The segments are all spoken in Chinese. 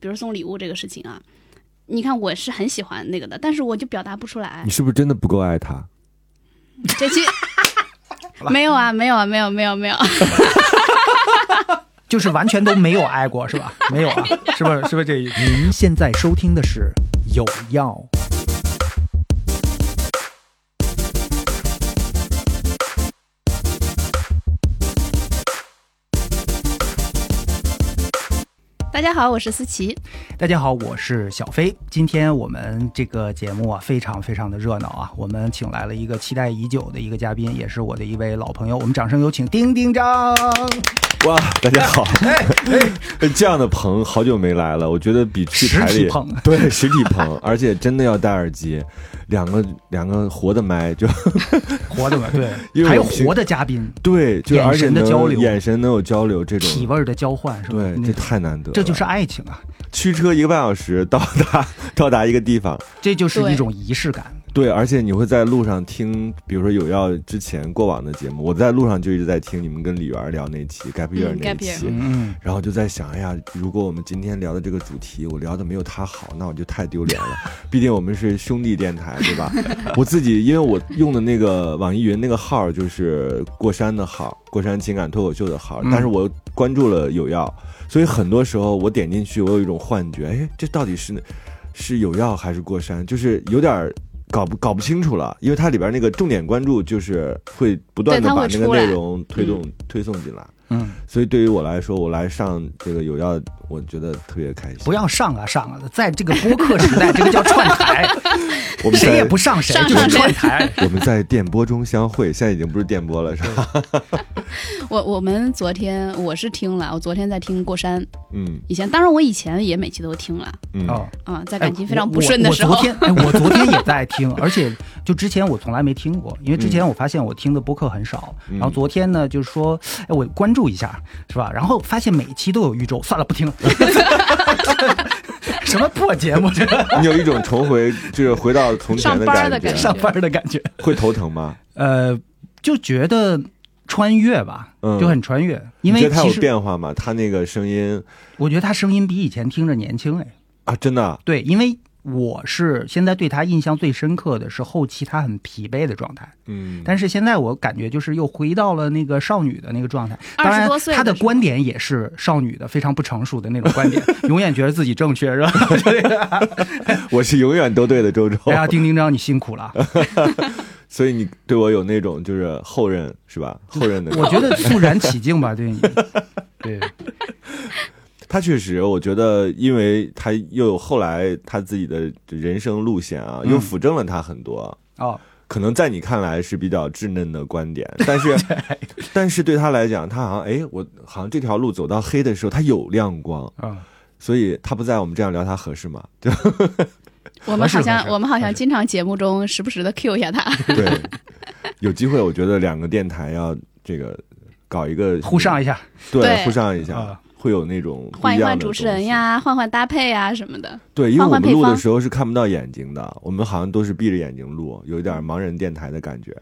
比如送礼物这个事情啊，你看我是很喜欢那个的，但是我就表达不出 来你。是不是真的不够爱他？这期没有啊，没有啊，没有没有没 有，就是完全都没有挨过，是 吧？没有啊，是不是？是不是这意思？您现在收听的是《有药》。大家好，我是思琪，大家好，我是小飞。今天我们这个节目啊，非常非常的热闹啊。我们请来了一个期待已久的一个嘉宾，也是我的一位老朋友。我们掌声有请丁丁张。哇，大家好！哎哎，这样的棚好久没来了，我觉得比去台实体里棚对实体 棚，而且真的要戴耳机，两个两个活的麦就 活的嘛，对因，为还有我平活的嘉宾，对，就眼而且神的能交流眼神能有交流这体种，味儿的交换是吧？对，那这种太难得了。这就是爱情啊，驱车一个半小时到达 到达一个地方，这就是对一种仪式感。对，而且你会在路上听，比如说有要之前过往的节目，我在路上就一直在听你们跟李媛聊那期 Gap Year 嗯那 Gap 期， Year 嗯，然后就在想，哎呀，如果我们今天聊的这个主题，我聊的没有他好，那我就太丢脸了。 毕竟我们是兄弟电台，对 吧？我自己因为我用的那个网易云那个号就是过山的号，过山情感脱口秀的号，嗯但是我关注了有药，所以很多时候我点进去，我有一种幻觉，哎，这到底是是有药还是过山？就是有点儿搞不搞不清楚了，因为它里边那个重点关注就是会不断对的它把会那个出来内容推动、推送进来。嗯，所以对于我来说，我来上这个有药，我觉得特别开心。不，要上啊上啊，在这个播客时代，这个叫串台，我们在谁也不上谁，上就是上谁串台。我们在电波中相会，现在已经不是电波了，是 吧？我我们昨天我是听了，我昨天在听过山，嗯以前当然我以前也每期都听了嗯，哦，啊、在哎感情非常我不顺的时候我我，昨天，哎，我昨天 也在听，而且就之前我从来没听过，因为之前我发现我听的播客很少。嗯然后昨天呢，就是说，哎，我关注一下，是吧？然后发现每期都有宇宙，算了，不听了。 什么破节目，这个你有一种重回，就是回到从前上班感儿的感觉上班的感觉。会头疼吗？呃，就觉得穿越吧，嗯就很穿越，你因为觉得他其有实变化吗？他那个声音我觉得他声音比以前听着年轻哎。啊，真的啊对，因为我是现在对他印象最深刻的是后期他很疲惫的状态。嗯，但是现在我感觉就是又回到了那个少女的那个状态。 20当然多岁的她的时候观点也是少女的，非常不成熟的那种观点， 永远觉得自己正确，是吧？ 我是永远都对的周周，哎呀，丁丁张，你辛苦了。 所以你对我有那种就是后任是吧？后任的感我觉得肃然起敬吧，对你。对，他确实，我觉得，因为他又有后来他自己的人生路线啊，嗯又辅正了他很多。哦，可能在你看来是比较稚嫩的观 点，但是，但是对他来讲，他好像哎，我好像这条路走到黑的时候，他有亮光，嗯，所以他不在我们这样聊他合适 吗？对我们好合适合像适我们好合像适经常节目中时不时的 Q 一下他，对，有机会，我觉得两个电台要这个搞一个互上一下。对对互上一下啊，会有那种不换一一样换的主持东人西。呀，换换搭配呀什么的。对，因为换我换们配录的方时候是看不到眼睛的，我们好像都是闭着眼睛录，有一点盲人电台的感觉。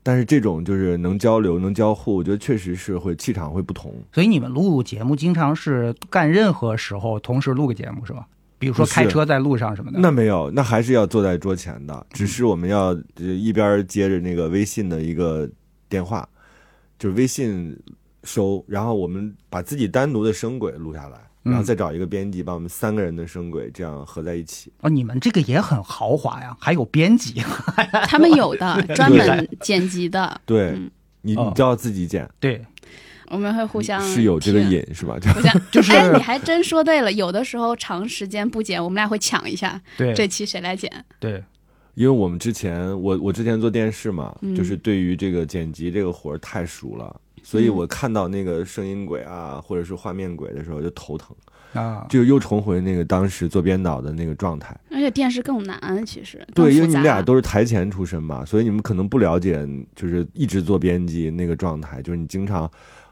但是这种就是能交流、能交互，我觉得确实是会气场会不同。所以你们录节目经常是干任何时候同时录个节目是吧？比如说不是开车在路上什么的。那没有，那还是要坐在桌前的，只是我们要呃一边接着那个微信的一个电话，就是微信收，然后我们把自己单独的声轨录下来，嗯然后再找一个编辑把我们三个人的声轨这样合在一起。哦，你们这个也很豪华呀，还有编辑。他们有的专门剪辑的，对嗯你，你哦就要自己剪，对，我们会互相是有这个听。瘾 是吧？互相 就是哎，你还真说对了。有的时候长时间不剪，我们俩会抢一下这对，期谁来剪。对，因为我们之前，我我之前做电视嘛，嗯就是对于这个剪辑这个活儿太熟了，所嗯以我看到那个声音轨啊，或者是画面轨的时候就头疼，啊，就又重回那个当时做编导的那个状态。而且电视更难，其实对，更因为复你杂们俩都是台前出身嘛，所以你们可能不了解，就是一直做编辑那个状态，就是你经常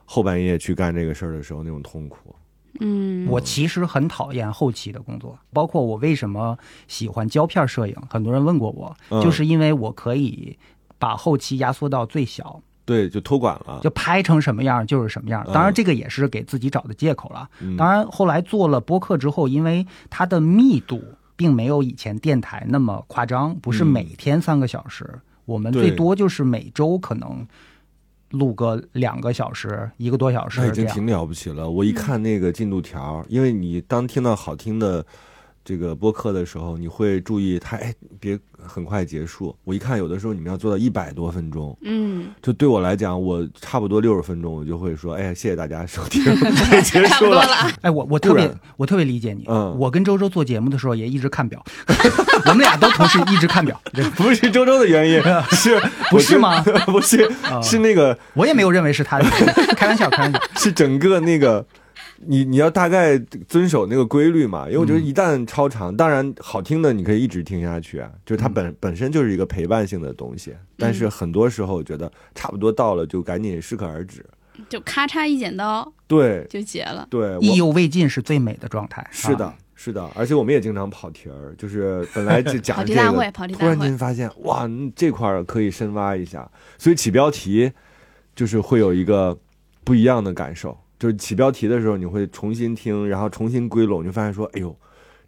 后半夜去干这个事儿的时候那种痛苦。嗯，我其实很讨厌后期的工作，包括我为什么喜欢胶片摄影，很多人问过我，嗯就是因为我可以把后期压缩到最小。对，就托管了。就拍成什么样就是什么样。当然，嗯这个也是给自己找的借口了。嗯当然，后来做了播客之后，因为它的密度并没有以前电台那么夸张，不是嗯每天三个小时，我们对最多就是每周可能录个两个小时、一个多小时那已这经样。挺了不起了。我一看那个进度条，因为你当听到好听的这个播客的时候，你会注意它，哎，别很快结束。我一看，有的时候你们要做到一百多分钟， 嗯，就对我来讲，我差不多六十分钟，我就会说，哎，谢谢大家收 听，结差束不多了。了。哎，我我特固别然我特别理解你。嗯我跟周周做节目的时候也一直看表， 我们俩都同时一直看表。对不是周周的原 因，是不是吗？我觉得不是，啊是那个我也没有认为是他的， 开玩笑，开玩笑。是整个那个，你你要大概遵守那个规律嘛，因为我觉嗯得一旦超长，当然好听的你可以一直听下去啊，就是嗯它本、本身就是一个陪伴性的东西，但是很多时候我觉得差不多到了就赶紧适可而止。就咔嚓一剪刀对就结了。对，意 我犹未尽是最美的状态。是的。啊是的，而且我们也经常跑题儿，就是本 来就讲跑题这个，大会跑题大突然会嗯间发现哇，这块儿可以深挖一下，所以起标题就是会有一个不一样的感受。就是起标题的时候，你会重新听，然后重新归拢，你就发现说，哎呦，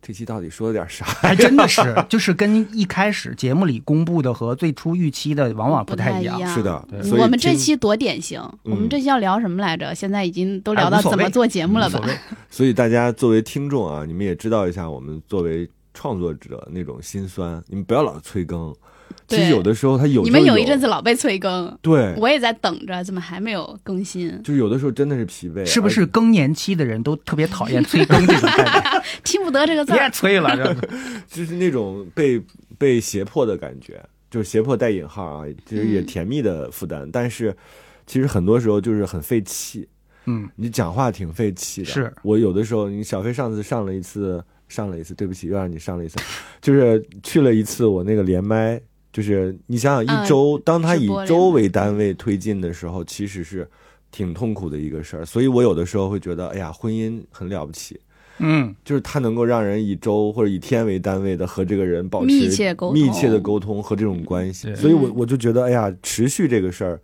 这期到底说了点啥？还哎真的是，就是跟一开始节目里公布的和最初预期的往往不太一样不太一。样是的，对所以我们这听，嗯期多典型，我们这期要聊什么来着？现在已经都聊哎到无所怎么谓做节目了吧无所？谓所以大家作为听众啊，你们也知道一下我们作为创作者那种心酸，你们不要老催更。其实对有的时候他有你们就有一阵子老被催更，对，我也在等着，怎么还没有更新？就是有的时候真的是疲惫，是不是更年期的人都特别讨厌催更 这种概听不得这个字念？别儿，催了，这就是那种被被胁迫的感觉，就是胁迫带引号啊，就是也嗯甜蜜的负担，但是其实很多时候就是很费气，嗯，你讲话挺费气的。是我有的时候，你小飞上次上了一次，上了一次，对不起，又让你上了一次，就是去了一次我那个连麦，就是你想想一嗯周，当他直以播连周麦为单位推进的时候，其实是挺痛苦的一个事儿，所以我有的时候会觉得，哎呀，婚姻很了不起，嗯，就是它能够让人以周或者以天为单位的和这个人保持密切沟通密切的沟通和这种关系，对所以我我就觉得，哎呀，持续这个事儿，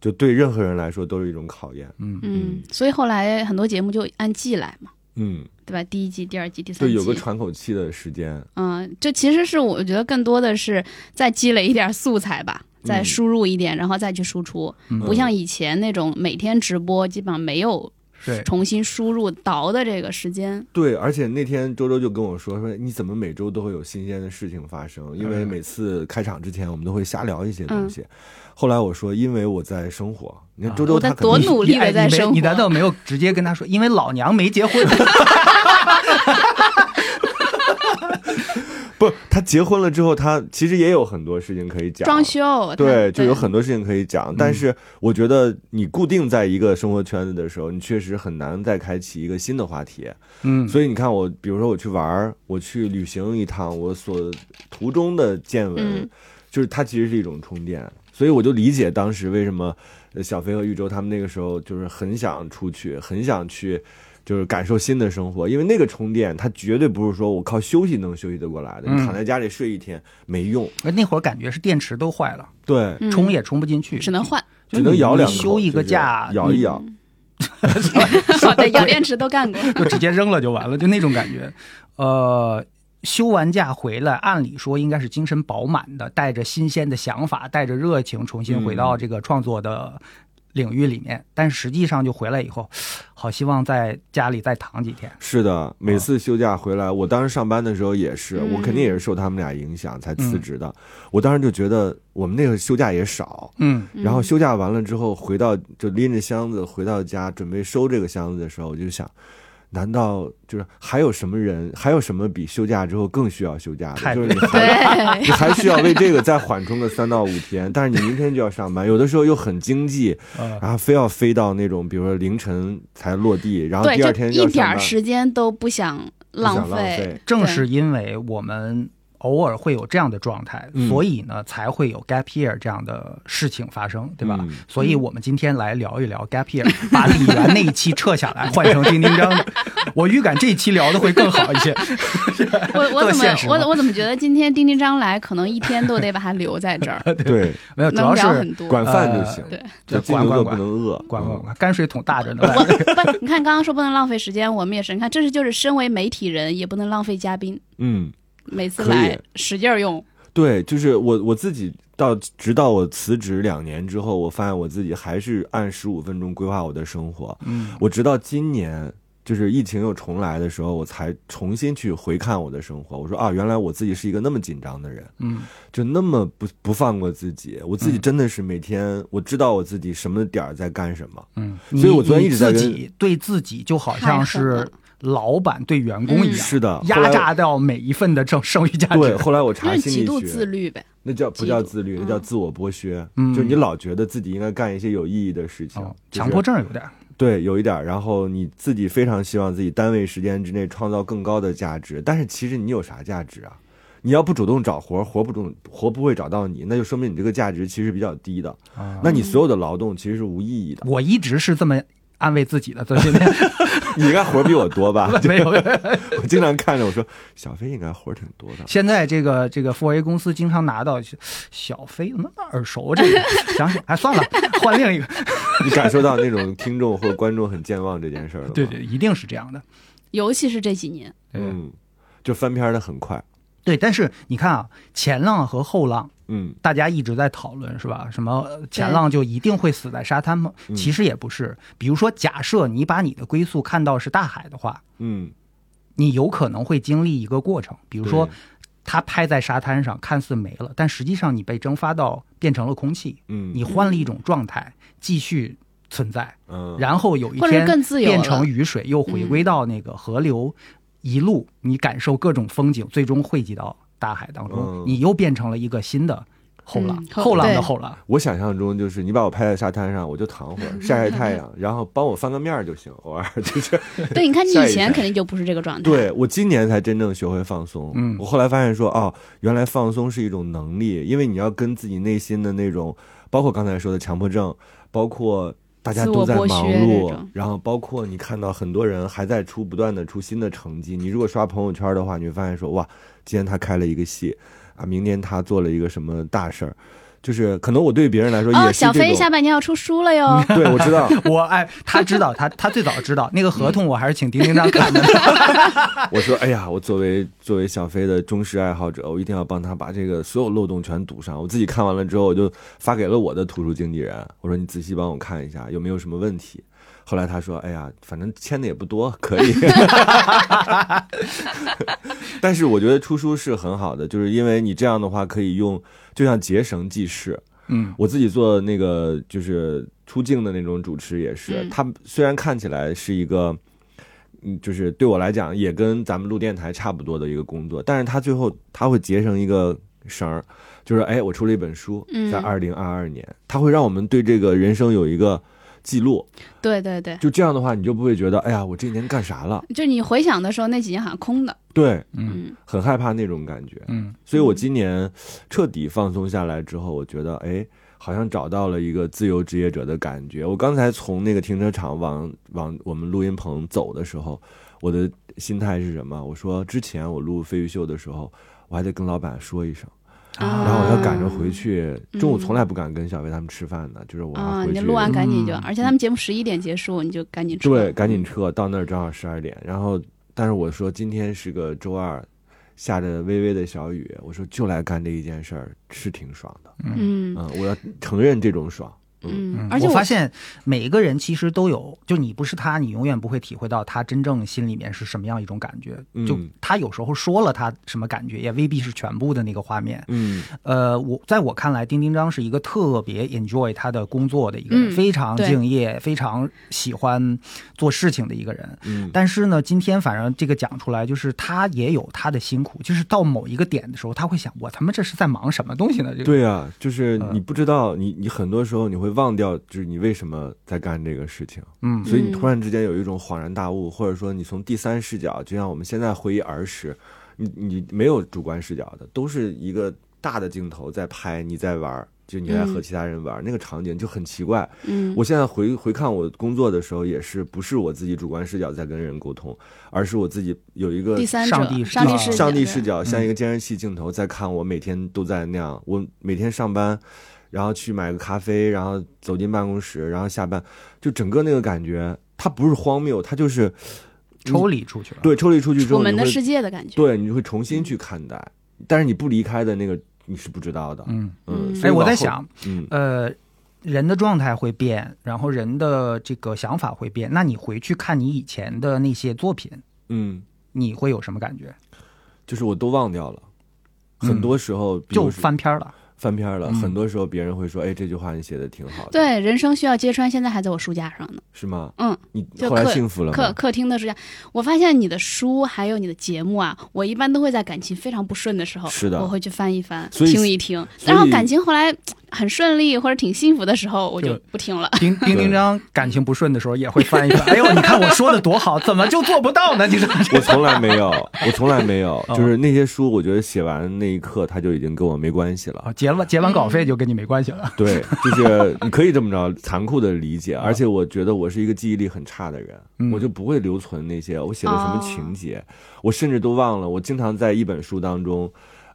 就对任何人来说都是一种考验。嗯，所以后来很多节目就按季来嘛，嗯，对吧？第一季、第二季、第三对，季，有个喘口气的时间。嗯，这其实是我觉得更多的是再积累一点素材吧，再嗯输入一点，然后再去输出，嗯不像以前那种每天直播，基本上没有对，重新输入倒的这个时间。对，而且那天周周就跟我说说，哎你怎么每周都会有新鲜的事情发生？因为嗯每次开场之前，我们都会瞎聊一些东西。后来我说，因为我在生活，你看啊周周我在他可能多是努力的在生活你难道没有直接跟他说，因为老娘没 结婚？不，他结婚了之后，他其实也有很多事情可以讲。装修，啊对，它就有很多事情可以讲，但是我觉得你固定在一个生活圈子的时候，你确实很难再开启一个新的话题。嗯，所以你看我，比如说我去玩儿，我去旅行一趟，我所途中的见闻，嗯就是它其实是一种充电。所以我就理解当时为什么呃小飞和玉州他们那个时候就是很想出去，很想去。就是感受新的生活，因为那个充电，它绝对不是说我靠休息能休息得过来的。你嗯躺在家里睡一天没用，呃那会儿感觉是电池都坏了，对，嗯充也充不进去，只能换，嗯只能摇两口，你休一个假，就是摇一摇。好的，摇电池都干过。就直接扔了就完了，就那种感觉。呃，休完假回来，按理说应该是精神饱满的，带着新鲜的想法，带着热情，重新回嗯到这个创作的领域里面。但实际上就回来以后，好希望在家里再躺几天。是的，每次休假回来，我当时上班的时候也是，嗯我肯定也是受他们俩影响才辞职的。我当时就觉得我们那个休假也少，嗯，嗯 然后休假完了之后回到就拎着箱子回到家，准备收这个箱子的时候，我就想。难道就是还有什么人，还有什么比休假之后更需要休假的？太就是对你还对你，还需要为这个再缓冲个三到五天，但是你明天就要上班，有的时候又很经济，呃，然后非要飞到那种，比如说凌晨才落地，然后第对，就二天一要点上儿班，时间都不想不想浪费。费。正是因为我们。偶尔会有这样的状态，嗯所以呢才会有 gap year 这样的事情发生，对吧？嗯 所以我们今天来聊一聊 gap year，把 李源那一期撤下来，换成丁丁 张的。我预感这一期聊的会更好一些。我我特怎么现实嘛我我怎么觉得今天丁丁张来，可能一天都得把他留在 这儿，对，没有，主能要聊是很多。管饭就行，对，就金管牛座不管管能饿，呃管管嗯管，泔水桶大着 呢。我不，你看刚刚说不能浪费时间，我们也是，你看这是就是身为媒体人也不能浪费嘉宾，嗯。每次可以来使劲儿用，对，就是我我自己到直到我辞职两年之后，我发现我自己还是按十五分钟规划我的生活。嗯我直到今年，就是疫情又重来的时候，我才重新去回看我的生活。我说啊，原来我自己是一个那么紧张的人，嗯就那么不不放过自己。我自己嗯真的是每天我知道我自己什么点儿在干什么。嗯，所以我你昨天你一直在自跟己对自己就好太像狠是了老板对员工嗯一样，是的，后压来榨掉每一份的剩剩余价值。对，后来我那查是心极度理自学，律呗。那叫不极叫度自律，嗯那叫自我剥削。嗯就你老觉得自己应该干一些有意义的事情哦，就是强迫症有点儿。对，有一点儿。然后你自己非常希望自己单位时间之内创造更高的价值，但是其实你有啥价值啊？你要不主动找活儿，活不主活不会找到你，那就说明你这个价值其实比较低的。啊那你所有的劳动其实是无意义的。我一直是这么安慰自己 的，最近你应该活儿比我多吧？ 没有。我经常看着我说，小飞应该活儿挺多的。现在这个这个 f o A 公司经常拿到小飞怎么那么耳熟啊？这 个想想，哎，算了，换另一个。你感受到那种听众或者观众很健忘这件事儿了吗？ 对对，，一定是这样的。尤其是这几年，对嗯，就翻篇的很快。对，但是你看啊，前浪和后浪。嗯，大家一直在讨论是吧？什么呃前浪就一定会死在沙滩吗？嗯其实也不是。比如说，假设你把你的归宿看到是大海的话，嗯，你有可能会经历一个过程，比如说对，它拍在沙滩上看似没了，但实际上你被蒸发到变成了空气，嗯，你换了一种状态继续存在，嗯，然后有一或者天更自由变成了嗯雨水，又回归到那个河流，一路你感受各种风景，最终汇集到大海当嗯中，你又变成了一个新的后浪嗯，后后浪的对后浪。我想象中就是你把我拍在沙滩上，我就躺会儿晒晒太 阳，然后帮我翻个面儿就行，偶尔就是。对，你看你下一以前代肯定就不是这个状态。 对我今年才真正学会放松，嗯我后来发现说，哦，原来放松是一种能力，因为你要跟自己内心的那种，包括刚才说的强迫症，包括。大家自都我在剥忙削碌这种，然后包括你看到很多人还在出不断的出新的成绩。你如果刷朋友圈的话，你会发现说哇，今天他开了一个戏啊，明天他做了一个什么大事儿，就是可能我对别人来说哦，也是小这飞种。嗯下半年要出书了哟。对，我 知道， 我哎，他知道，他他最早知道那个合同，我还是请丁丁张 看的。 我说，哎呀，我作为作为小飞的忠实爱好者，我一定要帮他把这个所有漏洞全堵上。我自己看完了之后，我就发给了我的图书经纪人，我说你仔细帮我看一下有没有什么问题。后来他说，哎呀，反正签的也不多，可以。但是我觉得出书是很好的，就是因为你这样的话可以用，就像节省记事。嗯我自己做那个就是出镜的那种主持也是，嗯他虽然看起来是一个，嗯，就是对我来讲也跟咱们录电台差不多的一个工作，但是他最后他会结成一个绳儿，就是哎，我出了一本书，嗯在二零二二年，他会让我们对这个人生有一个记录，对对对，就这样的话，你就不会觉得哎呀，我这一年干啥了？就你回想的时候，那几年好像空的。对，嗯嗯，很害怕那种感觉。嗯，所以我今年彻底放松下来之后，我觉得哎，好像找到了一个自由职业者的感觉。我刚才从那个停车场往往我们录音棚走的时候，我的心态是什么？我说之前我录飞鱼秀的时候，我还得跟老板说一声，啊嗯然后我要赶着回去。中午从来不敢跟小薇他们吃饭的，就是我要啊，回你去。录完赶紧就，嗯而且他们节目十一点结束，你就赶紧出。对，赶紧撤，到那儿正好十二点。然后，但是我说今天是个周二，下着微微的小雨，我说就来干这一件事儿，是挺爽的。嗯嗯，我要承认这种爽。嗯嗯，而且我我发现每一个人其实都有，就你不是他，你永远不会体会到他真正心里面是什么样一种感觉。就嗯他有时候说了他什么感觉，也未必是全部的那个画面。嗯呃，我在我看来，丁丁张是一个特别 enjoy 他的工作的一个人，嗯非常对敬业，非常喜欢做事情的一个人。嗯，但是呢，今天反正这个讲出来，就是他也有他的辛苦，就是到某一个点的时候，他会想，我他妈这是在忙什么东西呢？这个对啊，就是你不知道，你你很多时候你会忘掉，就是你为什么在干这个事情，嗯所以你突然之间有一种恍然大悟，或者说你从第三视角，就像我们现在回忆儿时，你你没有主观视角的，都是一个大的镜头在拍，你在玩儿，就你在和嗯其他人玩儿，那个场景就很奇怪。嗯，我现在回回看我工作的时候，也是不是我自己主观视角在跟人沟通，而是我自己有一个第三者，上帝视上帝角视角，上帝对视角，像一个嗯监视器镜头在看我每天都在那样，我每天上班，然后去买个咖啡，然后走进办公室，然后下班，就整个那个感觉，它不是荒谬，它就是抽离出去了。对抽离出去之我后，们你的会世界的感觉。对你会重新去看待，但是你不离开的那个你是不知道的。嗯，嗯，所以哎，我往在后，想，嗯，呃，人的状态会变，然后人的这个想法会变。那你回去看你以前的那些作品，嗯，你会有什么感觉？就是我都忘掉了，嗯很多时候比如就是翻篇儿了。翻篇儿了，嗯很多时候别人会说，哎，这句话你写的挺好的，，对，人生需要揭穿，现在还在我书架上呢。是吗？嗯，你就后来刻幸福了客吗？客厅的书架，我发现你的书还有你的节目啊，我一般都会在感情非常不顺的时候，是的我会去翻一翻，所以听一听。所以然后感情后来嘖很顺利或者挺幸福的时候，我就不听了。丁丁对丁章感情不顺的时候也会翻一 翻。哎呦，你看我说的多好，怎么就做不到 呢？你说 我从来没有，我从来没哦有，就是那些书，我觉得写完那一刻，它就已经跟我没关系了哦啊，。结了结完稿费就跟你没关系了。对，就是你可以这么着残酷的理哦解，而且我觉得我是一个记忆力很差的人，嗯我就不会留存那些我写的什么情节，哦我甚至都忘了。我经常在一本书当中，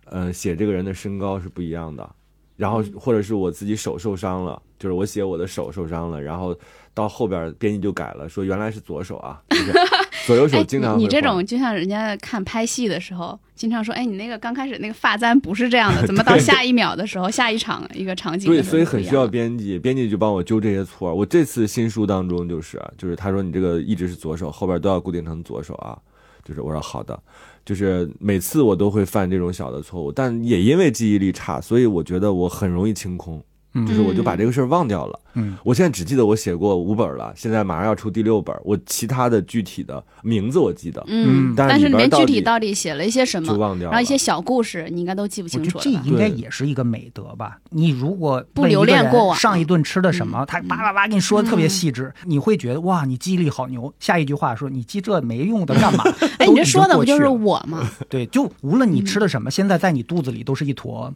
呃，写这个人的身高是不一样的，然后嗯或者是我自己手受伤了，就是我写我的手受伤了，然后到后边编辑就改了，说原来是左手啊，就是 左右手哎，经你常你会这晃种就像人家看拍戏的时候，经常说，哎，你那个刚开始那个发簪不是这 样的，怎么到下一秒的时候，下一场一个场景对，的时候所以就不很一需要样了编辑，编辑就帮我纠这些错儿。我这次新书当中就是啊，就是他说你这个一直是左手，后边都要固定成左手啊。就是我说好的，就是每次我都会犯这种小的错误，但也因为记忆力差，所以我觉得我很容易清空，嗯就是我就把这个事儿忘掉了。嗯，我现在只记得我写过五本了，现在马上要出第六本，我其他的具体的名字我记得，嗯，但是但是里里边面具体到到底写了一些什就么，忘掉然了后一。些小故事，你应该都记不我清觉楚得了吧。这应该对也是一个美德吧。你如果不问一留个恋人过往上一顿吃的什么，他叭叭叭跟你说的特别细致，你会觉得哇，你记忆力好牛。下一句话说你记这没用的 干嘛？哎，你都已这经说的过不就去是 了我吗？对，就无论你吃的什么，现在在你肚子里都是一 坨，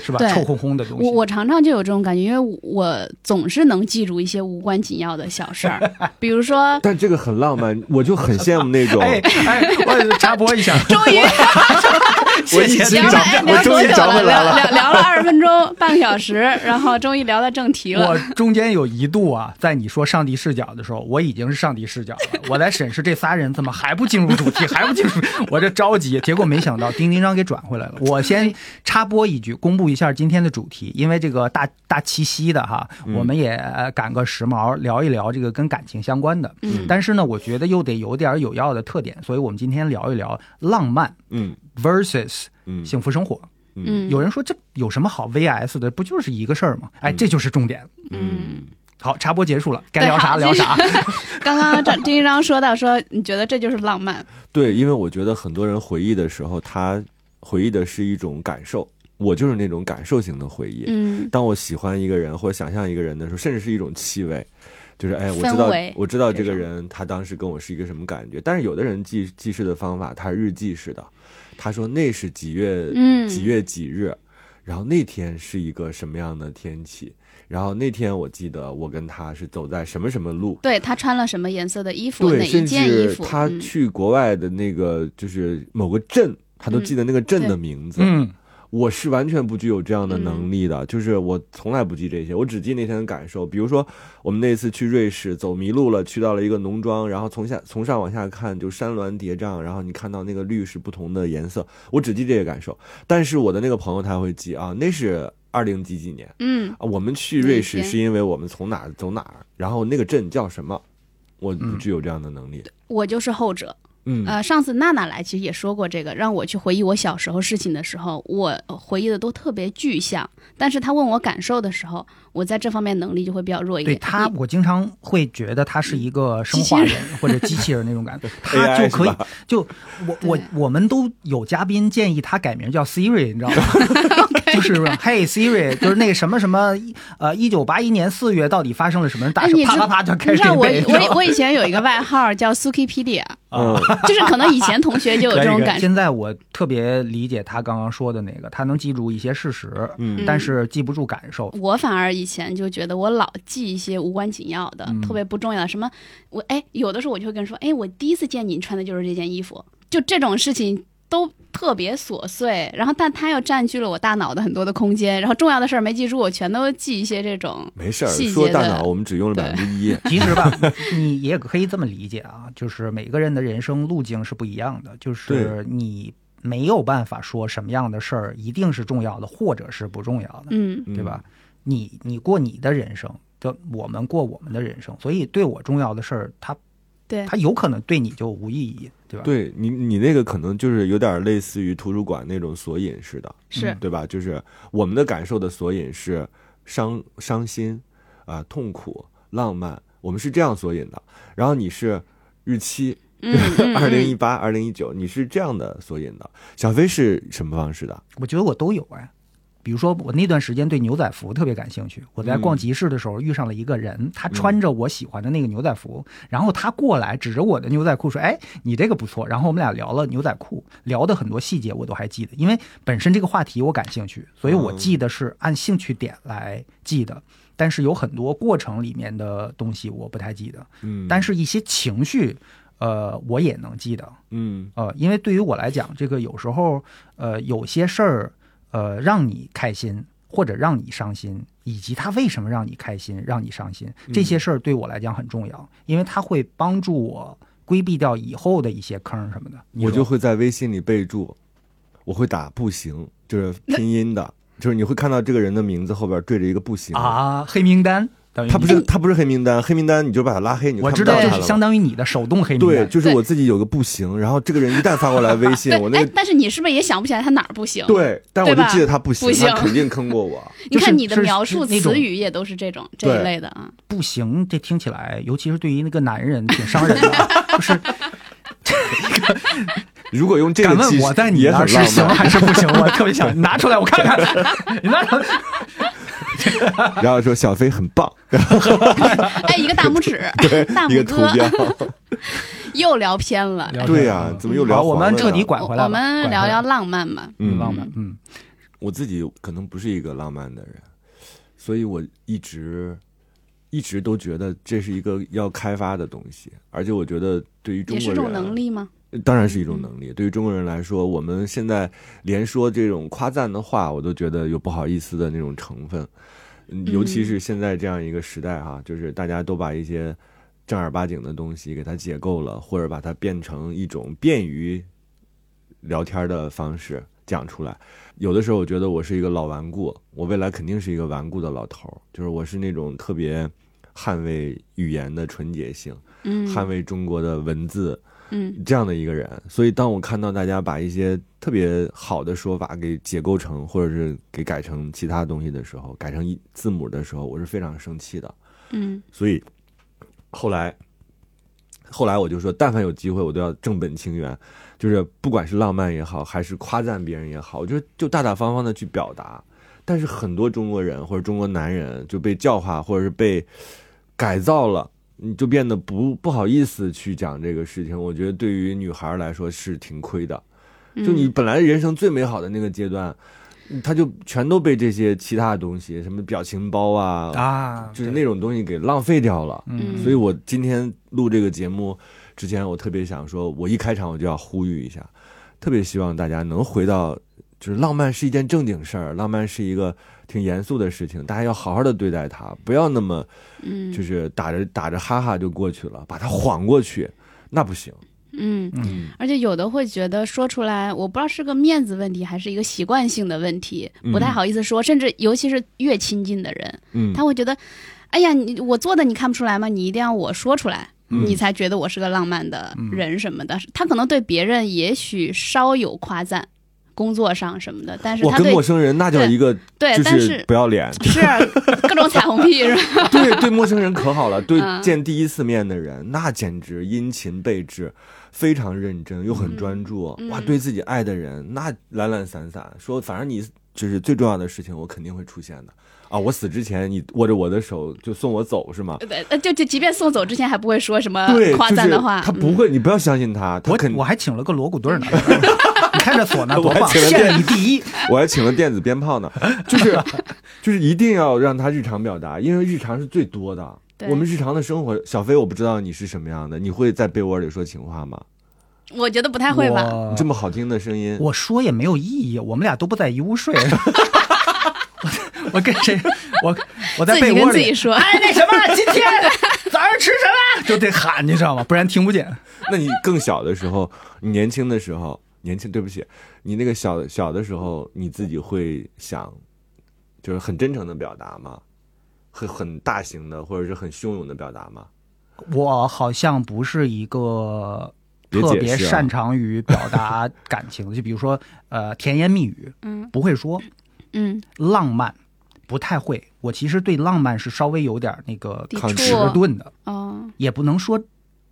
是吧？对臭烘烘的东西。我我常常就有这种感觉，因为我我总是能记住一些无关紧要的小事 儿，比如说，但这个很浪漫，我就很羡慕那种。 哎哎，我插播一下，终于我谢谢已经聊了丁章找哎我聊终多于久找了？回来聊了聊聊了二十分 钟，半个小时，然后终于聊到正题了。 我中间有一度啊，在你说上帝视角的时候，我已经是上帝视角 了。我在审视这仨人怎么还不进入主题，还不进入，我这着急。结果没想到丁丁章给转回来了。我先插播一句，公布一下今天的主题，因为这个大 大七夕的哈，我们也呃赶个时髦，聊一聊这个跟感情相关的。嗯但是呢，我觉得又得有点有要的特点，所以我们今天聊一聊浪漫嗯 versus 嗯幸福生活。嗯，有人说这有什么好 VS 的？不就是一个事儿吗？哎，这就是重点。嗯，好，插播结束了，该对聊啥好聊 啥。刚刚张丁一章说到说，你觉得这就是浪 漫？对，因为我觉得很多人回忆的时候，他回忆的是一种感受，我就是那种感受型的回忆。嗯当我喜欢一个人或者想象一个人的时候，甚至是一种气味，就是哎，我知氛道围我知道这这个种人他当时跟我是一个什么感觉。但是有的人记记事的方法，他是日记式的，他说那是几月、嗯几月几日，然后那天是一个什么样的天气，然后那天我记得我跟他是走在什么什么路，对他穿了什么颜色的衣服，哪对，一甚件衣至服？他嗯去国外的那个就是某个镇，他嗯都记得那个镇的名字。嗯，我是完全不具有这样的嗯能力的，就是我从来不记这些，我只记那天的感受。比如说，我们那次去瑞士走迷路了，去到了一个农庄，然后从下从上往下看就山峦叠嶂，然后你看到那个绿是不同的颜色，我只记这些感受。但是我的那个朋友他会记啊，那是二零几几年。嗯啊，我们去瑞哪士一天是因为我们从哪儿走哪儿，然后那个镇叫什么，我不具有这样的能力。我就是后者。嗯，呃，上次娜娜来其实也说过这个，让我去回忆我小时候事情的时候，我回忆的都特别具象。但是她问我感受的时候，我在这方面能力就会比较弱一对点。他，你我经常会觉得他是一个生化机人或者机器人那 种感觉，他就可以是吧就我我对我们都有嘉宾建议他改名叫 Siri，你知道吗？ 就是说 Hey Siri，就是那个什么什么呃，一九八一年四月到底发生了什么大哎事？你啪知啪啪就开你始知道我背你知道我吗我以前有一个外号叫 Sukipedia， 嗯，啊就是可能以前同学就有这种感觉。现在我特别理解他刚刚说的那个，他能记住一些事实，嗯但是记不住感受。我反而以前就觉得我老记一些无关紧要的、嗯特别不重要的，什么我哎，有的时候我就会跟人说，哎，我第一次见你，你穿的就是这件衣服，就这种事情都特别琐碎，然后但它又占据了我大脑的很多的空间，然后重要的事儿没记住，我全都记一些这种，没事儿。细节说大的脑，我们只用了对百分 之一。 其实吧，你也可以这么理解啊，就是每个人的人生路径是不一样的，就是你没有办法说什么样的事儿一定是重要的，或者是不重要的，嗯嗯对吧？？你你过你的人生，就我们过我们的人生，所以对我重要的事儿，它对它有可能对你就无意义，对吧？对你，你那个可能就是有点类似于图书馆那种索引似的，是、对吧？就是我们的感受的索引是伤、伤心啊、痛苦、浪漫，我们是这样索引的。然后你是日期，嗯嗯 二零一嗯，八、二零一九，你是这样的索引的。小飞是什么方式的？我觉得我都有哎。比如说，我那段时间对牛仔服特别感兴趣。我在逛集市的时候遇上了一个人，他穿着我喜欢的那个牛仔服，然后他过来指着我的牛仔裤说：“哎，你这个不错。”然后我们俩聊了牛仔裤，聊的很多细节我都还记得，因为本身这个话题我感兴趣，所以我记得是按兴趣点来记的。但是有很多过程里面的东西我不太记得，嗯，但是一些情绪，呃，我也能记得。嗯呃，因为对于我来讲，这个有时候，呃，有些事儿，呃，让你开心或者让你伤心，以及它为什么让你开心、让你伤心，这些事儿对我来讲很重要，因为它会帮助我规避掉以后的一些坑什么的。你我就说会在微信里备注，我会打不行，就是拼音的，就是你会看到这个人的名字后边缀着一个不行。啊，黑名单等于他不你是他不是黑名单，黑名单你就把他拉黑，你就我看知不道到，就他是了相嘛。当于你的手动黑名对，单。就是我自己有个不行，然后这个人一旦发过来微信，我那哎个，但是你是不是也想不起来他哪儿不行？，对，但我对就吧记得他不行，不行他肯定坑过 我。你就是看你的是描述是那种词语也都是这种这对一类的啊。不行，这听起来，尤其是对于那个男人，挺伤人的 啊，就是如果用这敢个问气我在你也那儿很是浪行漫。还是不行？我特别想拿出来，我看 看。你拿出来，然后说小飞很棒，哎，一个 大拇指， 大一个拇图哥标， 又聊偏了。对呀、怎么又聊嗯好黄我了呢？们彻底拐我回来吧我们聊聊浪漫吧。嗯浪漫，嗯，我自己可能不是一个浪漫的人，所以我一直一直都觉得这是一个要开发的东西，而且我觉得对于中也是国一种人，能力吗？呃当然是一种能力。对于中国人来说，我们现在连说这种夸赞的话，我都觉得有不好意思的那种成分，嗯尤其是现在这样一个时代哈、就是大家都把一些正儿八经的东西给它解构了，或者把它变成一种便于聊天的方式讲出来。有的时候我觉得我是一个老顽固，我未来肯定是一个顽固的老头儿，就是我是那种特别捍卫语言的纯洁性，嗯捍卫中国的文字。嗯这样的一个人，所以当我看到大家把一些特别好的说法给解构成，或者是给改成其他东西的时候，改成一字母的时候，我是非常生气的。嗯所以后来，后来我就说，但凡有机会，我都要正本清源，就是不管是浪漫也好，还是夸赞别人也好，我觉得就大大方方的去表达。但是很多中国人或者中国男人就被教化，或者是被改造了，你就变得不不好意思去讲这个事情。我觉得对于女孩来说是挺亏的，嗯，就你本来人生最美好的那个阶段，他就全都被这些其他的东西，什么表情包啊，啊，就是对那种东西给浪费掉了。嗯所以我今天录这个节目之前，我特别想说，我一开场我就要呼吁一下，特别希望大家能回到，就是浪漫是一件正经事儿，浪漫是一个挺严肃的事情，大家要好好的对待它，不要那么嗯就是打着打着哈哈就过去了，把它晃过去，那不行。嗯。嗯而且有的会觉得说出来，我不知道是个面子问题还是一个习惯性的问题，不太嗯好意思说，甚至尤其是越亲近的人，嗯，他会觉得，哎呀，你我做的你看不出来吗？你一定要我说出来，嗯你才觉得我是个浪漫的人什么的。他可能对别人也许稍有夸赞，工作上什么的，但是我他跟对陌生人那叫一个对，就但是是 不要脸， 是啊各种彩虹屁是吧？对对，陌生人可好了，对嗯见第一次面的人，那简直殷勤备至，非常认真又很专注。嗯哇，嗯对自己爱的人，那懒懒散散，说反正你就是最重要的事情，我肯定会出现的。啊！我死之前，你握着我的手就送我走是吗？对，呃就就即便送走之前还不会说什么对，呃夸就赞是的话，他不嗯会，你不要相信他，他我肯我还请了个锣鼓队 呢，你看这唢呐多我棒，还请了现里第 一。我还请了电子鞭炮 呢，就是就是一定要让他日常表达，因为日常是最多的。对我们日常的生活，小飞，我不知道你是什么样的，你会在被窝里说情话吗？嗯我觉得不太会吧？我你这么好听的声音，我说也没有意义，我们俩都不在一屋睡。我 我跟谁？我我在自被己窝跟里自己说，哎，那什 么，今天早上吃什么？就得喊，你知道吗？不然听不见。那你更小的时候，你年轻的时候，年轻，对不起，你那个小小的时候，你自己会想，就是很真诚的表达吗？很很大型的，或者是很汹涌的表达吗？我好像不是一个别特解别释啊擅长于表达感情 的，就比如说呃甜言蜜语，嗯不会说嗯，浪漫，不太会。我其实对浪漫是稍微有点那个抵抗触拒迟钝的，哦，也不能说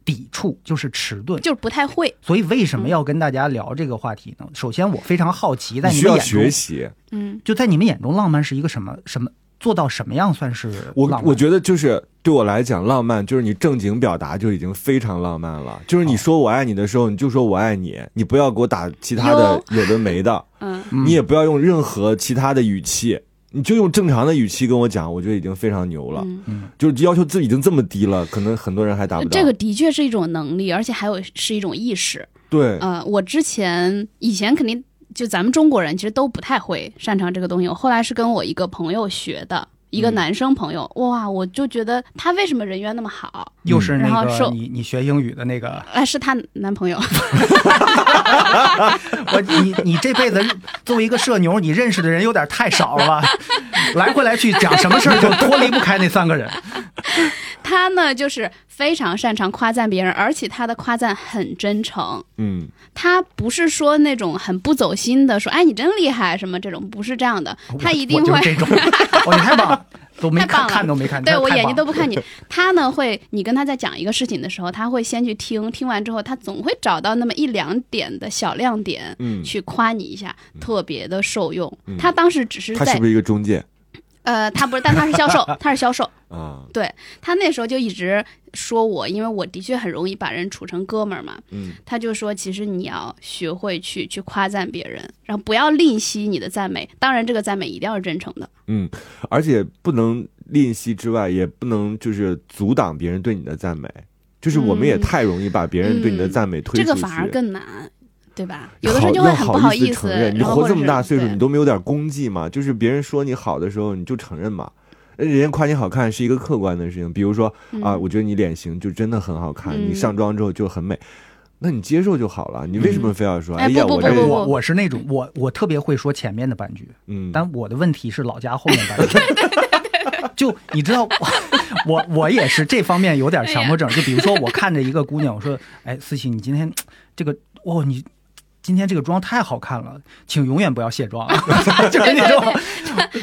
抵触，就是迟钝。就是嗯不太会，所以为什么要跟大家聊这个话题呢？首先，我非常好奇，在你你需们要眼中学，习。嗯就在你们眼中，浪漫是一个什么什么？做到什么样算是我浪漫我觉得就是对我来讲，浪漫就是你正经表达就已经非常浪漫哦了。就是你说我爱你的时候，你就说我爱你，你不要给我打其他的有的没的， 嗯，嗯你也不要用任何其他的语气，你就用正常的语气跟我讲，我觉得已经非常牛了。嗯就是要求自己已经这么低了，可能很多人还达不到。这个的确是一种能力，而且还有是一种意识。对，呃，我之前以前肯定就咱们中国人其实都不太会擅长这个东西，我后来是跟我一个朋友学的。一个嗯男生朋友，哇，我就觉得他为什么人缘那么好？又是然那后个受你你学英语的那个，哎，是她男朋友，我你你这辈子作为一个社牛，你认识的人有点太少了吧？来回来去讲什么事儿就脱离不开那三个人。他呢就是非常擅长夸赞别人，而且他的夸赞很真诚，嗯，他不是说那种很不走心的，说哎你真厉害什么这种，不是这样的，他一定我会 我就是这种，哦，你太棒了，都没太棒看了看都没看，对太我太眼睛棒都了不看你。他呢会，你跟他在讲一个事情的时候，他会先去听，听完之后，他总会找到那么一两点的小亮点，嗯去夸你一下，特别的受用。嗯他当时只是他在是不是一个中介呃，他不是，但他是销售，他是销售。啊？他那时候就一直说我，因为我的确很容易把人处成哥们儿嘛。嗯，他就说，其实你要学会去去夸赞别人，然后不要吝惜你的赞美。当然，这个赞美一定要是真诚的。而且不能吝惜之外，也不能就是阻挡别人对你的赞美。就是我们也嗯太容易把别人对你的嗯赞美推这出去，个反而更难，对吧？有的时候就会好要很不好意思。承认，你然后活或这者么是大岁数，对你都没有点功绩吗？就是别人说你好的时候，你就承认嘛。呃人家夸你好看是一个客观的事情，比如说啊，我觉得你脸型就真的很好看，你嗯上妆之后就很美，那你接受就好了，你为什么非要说？嗯哎哎呀，不我不这不不我我是那种我我特别会说前面的半句，嗯，但我的问题是老家后面 半句。 就你知道， 我我我也是这方面有点强迫症。哎就比如说，我看着一个姑娘，我说：“哎，思琪，你今天这个哦，你今天这个妆太好看了，请永远不要卸 妆。”就是那种，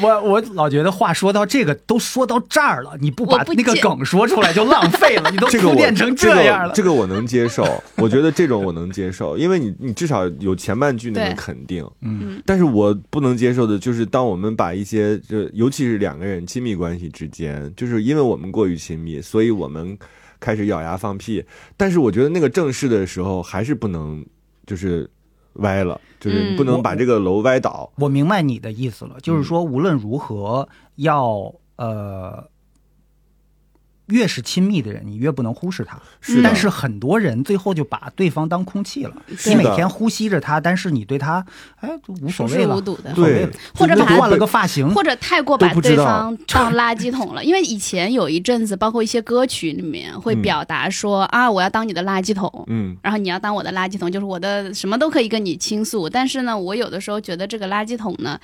我我老觉得话说到这个都说到这儿了，你不把我不那个接梗说出来就浪费了，你都这个铺我垫成这样了个，。这个我能接受，我觉得这种我能接受，因为你你至少有前半句那个对肯定，嗯，但是我不能接受的就是，当我们把一些，就尤其是两个人亲密关系之间，就是因为我们过于亲密，所以我们开始咬牙放屁。但是我觉得那个正式的时候，还是不能就是歪了，就是嗯不能把这个楼歪倒。我明白你的意思了，嗯就是说无论如何要呃，越是亲密的人，你越不能忽视他。是的但是很多人最后就把对方当空气了，是你每的天呼吸着他，但是你对他哎就无所熟谓视无了，睹的。所谓对了，或者就把它换了个发型。或者太过都把不知对道 方当垃圾桶了，因为以前有一阵子，包括一些歌曲里面会嗯表达说、啊，我要当你的垃圾桶，嗯，然后你要当我的垃圾桶，就是我的什么都可以跟你倾诉。但是呢，我有的时候觉得这个垃圾桶呢，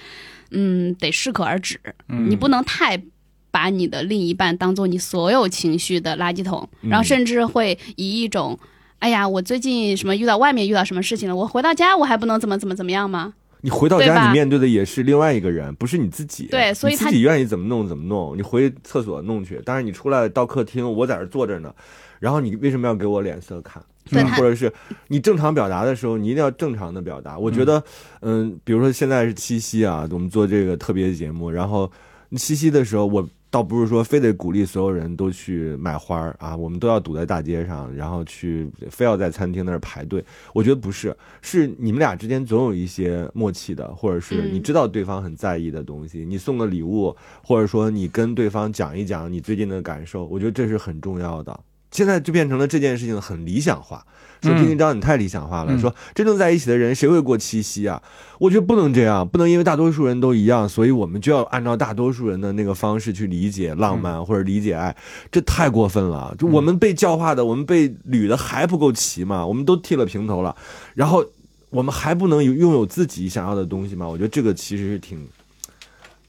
嗯，得适可而止，嗯你不能太。把你的另一半当做你所有情绪的垃圾桶，嗯然后甚至会以一种，哎呀，我最近什么遇到外面遇到什么事情了，我回到家我还不能怎么怎么怎么样吗？你回到对家，吧你面对的也是另外一个人，不是你自己。对所以你他自己愿意怎么弄怎么弄，你回厕所弄去。当然，你出来到客厅，我在这儿坐着呢，然后你为什么要给我脸色看？对嗯他或者是你正常表达的时候，你一定要正常的表达。我觉得，嗯，比如说现在是七夕啊，我们做这个特别节目，然后七夕的时候，我倒不是说非得鼓励所有人都去买花儿啊，我们都要堵在大街上，然后去非要在餐厅那儿排队。我觉得不是，是你们俩之间总有一些默契的，或者是嗯你知道对方很在意的东西，你送个礼物，或者说你跟对方讲一讲你最近的感受，我觉得这是很重要的。现在就变成了这件事情很理想化，说嗯丁丁张你太理想化了，嗯说真正在一起的人谁会过七夕啊？我觉得不能这样，不能因为大多数人都一样，所以我们就要按照大多数人的那个方式去理解浪漫或者理解爱，这太过分了。就我们被教化的，我们被捋的还不够齐吗？我们都剃了平头了，然后我们还不能有拥有自己想要的东西吗？我觉得这个其实是挺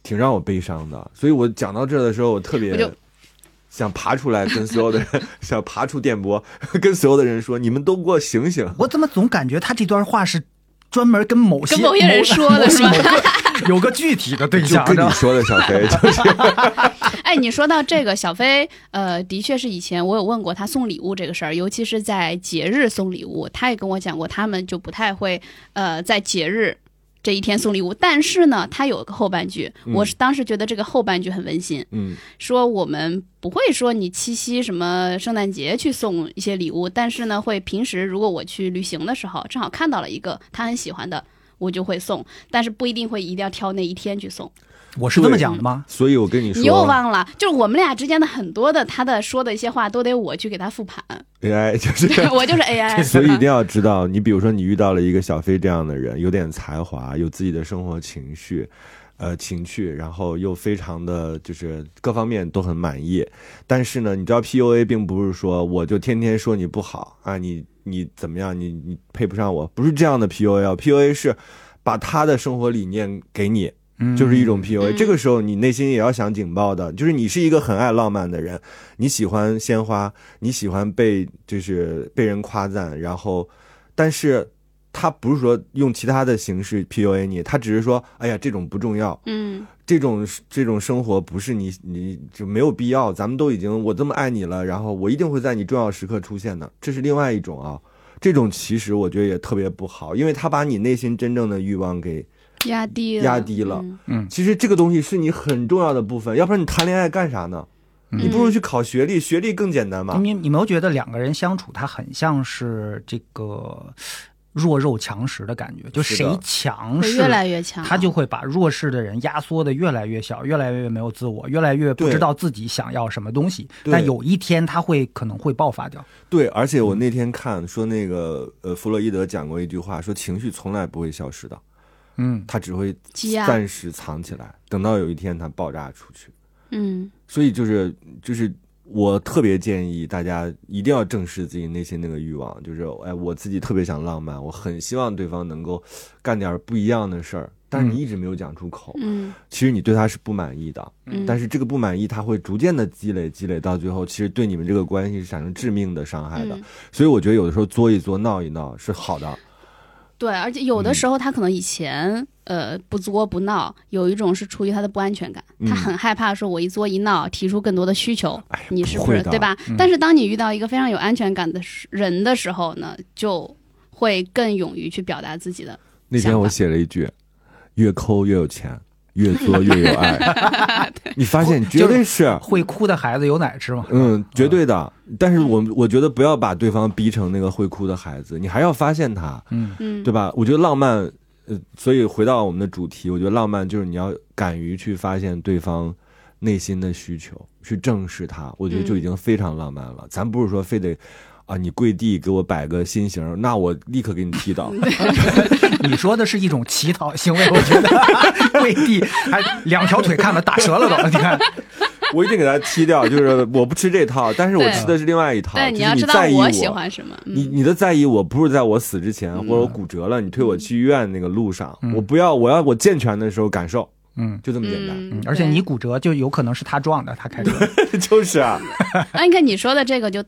挺让我悲伤的。所以我讲到这儿的时候，我特别我就想爬出来，跟所有的人 想爬出电波，跟所有的人说：“你们都给我醒醒我怎么总感觉他这段话是专门跟某些跟某些人说的是吧？某某个有个具体的对！”就象，跟知道你吧说的，小 飞，就是哎，你说到这个，小飞，呃，的确是以前我有问过他送礼物这个事儿，尤其是在节日送礼物，他也跟我讲过，他们就不太会，呃，在节日这一天送礼物。但是呢，他有个后半句，我是当时觉得这个后半句很温馨，嗯，说我们不会说你七夕什么圣诞节去送一些礼物，但是呢，会平时如果我去旅行的时候，正好看到了一个他很喜欢的。我就会送，但是不一定会一定要挑那一天去送。我是这么讲的吗？所以我跟你说，你又忘了，就是我们俩之间的很多的他的说的一些话，都得我去给他复盘， AI 哎就是。我 就是 AI，所以一定要要知道，你比如说你遇到了一个小飞这样的人，有点才华，有自己的生活情绪，呃情趣，然后又非常的就是各方面都很满意。但是呢，你知道 PUA 并不是说我就天天说你不好啊，你你怎么样，你你配不上我，不是这样的 PUA，PUA 是把他的生活理念给你，嗯，就是一种 PUA、嗯这个时候你内心也要想警报的，就是你是一个很爱浪漫的人，你喜欢鲜花，你喜欢被就是被人夸赞，然后，但是他不是说用其他的形式 PUA 你，他只是说，哎呀，这种不重要，嗯，这种这种生活不是你你就没有必要，咱们都已经我这么爱你了，然后我一定会在你重要时刻出现的，这是另外一种啊。这种其实我觉得也特别不好，因为他把你内心真正的欲望给压低了，压低了嗯其实这个东西是你很重要的部分，要不然你谈恋爱干啥呢？嗯你不如去考学历，学历更简单嘛。你你没有觉得两个人相处，他很像是这个弱肉强食的感觉，就是的谁强会势，越来越强，他就会把弱势的人压缩的越来越小，越来越没有自我，越来越不对知道自己想要什么东西。对但有一天他会可能会爆发掉。对，而且我那天看说那个呃，弗洛伊德讲过一句话，说情绪从来不会消失的，嗯，它只会积压暂时藏起来，等到有一天它爆炸出去。嗯，所以就是就是我特别建议大家一定要正视自己内心那个欲望，就是哎，我自己特别想浪漫，我很希望对方能够干点不一样的事儿，但是你一直没有讲出口，嗯其实你对他是不满意的。嗯，但是这个不满意，它会逐渐的积累，积累到最后，其实对你们这个关系是产生致命的伤害的。嗯所以我觉得有的时候作一作、闹一闹是好的。对，而且嗯有的时候他可能以前呃不作不闹，有一种是出于他的不安全感，嗯他很害怕说我一作一闹提出更多的需求，哎，你是不不会是的，嗯对？吧？但是当你遇到一个非常有安全感的人的时候呢，就会更勇于去表达自己的，那天我写了一句：“越抠越有钱，越作越有爱。” 你发现绝对是。会哭的孩子有奶吃嘛？嗯，绝对的。但是我我觉得不要把对方逼成那个会哭的孩子，你还要发现他。嗯，嗯，对吧？我觉得浪漫，呃，所以回到我们的主题，我觉得浪漫就是你要敢于去发现对方内心的需求，去正视它，我觉得就嗯已经非常浪漫了。咱不是说非得啊，你跪地给我摆个心形儿，那我立刻给你踢倒。 你说的是一种乞讨行为，我觉得跪地还两条腿看了打折了都。你看，我一定给他踢掉，就是我不吃这套，但是我对吃的是另外一套。对，就是要知道在意我喜欢什么。你嗯，你的在意我不是在我死之前，或者我骨折了，你推我嗯去医院那个路上，我不要，我要我健全的时候感受，嗯就这么简单，嗯嗯，而且对你骨折就有可能是他撞的，他开车。嗯 就是啊，啊，你看你说的这个就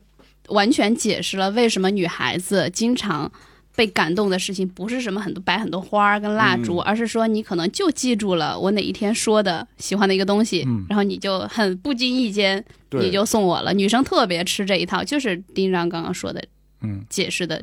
完全解释了为什么女孩子经常被感动的事情，不是什么很多摆很多花儿跟蜡烛，嗯而是说你可能就记住了我哪一天说的喜欢的一个东西，嗯然后你就很不经意间对，你就送我了。女生特别吃这一套，就是丁章刚刚说的嗯，解释的，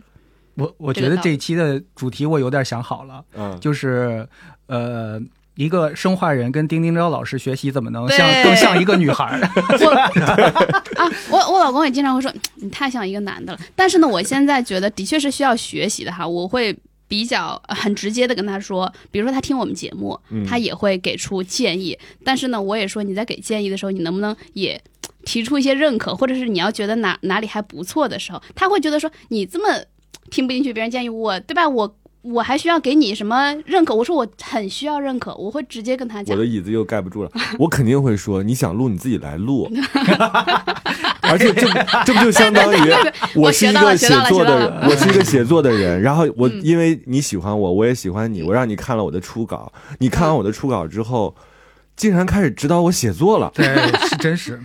我我这觉个得道这理一期的主题我有点想好了，嗯，就是呃。一个生化人跟丁丁昭老师学习，怎么能像对更像一个女孩儿？ 我啊，我我老公也经常会说你太像一个男的了。但是呢，我现在觉得的确是需要学习的哈，我会比较呃很直接的跟他说，比如说他听我们节目，嗯他也会给出建议。但是呢，我也说你在给建议的时候，你能不能也提出一些认可，或者是你要觉得哪哪里还不错的时候，他会觉得说你这么听不进去别人建议我，对吧？我。我还需要给你什么认可？我说我很需要认可，我会直接跟他我讲的。椅子又盖不住了，我肯定会说，你想录你自己来录， 而且这这不就相当于我是学一到了个写作学到了学的到嗯人，我是一个写作的人，然后我因为你喜欢我，我也喜欢你，我让你看了我的初稿，你看完嗯我的初稿之后，竟然开始指导我写作了，对，是真 实。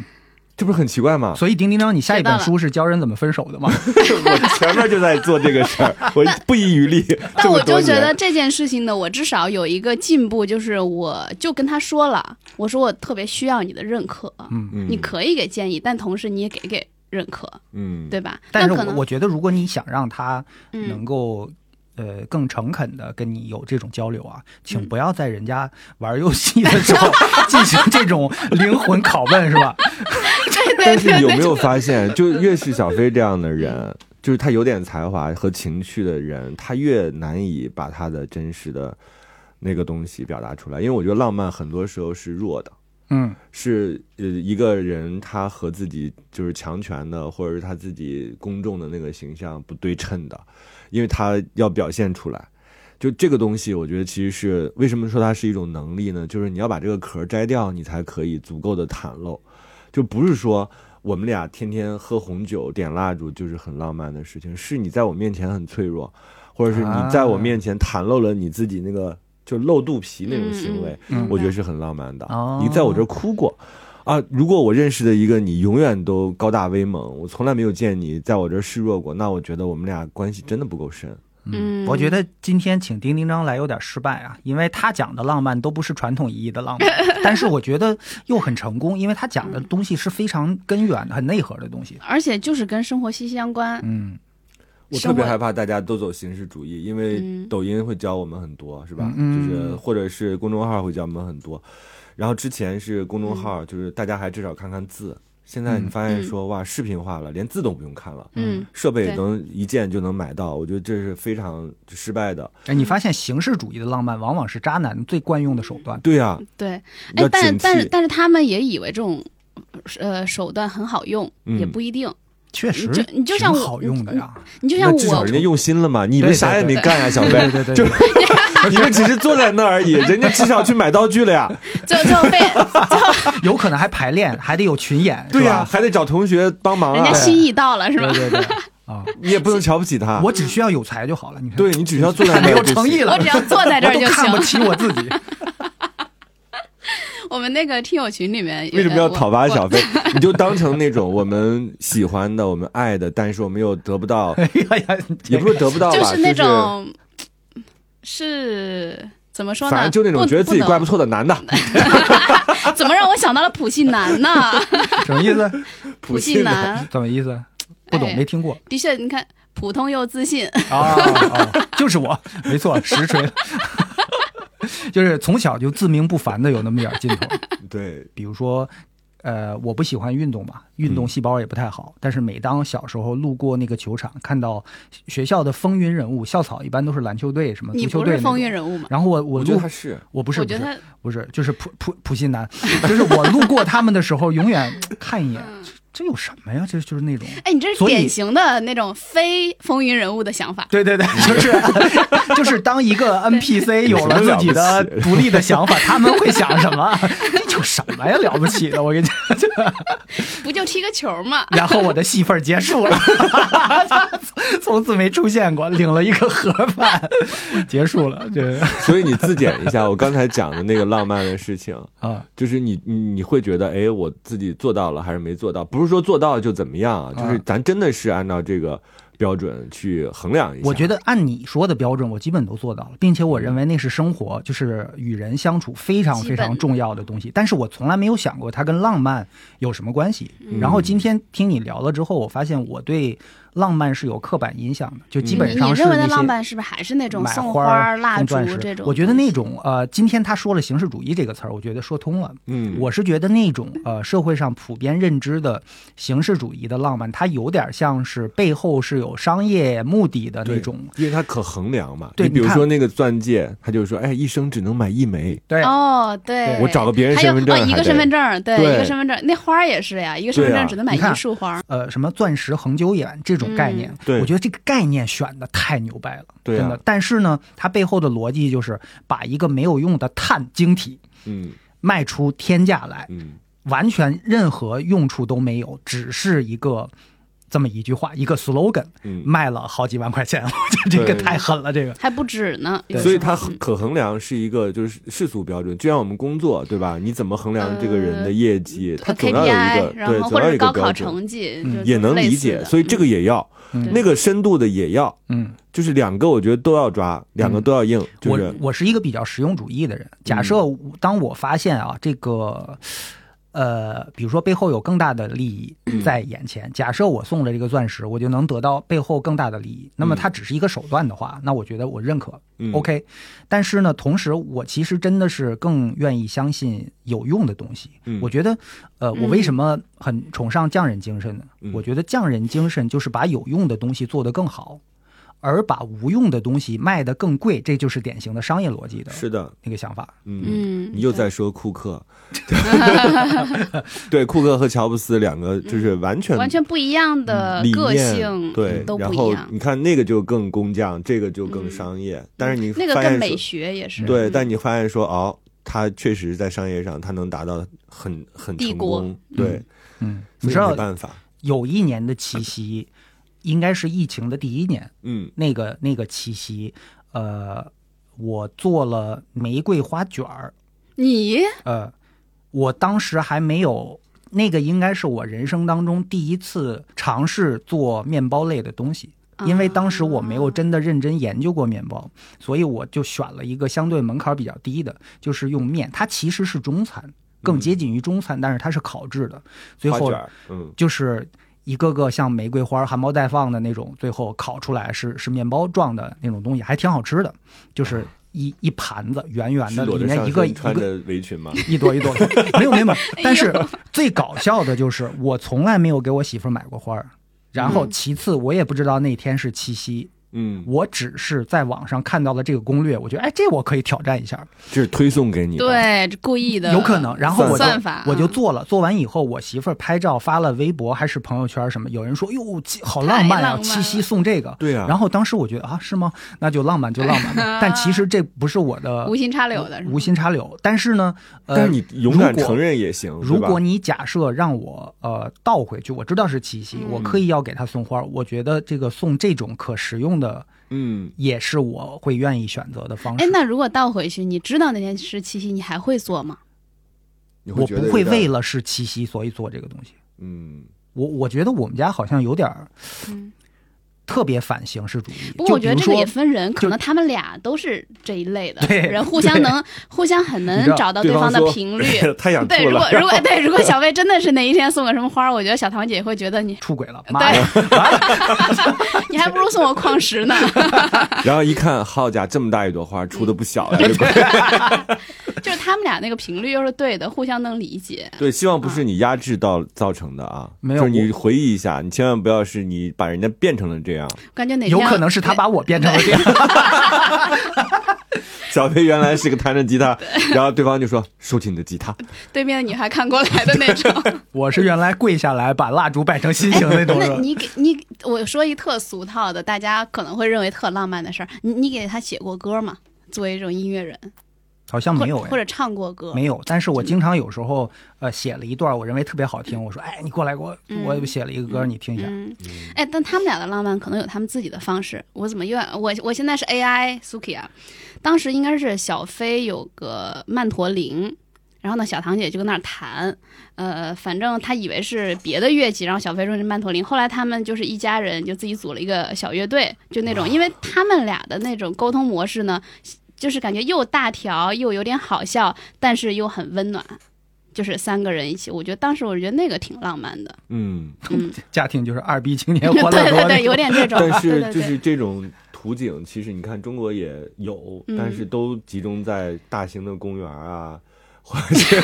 这不是很奇怪吗？所以丁丁章，你下一本学到了书是教人怎么分手的 吗？我前面就在做这个事儿，我不遗余力。这 但么我多就觉年得这件事情呢，我至少有一个进步，就是我就跟他说了，我说我特别需要你的认可，嗯，嗯你可以给建议，但同时你也给给认可，嗯，对吧？但是那可我能我觉得，如果你想让他能嗯，够、呃更诚恳的跟你有这种交流啊，嗯请不要在人家玩游戏的时候 进行这种灵魂拷问，是吧？ 对对但是对有对，没有发现，就越是小飞这样的人，就是他有点才华和情趣的人，他越难以把他的真实的那个东西表达出来。因为我觉得浪漫很多时候是弱的，嗯，是呃一个人他和自己就是强权的，或者是他自己公众的那个形象不对称的，因为他要表现出来。就这个东西，我觉得其实是为什么说它是一种能力呢？就是你要把这个壳摘掉，你才可以足够的袒露。就不是说我们俩天天喝红酒、点蜡烛就是很浪漫的事情，是你在我面前很脆弱，或者是你在我面前袒露了你自己那个就露肚皮那种行为，嗯我觉得是很浪漫的。哦你在我这儿哭过。啊！如果我认识的一个你永远都高大威猛，我从来没有见你在我这儿示弱过，那我觉得我们俩关系真的不够深。嗯我觉得今天请丁丁章来有点失败啊，因为他讲的浪漫都不是传统意义的浪 漫，但是我觉得又很成功，因为他讲的东西是非常根源的、很内核的东西。嗯而且就是跟生活息息相关，嗯，我生特别活害怕大家都走形式主义，因为嗯抖音会教我们很多，是吧？嗯就是或者是公众号会教我们很多。然后之前是公众嗯号，就是大家还至少看看字。现在你发现说哇，视频化了，连字都不用看了，嗯，设备对能一键就能买到，我觉得这是非常失败的。哎，你发现形式主义的浪漫往往是渣男最惯用的手段。对呀，对。哎要，但景但是气。但是他们也以为这种呃手段很好用，嗯也不一定。确实，你就你就像挺我好用 的呀，你就像那至少我人家用心了嘛，你们对啥也没对干呀，哎 小对贝，对对，就对你们只是坐在那儿 而已，人家至少去买道具了呀。就就被有可能还排练，还得有群演，对呀，呀、还得找同学帮忙人家啊，心意到了是吧？对对对，啊，你也不能瞧不起 他。我只需要有才就好了，你看，对你只需要坐在太那没儿有就行诚意了，我只要坐在这儿我就都看不行。起我自己， 我们那个听友群里面有为什么要我讨伐我小飞？你就当成那种我们喜欢的、我们爱的，但是我们又得不 到，哎呀呀，也不是得不到吧，就就是是那种是怎么说呢？反正就那种不觉得自己怪不不错的男的，能，怎么让我想到了普信男 呢？ 什么意思？普信信男怎么意思？不懂，哎没听过的确，你看普通又自信，啊、啊就是我，没错，实锤了， 就是从小就自命不凡的有那么点儿劲头，对，比如说。呃，我不喜欢运动嘛，运嗯动细胞也不太好。但是每当小时候路过那个球场，看到学校的风云人物，校草一般都是篮球队什么你足球不队是那风云种人物吗？然后我我我觉得路他是，我不是，我不觉是得他不是，就是普普普信男， 就是我路过他们的时候，永远看一眼，嗯这这有什么呀？这就是那种，哎，你这是所以典型的那种非风云人物的想法。对对对，就是就是 当一个 NPC 嗯有了自己的独立的想法，他们会想什么？ 这有什么呀？了不起的，我跟你讲， 就不就踢个球吗？然后我的戏份儿结束了， 从此没出现过，领了一个盒饭， 结束了，这所以你自检一下我刚才讲的那个浪漫的事情。啊，就是你你你会觉得，哎，我啊自己做到了还是没做到？不是说做到就怎么样啊，就是咱真的是按照这个标准去衡量一下。我觉得按你说的标准，我基本都做到了，并且我认为那是生活，就是与人相处非常基非本常重要的东西。嗯但是我从来没有想过它跟浪漫有什么关系。然后今天听你聊了之后，我发现我对浪漫是有刻板印象的，就 基本你你上是认为的那浪些。漫是不是还是那种买送花花、儿、蜡送烛钻石这种？我觉得那种呃，今天他说了形式主义这个词儿，我觉得说通了。嗯，我是觉得那种呃社会上普遍认知的形式主义的浪漫，它有点像是背后是有商业目的的那对种。因为它可衡量嘛。对你比如你看说那个钻戒，他就说，哎，一生只能买一枚。对哦，对，我找个别人还有身份证哦，一还个得身份证，对，对一个身份证，那花儿也是呀，一个身份对啊证只能买你看一束花儿。呃，什么钻石恒久远这种概念，嗯对我觉得这个概念选的太牛掰了，对啊真的。但是呢，它背后的逻辑就是把一个没有用的碳晶体嗯卖出天价来，嗯，完全任何用处都没有，只是一个这么一句话，一个 slogan，嗯卖了好几万块钱，我觉得这个对太狠了，这个。还不止呢，有对时所以候它嗯可衡量是一个就是世俗标准，就像我们工作对吧？你怎么衡量这个人的呃业绩？他总要有一个 KPI，然对，后总或者要有是一个高标考准，成绩嗯就也能类理似解。的所以这个也要嗯那个深度的也要，嗯，就是两个我觉得都要抓，两个都要硬，就我是嗯我是一个比较实用主义的人。假设我当我发现啊，这个呃，比如说背后有更大的利益嗯在眼前，假设我送了这个钻石，我就能得到背后更大的利益。那么它只是一个手段的话，那我觉得我认可嗯，OK。但是呢，同时我其实真的是更愿意相信有用的东西。嗯我觉得，呃，我为什么很崇尚匠人精神呢？嗯我觉得匠人精神就是把有用的东西做得更好。而把无用的东西卖得更贵，这就是典型的商业逻辑的是的，那个想法。嗯。嗯，你又在说库 克，对库克和乔布斯两个就是完全嗯完全不一样的嗯理念个性，对，都然不一后样。你看那个就更工匠，这个就更商业，但是你嗯那个发跟现美说学也是对，嗯但你发现说哦，他确实在商业上他能达到很很帝成国功，对，嗯，所你以知道没办法，有一年的七夕，应该是疫情的第一年，嗯那个那个七夕，呃，我做了玫瑰花卷儿，你呃，我当时还没有。那个应该是我人生当中第一次尝试做面包类的东西，啊因为当时我没有真的认真研究过面包，所以我就选了一个相对门槛比较低的，就是用面。它其实是中餐，更接近于中餐，但是它是烤制的。最花后啊卷儿，嗯就是一个个像玫瑰花含苞待放的那种，最后烤出来是是面包状的那种东西，还挺好吃的。就是一一盘子圆圆是的，裸里着面上一个身一穿个着围裙吗？一朵一朵的，没有没 有。哎没有但是最搞笑的就是，我从来没有给我媳妇儿买过花儿。然后，其次，我也不知道那天是七夕，嗯，我只是在网上看到了这个攻略，我觉得哎，这我可以挑战一下。这是推送给你的，对这故意的，有可能。然后我就算法我就嗯做了，做完以后，我媳妇儿拍照发了微博还是朋友圈什么，有人说哟，七好浪太漫浪啊，漫七夕送这个。对啊然后当时我觉得啊，是吗？那就浪漫就浪漫 吧。但其实这不是我的无心插柳的是吗无心插柳。但是呢，但呃是，你勇敢如果承认也行，如对吧果你假设让我呃倒回去，我知道是七嗯夕，我刻意要给他送花，我觉得这个送这种可食用的嗯，也是我会愿意选择的方哎式，。那如果倒回去，你知道那天是七夕，你还会做吗？你我觉得不会有点为了是七夕所以做这个东西。嗯我我觉得我们家好像有点儿嗯特别反形式主义。不过我就觉得比这如个说也分人，可就能他们俩都是这一类的对人，互相对能互相很能知道找到对对方方的说 频率。 太想对，吐如果了，如果对，如果小魏真的是哪一天送个什么花儿，我觉得小堂姐也会觉得 你出轨了，妈呀！对， 你还不如送我矿石呢。 然后一看，好家伙，这么大一朵花，出的不小 呀，这个就是他们俩那个频率又是对的，互相能理解。对，希望不啊是你压制到造成的啊，没有就是你我回忆一下，你千万不要是你把人家变成了这样。 感觉哪有天可能是他把我变成了这样。 小飞原来是个弹着 吉他，然后对方就说收起你的吉他，对面的女孩看过来的那种。我是原来跪下来把蜡烛摆成心形 那种哎那人。你给你，我说一特俗套的，大家可能会认为特浪漫的事儿，你你给他写过歌吗？作为一种音乐人，好像或没者有或哎，者唱过歌，没有。但是我经常有时候呃写了一段我认为特别好听，我说哎你过来给我，我写了一个歌你听一下。嗯，哎，但他们俩的浪漫可能有他们自己的方式。我怎么又要我我现在是 AI Suki 啊，当时应该是小飞有个曼陀林，然后呢，小堂姐就跟那儿弹，呃，反正她以为是别的乐器，然后小飞说是曼陀林。后来他们就是一家人，就自己组了一个小乐队，就那种，因为他们俩的那种沟通模式呢，就是感觉又大条又有点好笑，但是又很温暖，就是三个人一起。我觉得当时我觉得那个挺浪漫 的，嗯，嗯，家庭就是二 逼青年对欢乐多对那 对，有种点这 种，对但是对就对是这种图景，其实你看中国也有，嗯但是都集中在大型的公园啊，或者是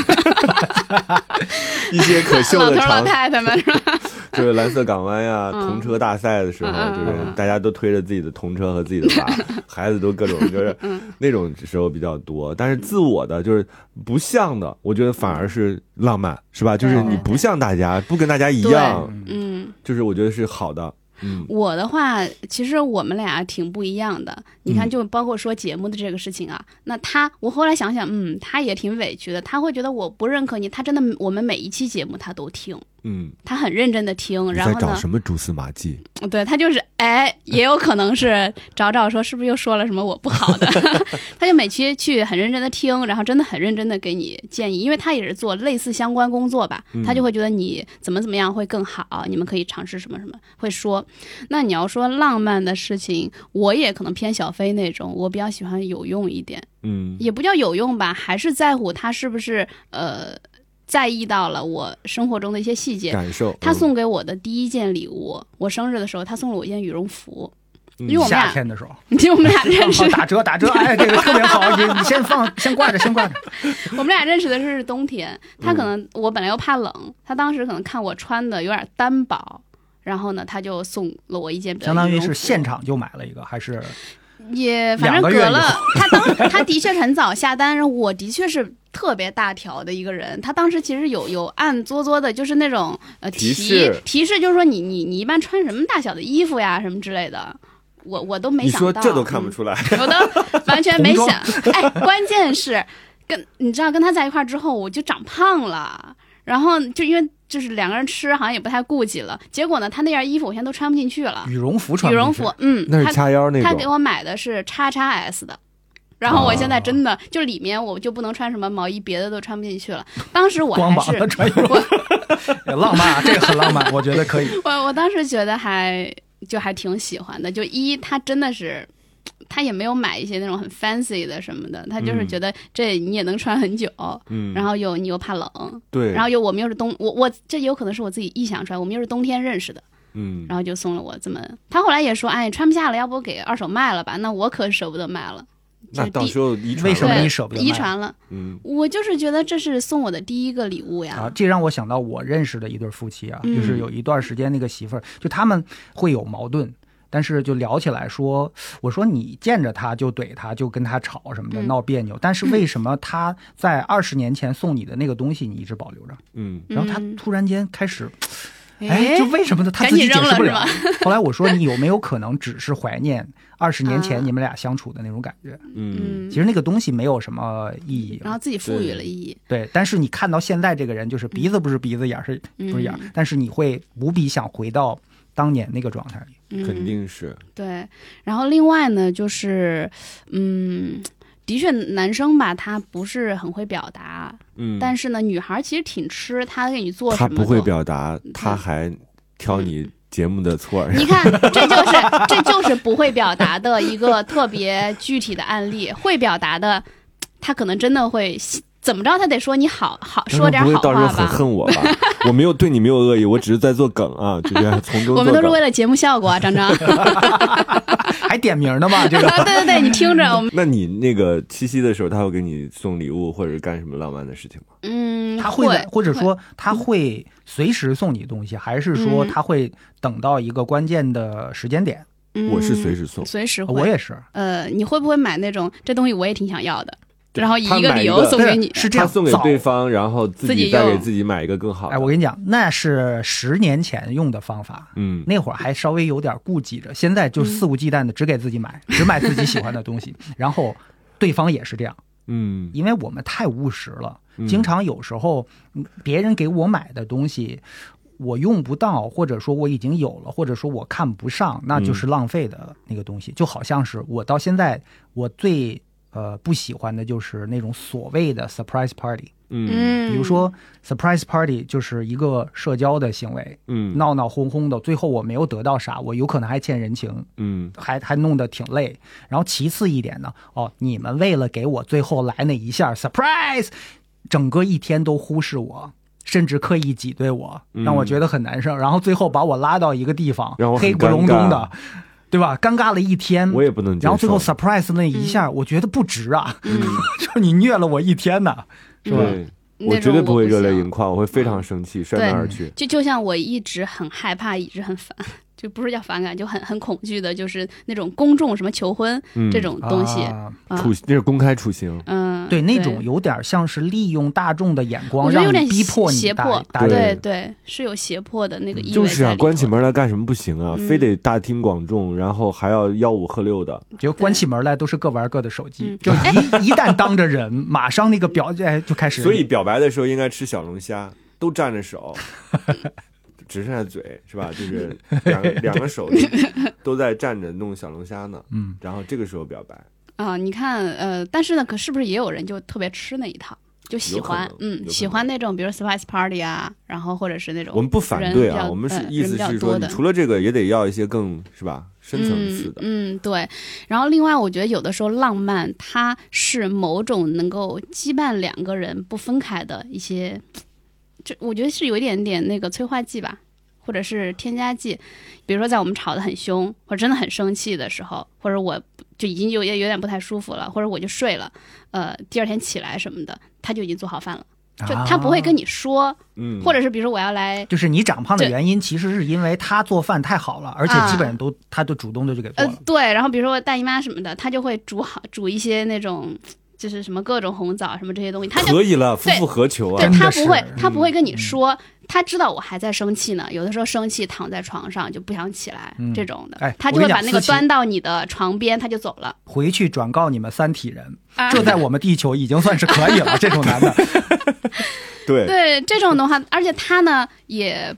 一些可秀老的头老场太太们是吧？就是蓝色港湾呀、嗯童车大赛的时候，嗯嗯就是嗯大家都推着自己的童车和自己的娃，孩子都各种就是嗯那种时候比较多。但是自我的就是不像的，我觉得反而是浪漫，是吧？就是你不像大家，不跟大家一样，嗯。就是我觉得是好的。嗯我的话，其实我们俩挺不一样的。你看，嗯就包括说节目的这个事情啊，那他，我后来想想，嗯，他也挺委屈的。他会觉得我不认可你，他真的，我们每一期节目他都听，嗯，他很认真的听。你然在后找呢，什么蛛丝马迹？对他就是，哎，也有可能 是找找说是不是又说了什么我不好的，他就每期去很认真的听，然后真的很认真的给你建议，因为他也是做类似相关工作吧，嗯他就会觉得你怎么怎么样会更好，你们可以尝试什么什么，会说。那你要说浪漫的事情，我也可能偏小飞那种，我比较喜欢有用一点，嗯也不叫有用吧，还是在乎他是不是呃在意到了我生活中的一些细节，感受。嗯嗯他送给我的第一件礼物，我生日的时候，他送了我一件羽绒服。 嗯因为我们夏俩，天的时候，因为我们俩认识好，打折打折，哎，这个特别好，你你先放，先挂着，先 挂着。 我们俩认识的是冬天。嗯他可能我本来又怕冷，他当时可能看我穿的有点单薄，然后呢，他就送了我一件比较相当于是现现场就买了一个，还啊是也反正两个月隔以了后。 他 当他的确很早下单，然后我的确是。特别大条的一个人，他当时其实有有暗搓搓的，就是那种呃提提示提示就是说你你你一般穿什么大小的衣服呀什么之类的，我我都没你想到。说这都看嗯不出来，我都完全没想童。哎，关键是跟你知道跟他在一块儿之后，我就长胖了，然后就因为就是两个人吃好像也不太顾忌了，结果呢，他那件衣服我现在都穿不进去了，羽绒服穿羽不绒进去服，嗯，那是他掐腰那他给种。我买的是叉叉 S 的。然后我现哦在真的、就里面我就不能穿什么毛衣，别的都穿不进去了。当时我光还膀是子穿羽绒服，哎浪漫啊，这个很浪漫，我觉得可以。 我我当时觉得还就还挺喜欢的，就一他真的是。他也没有买一些那种很 fancy 的什么的，他就是嗯觉得这你也能穿很久，嗯，然后又你又怕冷，对，然后又我们又是冬，我我这有可能是我自己臆想出来，我们又是冬天认识的，嗯，然后就送了我这么。他后来也说，哎，穿不下了，要不给二手卖了吧？那我可舍不得卖了，就那是到第时候遗传为什么了对你舍不得卖遗传了，嗯我就是觉得这是送我的第一个礼物呀。嗯啊，这让我想到我认识的一对夫妻啊，就是有一段时间那个媳妇儿，就他们会有矛盾，但是就聊起来说，我说你见着他就怼他，就跟他吵什么的，嗯闹别扭。但是 为什么他在二十年前送你的那个东西你一直保留着？嗯嗯然后他突然间开始，哎，哎就为什么呢？他赶自己紧解扔释了不是了吧。？后来我说你有没有可能只是怀念二十年啊前你们俩相处的那种感觉？嗯嗯其，实那个东西没有什么意义然啊。后自己赋予对了意义。对，但是你看到现在这个人，就是鼻子不是鼻子，眼儿是不是眼儿嗯，但是你会无比想回到当年那个状态里。嗯，肯定是。对，然后另外呢，就是，嗯，的确，男生吧，他不是很会表达，嗯，但是呢，女孩其实挺吃他给你做什他么不会都。嗯表达，他还挑你节目的错儿。你看，这就是这就是不会表达的一个特别具体的案例。会表达的，他可能真的会怎么着，他得说你好好 他说点不会好到时候话很吧。恨我吧？ 我没有对你没有恶意，我只是在做梗 啊，就是从中我做们都是为梗。了节目效果啊，张 张。对还点名呢嘛，这个 对对，你听着，我们那你那个七夕的时候，他会给你送礼物或者是干什么浪漫的事情吗？嗯，他会在，或者会说他会随时送你东西，还是说嗯他会等到一个关键的时间点？我是嗯随时送，随时会，啊我也是，呃，你会不会买那种这东西我也挺想要的，对然后以他一个买理一由个送给你？是这他样，送给早对方，然后自自己再给用自己买一个更好的。哎，我跟你讲，那是十年前用的方法，嗯，那会儿还稍微有点顾忌着，现嗯在就肆无忌惮的只给自己买，只买自己喜欢的东西，然后对方也是这样，嗯，因为我们太务实了，嗯经常有时候嗯别人给我买的东西。我用不到，或者说我已经有了，或者说我看不上，那就是浪费的那个东西。就好像是我到现在我最呃不喜欢的就是那种所谓的 surprise party。嗯嗯，比如说 surprise party 就是一个社交的行为，嗯闹闹哄哄的，最后我没有得到啥，我有可能还欠人情，嗯还还弄得挺累。然后其次一点呢，哦，你们为了给我最后来那一下 surprise，整个一天都忽视我。甚至刻意挤兑我，嗯让我觉得很难受，然后最后把我拉到一个地方让我，很黑不隆尴咚尬的，对吧？尴尬了一天，我也不能接受。然后最后 surprise 那一嗯下，我觉得不值啊， 嗯就是你虐了我一天呐，是吧？对，那我种绝对不会热泪行盈眶，我会非常生气，摔门而去。就就像我一直很害怕，一直很反， 就不是叫反感，就很很恐惧的，就是那种公众什么求婚、嗯，这种东西，啊啊处那是公开处刑。嗯，对，那种有点像是利用大众的眼光，我觉得让有点你逼迫你胁搭迫，搭对对对，是有胁迫的那个意味就是在啊，里关起头门来干什么不行啊？嗯非得大庭广众，然后还要吆五喝六的。结果关起门来都是各玩各的手机嗯，就 一一旦当着人，马上那个表哎就开始，所以表白的时候应该吃小龙虾，都蘸着 手，只剩下嘴是吧？就是两个两 个手都在蘸着弄小龙虾呢。嗯，然后这个时候表白，啊、你看，呃，但是呢，可是不是也有人就特别吃那一套，就喜有可欢，能有嗯，可喜能欢那种，比如 surprise party 啊，然后或者是那种我们不反对人比啊，较我们是呃意思人比较多是说，你的除了这个也得要一些更是吧深层次的。嗯。嗯，对。然后另外，我觉得有的时候浪漫它是某种能够羁绊两个人不分开的一些，这我觉得是有一点点那个催化剂吧。或者是添加剂，比如说在我们吵得很凶，或者真的很生气的时候，或者我就已经有也有点不太舒服了，或者我就睡了，呃，第二天起来什么的，他就已经做好饭了，就他不会啊跟你说，嗯，或者是比如说我要来就是你长胖的对原因，其实是因为他做饭太好了，而且基本上都他都主动的就给做啊呃了，，对，然后比如说我大姨妈什么的，她就会煮好煮一些那种就是什么各种红枣什么这些东西，她就可以了，夫对复何求对啊？真她的不会是她不会跟你嗯说，她知道我还在生气呢，有的时候生气躺在床上就不想起来、嗯这种的哎，她就我会跟你把讲那个私情端到你的床边，她就走了。回去转告你们三体人，啊这在我们地球已经算是可 以了，这种男的，对，对这种的话，而且他呢也。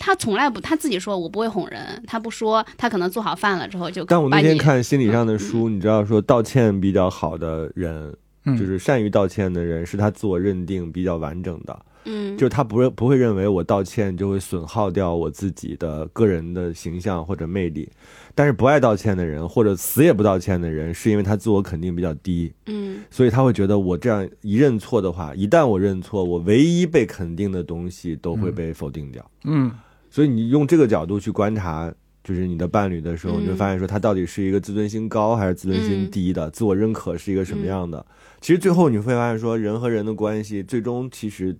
他从来不，他自己说我不会哄人，他不说，他可能做好饭了之后就把但你。我那天看心理上的书，你知道说道歉比较好的人，嗯就是善于道歉的人，是他自我认定比较完整的，嗯，就是他不认不会认为我道歉就会损耗掉我自己的个人的形象或者魅力。但是不爱道歉的人，或者死也不道歉的人，是因为他自我肯定比较低，嗯所以他会觉得我这样一认错的话，一旦我认错，我唯一被肯定的东西都会被否定掉。嗯，所以你用这个角度去观察，就是你的伴侣的时候，嗯你会发现说他到底是一个自尊心高还是自尊心嗯低的，自我认可是一个什么样的。其实最后你会发现说，人和人的关系最终其实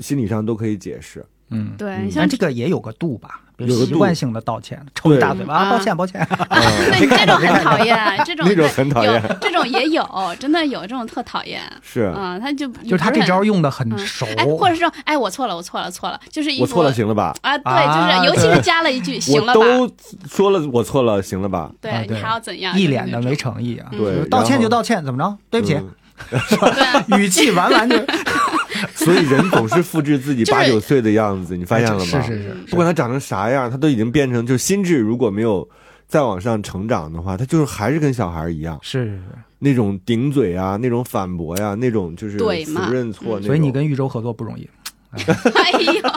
心理上都可以解释。嗯，对，像但这个也有个度吧，比如有个习度惯性的道歉，抽一大嘴巴，对啊抱歉抱歉，对，这种很讨厌，啊这种那种很讨厌有这种也有，真的有这种特讨厌。是嗯，他就就 就是他这招。用的很嗯熟，哎，或者是说，哎，我错了，我错了，错了，就是一我错了，副行了吧？啊，对，就啊是尤其对是加了一句“行我了吧”，都说了，我错了，行了吧？对啊你对还要怎样？一就是脸的那没种诚意啊，对，道歉然就后。道歉，怎么着？对不起，嗯对， 语气完 完就，所以人总是复制自己就是八九岁的样子，你发现了吗？是是是，不管他长成啥样，他都已经变成，就心智如果没有再往上成长的话，他就是还是跟小孩一样，是是那种顶嘴啊，那种反驳呀、那种就是对死嘛不认错嗯那种。是，所以你跟豫州合作不容易，哎呦，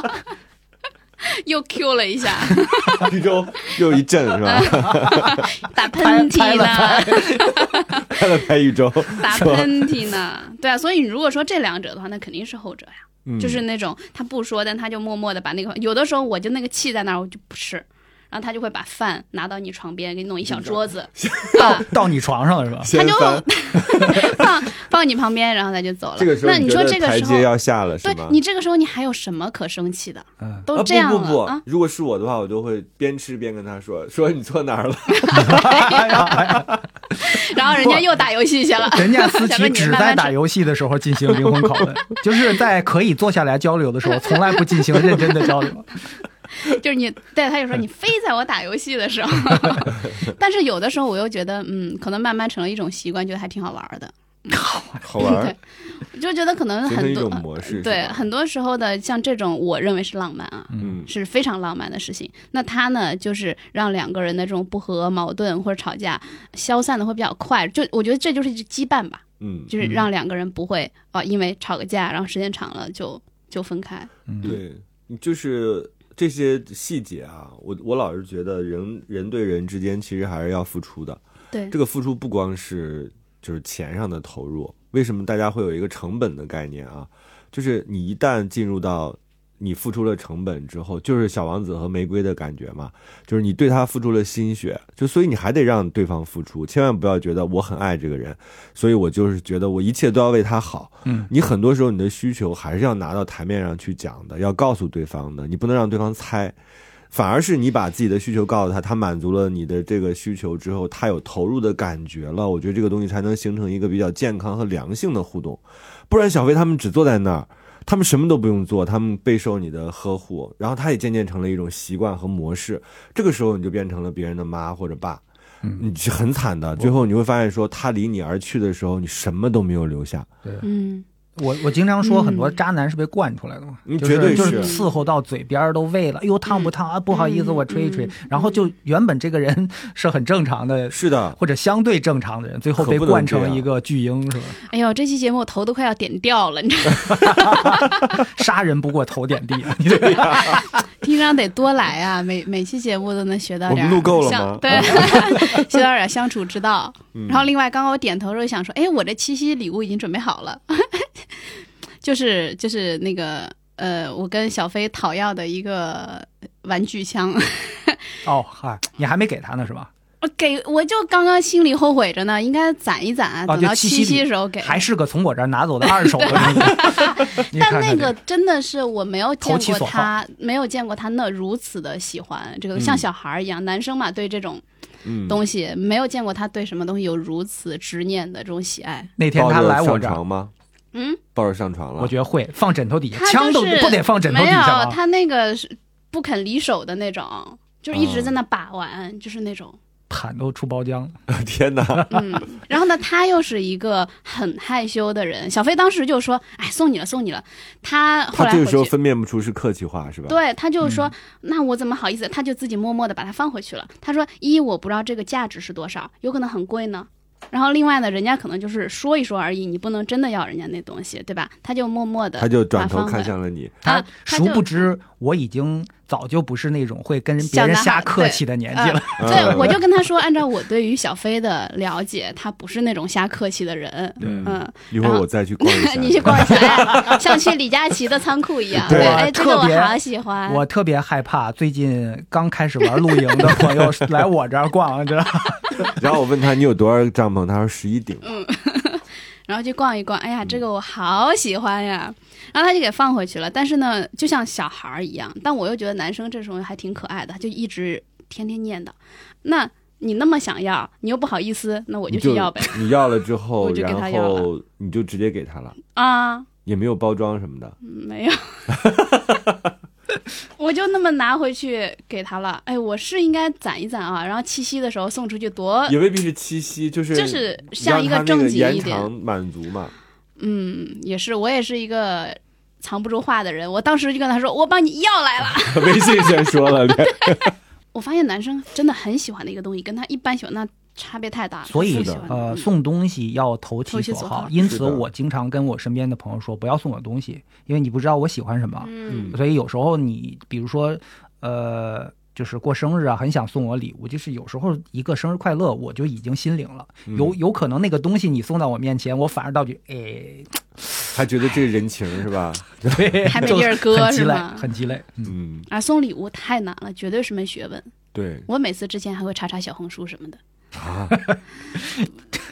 又 Q 了一下， 徐州又一震是吧？ 打喷嚏呢，拍了拍豫州，打喷嚏呢，对啊，所以如果说这两者的话，那肯定是后者呀。嗯就是那种他不说，但他就默默的把那个，有的时候我就那个气在那儿，我就不吃，然后他就会把饭拿到你床边，给你弄一小桌 子，到啊到你床上了 是吧？先就翻。放放你旁边，然后他就走了。这个时候那你觉说得这个台时阶候，要下了是对吗？你这个时候你还有什么可生气的？嗯，都啊这样不不不、了啊！如果是我的话，我就会边吃边跟他说说你错哪儿了。然后人家又打游戏去了， 人家思想着你琪只慢慢在吃打游戏的时候进行灵魂拷问，就是在可以坐下来交流的时候，从来不进行认真的交流。就是你，对，他就说你非在我打游戏的 时候，但是有的时候我又觉得，嗯，可能慢慢成了一种习惯，觉得还挺好玩的。 好玩儿 对，我就觉得可能形成很一多种模式，对是吧很多时候的像这种，我认为是浪漫啊，嗯是非常浪漫的事情。那他呢，就是让两个人的这种不和、矛盾或者吵架消散的会比较快。就我觉得这就是一羁绊吧，嗯，就是让两个人不会啊、因为吵个架，然后时间长了就就分开。嗯，对，就是这些细节啊，我我老是觉得人人对人之间其实还是要付出的，对这个付出不光是就是钱上的投入，为什么大家会有一个成本的概念啊？就是你一旦进入到你付出了成本之后，就是小王子和玫瑰的感觉嘛，就是你对他付出了心血，就所以你还得让对方付出，千万不要觉得我很爱这个人，所以我就是觉得我一切都要为他好。嗯，你很多时候你的需求还是要拿到台面上去讲的，要告诉对方的，你不能让对方猜。反而是你把自己的需求告诉他，他满足了你的这个需求之后，他有投入的感觉了，我觉得这个东西才能形成一个比较健康和良性的互动。不然，小飞他们只坐在那儿，他们什么都不用做，他们备受你的呵护，然后他也渐渐成了一种习惯和模式。这个时候你就变成了别人的妈或者爸，嗯你是很惨的。最后你会发现说，他离你而去的时候，你什么都没有留下。嗯， 我我经常说很多嗯渣男是被惯出来的嘛，嗯就是绝对就是是伺候到嘴边儿都喂了，哎呦烫不烫啊？不好意思，嗯我吹一吹嗯，然后就原本这个人是很正常的。是的，或者相对正常的人，最后可被不能惯这成样一个巨婴是吧？哎呦，这期节目我头都快要点掉了，你知道吗，杀人不过头点地，啊你这个平常得多来啊，每每期节目都能学到我点儿。们录够了像吗 对， 学到点儿相处之道。嗯然后另外，刚刚我点头的时候想说，哎，我这七夕礼物已经准备好了， 就是就是那个呃，我跟小飞讨要的一个玩具枪，哦嗨，你还没给他呢是吧？我给我就刚刚心里后悔着呢，应该攒一攒，啊等就到七哦七夕礼夕时候给。还是个从我这儿拿走的二手的东西。 你但看那看个这真的是我没有见投其过所他，没有见过他那如此的喜欢这个，嗯像小孩儿一样，男生嘛对这种嗯，东西、没有见过他对什么东西有如此执念的这种喜爱。那天抱他着来我上这儿，床吗？嗯，抱着上床了，我觉得会放枕头底下，他枪都就是不得放枕头底没有下啊。他那个是不肯离手的那种，就是一直哦在那把玩，就是那种。盘都出包浆了。得天哪，嗯，然后呢，他又是一个很害羞的人。小飞当时就说：“哎，送你了，送你了。”他后他来这个回时候去。分辨不出是客气话是吧？，对，他就说、嗯那我怎么好意思？他就自己默默的把它放回去了。他说：“一，我不知道这个价值是多少，有可能很贵呢。然后另外呢，人家可能就是说一说而已，你不能真的要人家那东西，对吧？”他就默默的，他就转头把它放看回向了你，啊他殊就不知我已经早就不是那种会跟人别人小男瞎孩客气的年纪了。对，嗯我就跟他说，按照我对于小飞的了解，他不是那种瞎客气的人。嗯嗯，一会儿我再去逛一下， 你去逛一下，哎像去李佳琦的仓库一样。对哎，这个特我别好喜欢。我特别害怕，最近刚开始玩露营的朋友来我这儿逛，知道吧？然后我问他你有多少帐篷，他说十一顶，然后去逛一逛，哎呀，这个我好喜欢呀。然后他就给放回去了。但是呢，就像小孩儿一样，但我又觉得男生这时候还挺可爱的，他就一直天天念叨。那你那么想要，你又不好意思，那 我你就去要呗。你要 了之后，我就给他然要了后你就直接给他了，啊，也没有包装什么的，没有， 我就那么拿回去给他了。哎，我是应该攒一攒啊，然后七夕的时候送出去多，也未必是七夕，就是呃就是像一让他那正个经延一点。长满足嘛，嗯，也是，我也是一个藏不住话的人。我当时就跟他说，我帮你要来了。微信先 说了，我发现男生真的很喜欢的一个东西，跟他一般喜欢那差别太大了。所以不喜欢的呃，嗯送东西要投其投其所所好好。因是此，的我经常跟我身边的朋友说，不要送我东西，因为你不知道我喜欢什么。嗯 所以有时候你比如说，呃，就是过生日啊，很想送我礼物，就是有时候一个生日快乐，我就已经心领了。嗯有有可能那个东西你送到我面前，我反而倒觉得，哎，还觉得这人情是吧？ 对，还没 就地儿搁很鸡是肋吗，很鸡肋。嗯，嗯，啊，送礼物太难了，绝对是门学问。对我每次之前还会查查小红书什么的。啊，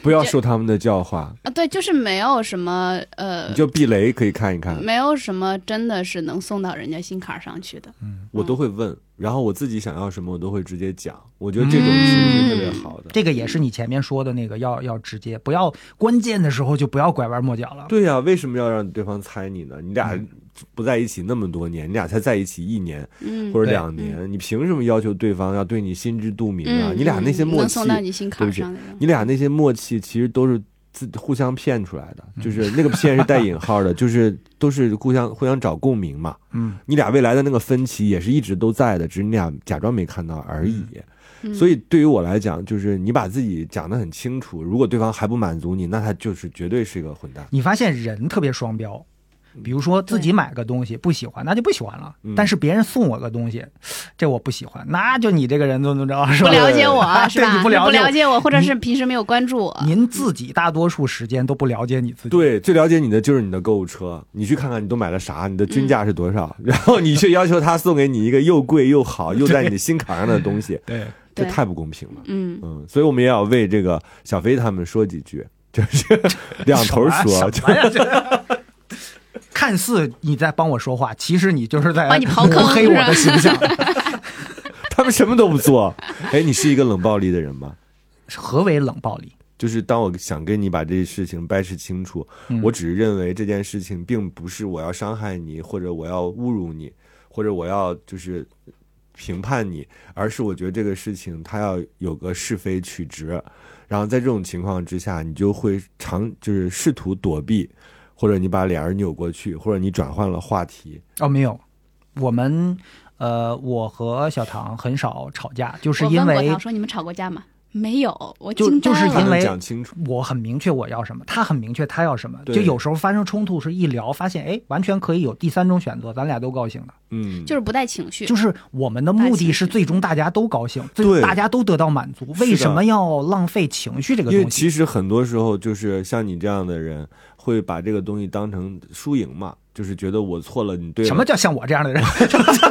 不要受他们的教化，啊，对，就是没有什么呃你，就避雷可以看一看，嗯没有什么真的是能送到人家心坎儿上去的。我都会问，然后我自己想要什么我都会直接讲，我觉得这种其实是特别嗯好的。这个也是你前面说的那个，要要直接，不要关键的时候就不要拐弯抹角了。对呀、为什么要让对方猜你呢？你俩不在一起那么多年，你俩才在一起一年嗯，或者两年，你凭什么要求对方要对你心知肚明啊？嗯，你俩那些嗯默能契 送，到你心坎儿上的人，你俩那些默契其实都是自互相骗出来的，就是那个骗是带引号的，就是都是互相互相找共鸣嘛。嗯，你俩未来的那个分歧也是一直都在的，只是你俩假装没看到而已。所以对于我来讲，就是你把自己讲得很清楚，如果对方还不满足你，那他就是绝对是一个混蛋。你发现人特别双标，比如说自己买个东西不喜欢，那就不喜欢了。但是别人送我个东西，这我不喜欢，那就你这个人怎么怎么着，是不吧？了 解我啊是对吧？你不你了不解我了解我，或者是平时没有关注我。您自己大多数时间都不了解你自己。对，最了解你的就是你的购物车，你去看看你都买了啥，你的均价是多少，然后你却要求他送给你一个又贵又好又在你的心坎上的东西，对，这对太不公平了。嗯，嗯，所以我们也要为这个小飞他们说几句，就是 两头说，就什么呀什么呀？这 看似你在帮我说话，其实你就是在帮你刨坑抹黑我的形象。 他们什么都不做。哎，你是一个冷暴力的人吗？何为冷暴力？就是当我想跟你把这事情掰扯清楚，嗯我只是认为这件事情并不是我要伤害你，或者我要侮辱你，或者我要就是评判你，而是我觉得这个事情它要有个是非曲直。然后在这种情况之下，你就会常就是试图躲避，或者你把脸儿扭过去，或者你转换了话题。哦，没有，我们呃，我和小唐很少吵架，就是我因问过为他，我说你们吵过架吗？没有，我就惊呆就是了。他因能为讲清楚，我很明确我要什么，他很明确他要什么，对就有时候发生冲突是一聊发现，哎，完全可以有第三种选择，咱俩都高兴的。嗯，就是不带情绪，就是我们的目的是最终大家都高兴，最对终大家都得到满足，为什么要浪费情绪这个因为东西？其实很多时候就是像你这样的人会把这个东西当成输赢嘛，就是觉得我错了，你对了什么叫像我这 样的人？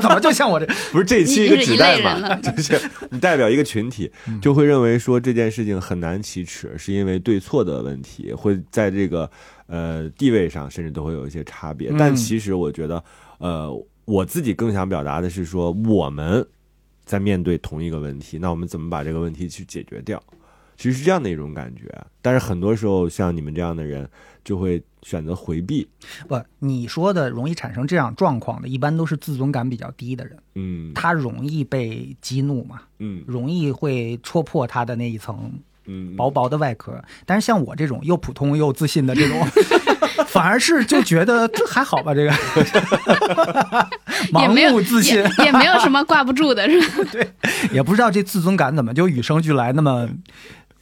怎么就像我这？不是这一期你个是指一代类人嘛，了。 就是你代表一个群体，就会认为说这件事情很难启齿，是因为对错的问题，会在这个呃地位上甚至都会有一些差别。嗯但其实我觉得，呃，我自己更想表达的是说，我们在面对同一个问题，那我们怎么把这个问题去解决掉？其实是这样的一种感觉，但是很多时候像你们这样的人就会选择回避，不，你说的容易产生这样状况的，一般都是自尊感比较低的人，嗯他容易被激怒嘛，嗯容易会戳破他的那一层嗯，薄薄的外壳。但是像我这种又普通又自信的这 种，反而是就觉得这还好吧，这个 也没盲有目自信，也，也没有什么挂不住的， 是吧？也不知道这自尊感怎么就与生俱来那么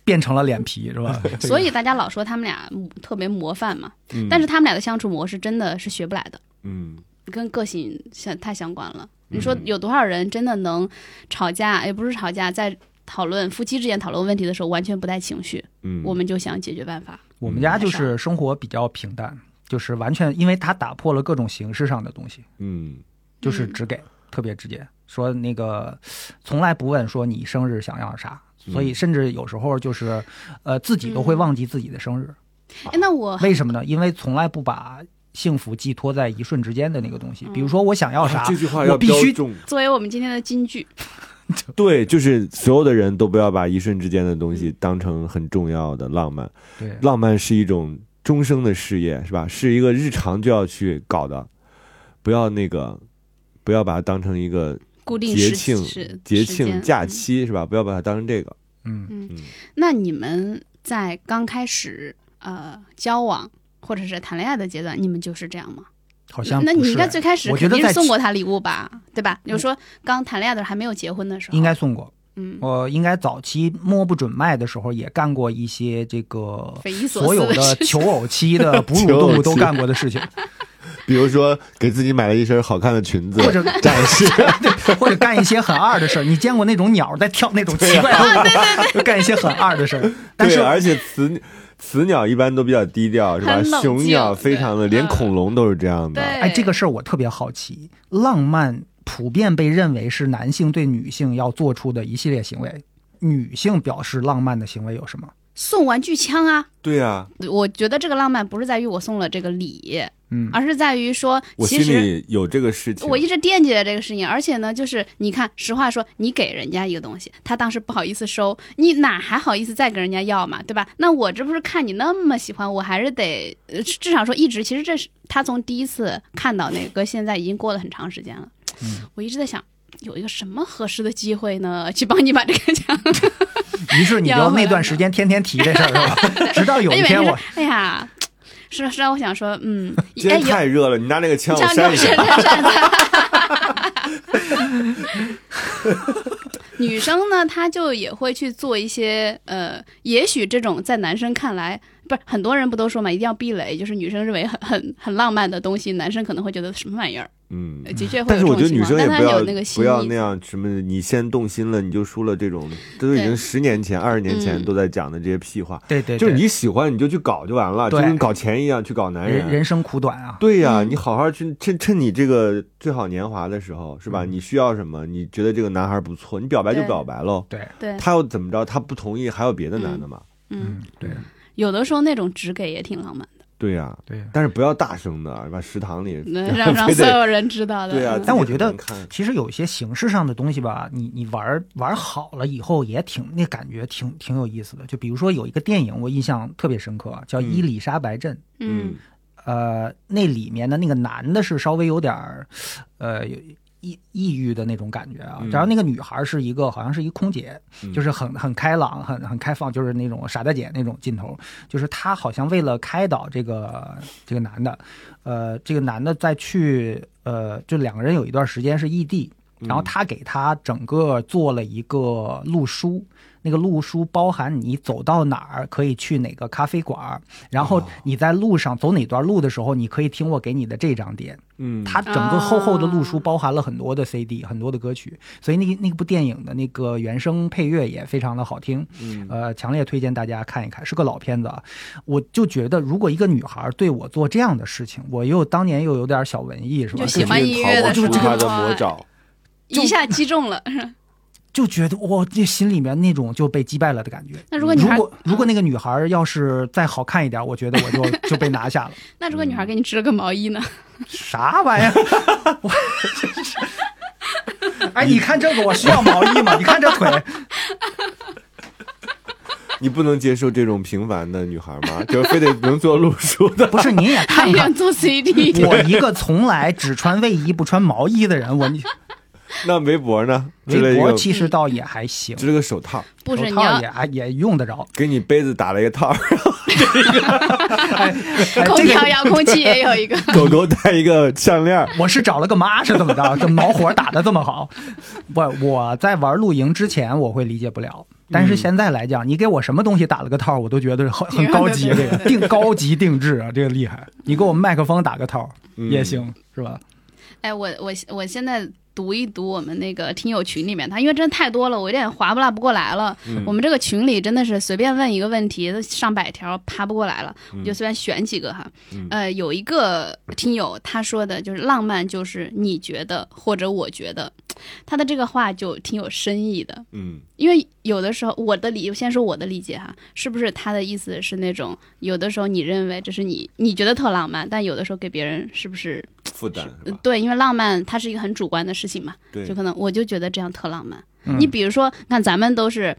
变成了脸皮是吧？所以大家老说他们俩特别模范嘛，嗯但是他们俩的相处模式真的是学不来的，嗯跟个性相太相关了。你嗯说有多少人真的能吵架？也不是吵架，在讨论夫妻之间讨论问题的时候，完全不带情绪，嗯，我们就想解决办法。我们家就还是生活比较平淡，就是完全因为它打破了各种形式上的东西，嗯。就是只给，特别直接，说那个从来不问说你生日想要啥。所以，甚至有时候就是，呃，自己都会忘记自己的生日。哎，那我为什么呢？因为从来不把幸福寄托在一瞬之间的那个东西。嗯比如说，我想要啥，啊这句话我要必标须中。作为我们今天的金句，对，就是所有的人都不要把一瞬之间的东西当成很重要的浪漫，对浪漫是一种终生的事业，是吧？是一个日常就要去搞的，不要那个，不要把它当成一个固定节时庆时节时间庆假嗯期，是吧？不要把它当成这个。嗯，那你们在刚开始呃交往或者是谈恋爱的阶段，你们就是这样吗？好像那不你是应该最开始我觉肯得定在嗯是送过他礼物吧，对吧？比如说刚谈恋爱的时候还没有结婚的时候，应该送过。嗯，我应该早期摸不准脉的时候，也干过一些这个匪夷所所思有的的事求偶 期的哺求乳偶动物都期干过的事情，比如说，给自己买了一身好看的裙子或者展 示，或者干一些很二的事儿。你见过那种鸟在跳那种奇怪啊的舞，就干一些很二的事儿。啊但对，是而且雌雌鸟一般都比较低调，是吧很？冷雄鸟静非常的，连嗯恐龙都是这样的。对哎，这个事儿我特别好奇，浪漫普遍被认为是男性对女性要做出的一系列行为，女性表示浪漫的行为有什么？送玩具枪啊，对呀、我觉得这个浪漫不是在于我送了这个礼，嗯，而是在于说我其心实。里有这个事情。我一直惦记着这个事情，而且呢，就是你看，实话说，你给人家一个东西，他当时不好意思收，你哪还好意思再给人家要嘛，对吧？那我这不是看你那么喜欢，我还是得，呃至少说一直，其实这是他从第一次看到那个，现在已经过了很长时间了。我一直在想，有一个什么合适的机会呢，去帮你把这个奖于是你要就回来那段时间天天提这事儿是吧？ 直到有一而且每天天我说，哎呀，是是让我想说，嗯，今哎天有太热了，你拿那个枪我这扇样一就下是。 站在。女生呢，她就也会去做一些呃，也许这种在男生看来，不是很多人不都说嘛，一定要避雷，就是女生认为很很很浪漫的东西，男生可能会觉得什么玩意儿，嗯，呃的确会但有这是我种觉得情女况，生也但不她有要那个心不要那意，样什么，你先动心了你就输了这种，这都已对经十年前、二十年前嗯都在讲的这些屁话。对对，就是对你哎喜欢你就去搞就完了，就对跟搞钱一样去搞男人人生苦短啊，对呀、嗯你好好去趁趁你这个最好年华的时候，是吧？嗯你需要什么？你觉得这个男孩不错，你表白就对表白喽。对，对，他又怎么着？他不同意，还有别的男的嘛？嗯，嗯，对有的时候那种直给也挺浪漫的，对呀、对。但是不要大声的，是吧？食堂里， 能让让非所得有人知道的，对呀、啊嗯但我觉得自己很难看其实有一些形式上的东西吧，你你玩儿玩儿好了以后也挺那感觉挺挺有意思的。就比如说有一个电影，我印象特别深刻啊，叫《嗯伊丽莎白镇》。嗯呃，那里面的那个男的是稍微有点儿，呃，有抑抑郁的那种感觉啊嗯。然后那个女孩是一个好像是一空姐，嗯就是很很开朗、很很开放，就是那种傻大姐那种劲头。就是她好像为了开导这个这个男的，呃，这个男的在去呃，就两个人有一段时间是异地，然后他给他整个做了一个路书，那个路书包含你走到哪儿可以去哪个咖啡馆儿，然后哦你在路上走哪段路的时候，你可以听我给你的这张碟。嗯，它整个厚厚的路书啊包含了很多的 CD，很多的歌曲，所以那个那部电影的那个原声配乐也非常的好听。嗯呃，强烈推荐大家看一看，是个老片子啊。我就觉得，如果一个女孩对我做这样的事情，我又当年又有点小文艺，是吧？就喜欢音乐的就是时候他的魔爪，一下击中了。就觉得哇，这心里面那种就被击败了的感觉。那如果嗯女如孩果如果那个女孩要是再好看一点，我觉得我就就被拿下了。那如果女孩给你织了个毛衣 呢？啥玩 意儿？我真是。哎，你看这个，我需要毛衣吗？你看这腿， 你不能接受这种平凡的女孩吗？就是非得能做路书的，不是您也 还看看想做 CD？我一个从来只穿卫衣不穿毛衣的 人，我那围脖呢？织了围一脖个其实倒也还行，织了个手套，不是手你套要也还也用 得着。给你杯子打了一个套，哎，哎空这调个遥控器也有一个。 狗狗戴一个项链，我是找了个妈是怎么着？这 毛活打得这么好？我我在玩露营之前我会理解不嗯了，但是现在来讲，你给我什么东西打了个套，我都觉得 很很高对级。这对个对定高级定制啊，这个厉害。你给我麦克风打个套嗯也行，是吧？ 哎，我我我现在读一读我们那个听友群里面，他因为真的太多了，我有点划不拉不过来了。嗯我们这个群里真的是随便问一个问题，都上百条爬不过来了，嗯我就随便选几个哈。嗯呃，有一个听友他说的就是浪漫，就是你觉得或者我觉得，他的这个话就挺有深意的。嗯因为有的时候我的理，我先说我的理解哈，是不是他的意思是那种有的时候你认为这是你你觉得特浪漫，但有的时候给别人是不是负担是呃吧？对？因为浪漫它是一个很主观的事情嘛，对就，可能我就觉得这样特浪漫。嗯你比如说，看咱们都是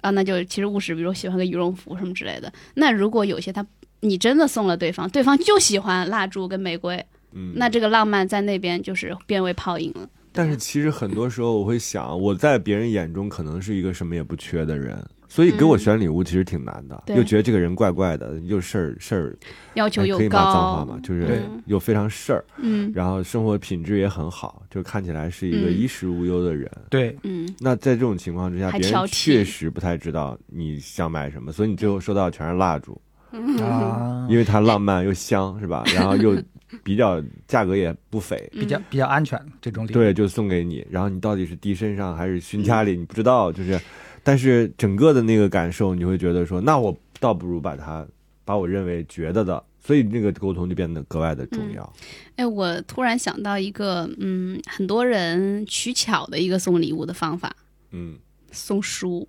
啊，那就其实务实，比如喜欢个羽绒服什么之类的。那如果有些他你真的送了对方，对方就喜欢蜡烛跟玫瑰，嗯，那这个浪漫在那边就是变为泡影了。但是其实很多时候我会想，我在别人眼中可能是一个什么也不缺的人，所以给我选礼物其实挺难的，嗯对又觉得这个人怪怪的，又事儿事儿，要求哎又可以骂脏话高嘛，，就是对又非常事儿，嗯然后生活品质也很好，就看起来是一个嗯衣食无忧的人。对，嗯，那在这种情况之下，还别人挑剔确实不太知道你想买什么，所以你最后收到全是蜡烛，嗯啊因为它浪漫又香，是吧？然后又比较价格也不菲，比较比较安全这种礼物。对，就送给你。然后你到底是递身上还是熏家嗯里，你不知道，就是，但是整个的那个感受，你会觉得说，那我倒不如把它，把我认为觉得的，所以那个沟通就变得格外的重要。哎，我突然想到一个，嗯，很多人取巧的一个送礼物的方法，嗯，送书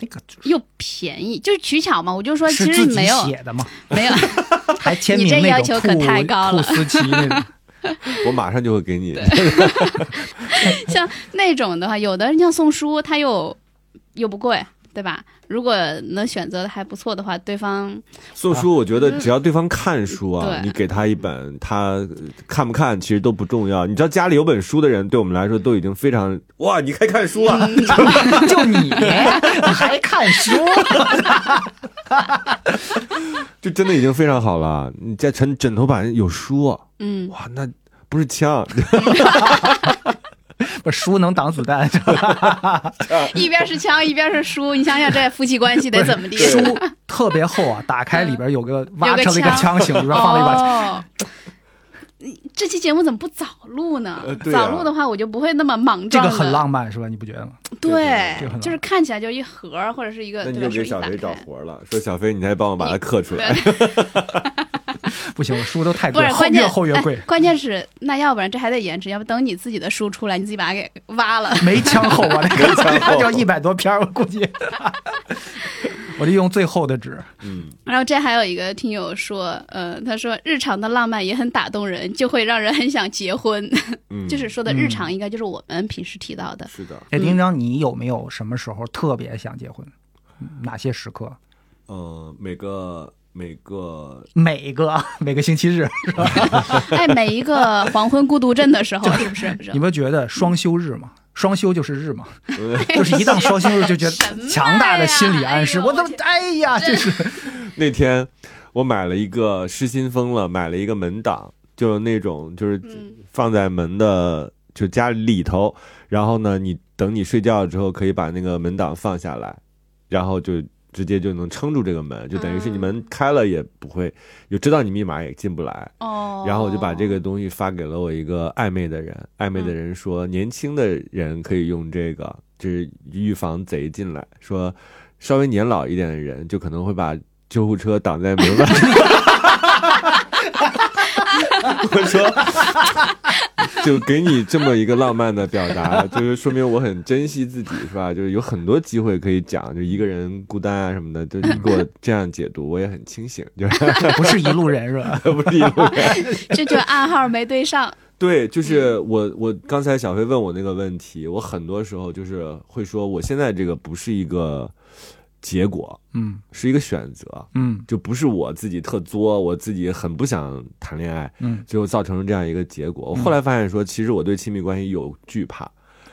那个就是又便宜，就是取巧嘛。我就说，其是实自己没有写的嘛，没有， 还签名你这那要种求兔可太高了兔思琪那种。 我马上就会给你。像那种的话，有的人要送书，它又又不贵，对吧？如果能选择的还不错的话，对方做书，我觉得只要对方看书啊，啊嗯对你给他一本，他呃看不看其实都不重要。你知道家里有本书的人，对我们来说都已经非常哇，你还看书啊？嗯就你还看书？ 就真的已经非常好了。你在枕枕头板有书、啊嗯，哇，那不是枪，不是，书能挡子弹，一边是枪，一边是书，你想想这夫妻关系得怎么地？书特别厚啊，打开里边有个挖嗯有个成了一个枪枪形，里边放了一把枪。哦你这期节目怎么不早录呢？呃对啊早录的话，我就不会那么莽这撞个了。很浪漫是吧？你不觉得吗？对，对这个很浪就是看起来就一盒儿或者是一个， 那你对就吧？手给机小打飞找开活了，说小飞，你再帮我把它刻 出来。不行，我书都太不 贵是，了，厚关键越厚越贵哎， 关键是那要不然这还得延迟，要不等你自己的书出来，你自己把它给挖了。没枪厚 啊，那没枪个 厚按照一百多篇儿，我估计，我就用最厚的纸。嗯，然后这还有一个听友说，呃，他说日常的浪漫也很打动人，就会让人很想结 婚。嗯就是说的日常，应该就是我们平时提到的。是的，哎，嗯丁章，你有没有什么时候特别想结婚？嗯哪些时刻？嗯，每个每个 每个每个星期日，哎，每一个黄昏孤独症的时候，是不是？ 是你们觉得双休日吗？双休就是 日嘛，哎就是一到双休日就觉什么得呀强大的心理暗示，哎呦我怎么我哎呀，就是 那天我买了一个失心疯了，买了一个门挡，就是那种就是嗯放在门的就家里头，然后呢，你等你睡觉之后可以把那个门挡放下来，然后就直接就能撑住这个门，就等于是你门开了也不会，就知道你密码也进不来。哦，然后我就把这个个东西发给了我一个暧昧的人，暧昧的人说，年轻的人可以用这个，就是预防贼进来。说稍微年老一点的人，就可能会把救护车挡在门外。我说， 就给你这么一个浪漫的表达，就是说明我很珍惜自己，是吧？就是有很多机会可以讲，就一个人孤单啊什么的，就你给我这样解读，我也很清醒，就是不是一路人是 吧？不是一路人。这就暗号没对上，对，就是嗯我，我刚才小飞问我那个问题，我很多时候就是会说，我现在这个不是一个结果，嗯是一个选择，嗯就不是我自己特作，我自己很不想谈恋爱，嗯最后造成了这样一个结果。我后来发现说，其实我对亲密关系有惧怕，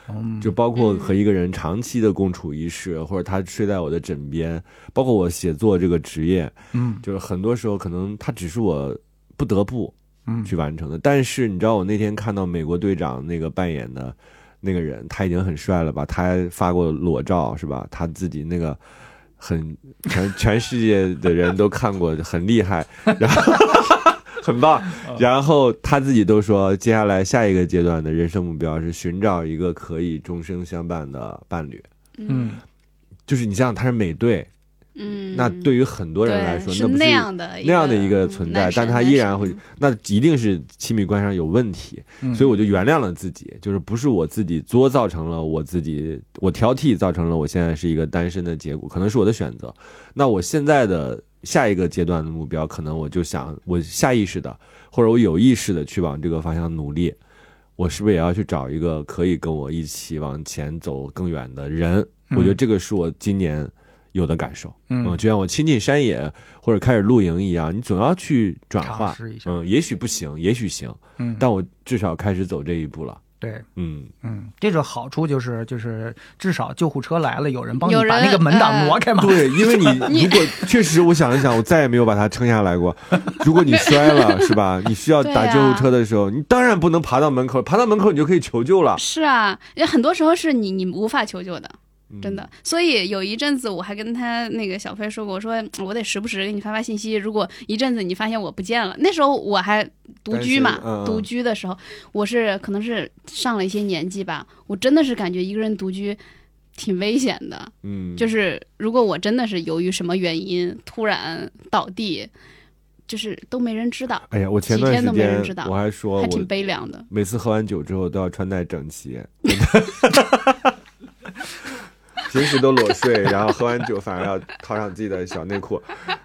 嗯，就包括和一个人长期的共处一室，或者他睡在我的枕边，包括我写作这个职业，嗯就是很多时候可能他只是我不得不嗯去完成的。但是你知道，我那天看到美国队长那个扮演的那个人，他已经很帅了吧？他还发过裸照是吧？他自己那个很全全世界的人都看过，很厉害，然后很棒。 然后他自己都说，接下来下一个阶段的人生目标是寻找一个可以终生相伴的伴侣。嗯，就是你想想，他是美队，嗯，那对于很多人来说，对那是不那是样的那样的一个存在，但他依然会嗯，那一定是亲密关系上有问题，嗯所以我就原谅了自己，就是不是我自己作造成了我自己，我挑剔造成了我现在是一个单身的结果，可能是我的选择。那我现在的下一个阶段的目标，可能我就想，我下意识的或者我有意识的去往这个方向努力，我是不是也要去找一个可以跟我一起往前走更远的人？我觉得这个是我今年有的感受。嗯，嗯就像我亲近山野或者开始露营一样，你总要去转尝化试一。下嗯，也许不行，也许行，嗯，但我至少开始走这一步了。对。 嗯，嗯，这个好处就是，就是至少救护车来了，有人帮你有人呃把那个门挡挪开嘛。对，因为你如果确实，我想一想，我再也没有把它撑下来过。如果你摔了，是吧？你需要对打啊救护车的时候，你当然不能爬到门口，爬到门口你就可以求救了。是啊，也很多时候是你你无法求救的，嗯真的。所以有一阵子我还跟他那个小飞说过，我说嗯我得时不时给你发发信息。如果一阵子你发现我不见了，那时候我还独居嘛单，身嗯嗯独居的时候，我是可能是上了一些年纪吧，我真的是感觉一个人独居挺危险的。嗯，就是如果我真的是由于什么原因突然倒地，就是都没人知道，哎呀，我前几段天时都没人间知道我还说还我挺悲凉的。每次喝完酒之后都要穿戴整齐， 平时都裸睡，然后喝完酒反而要套上自己的小内裤。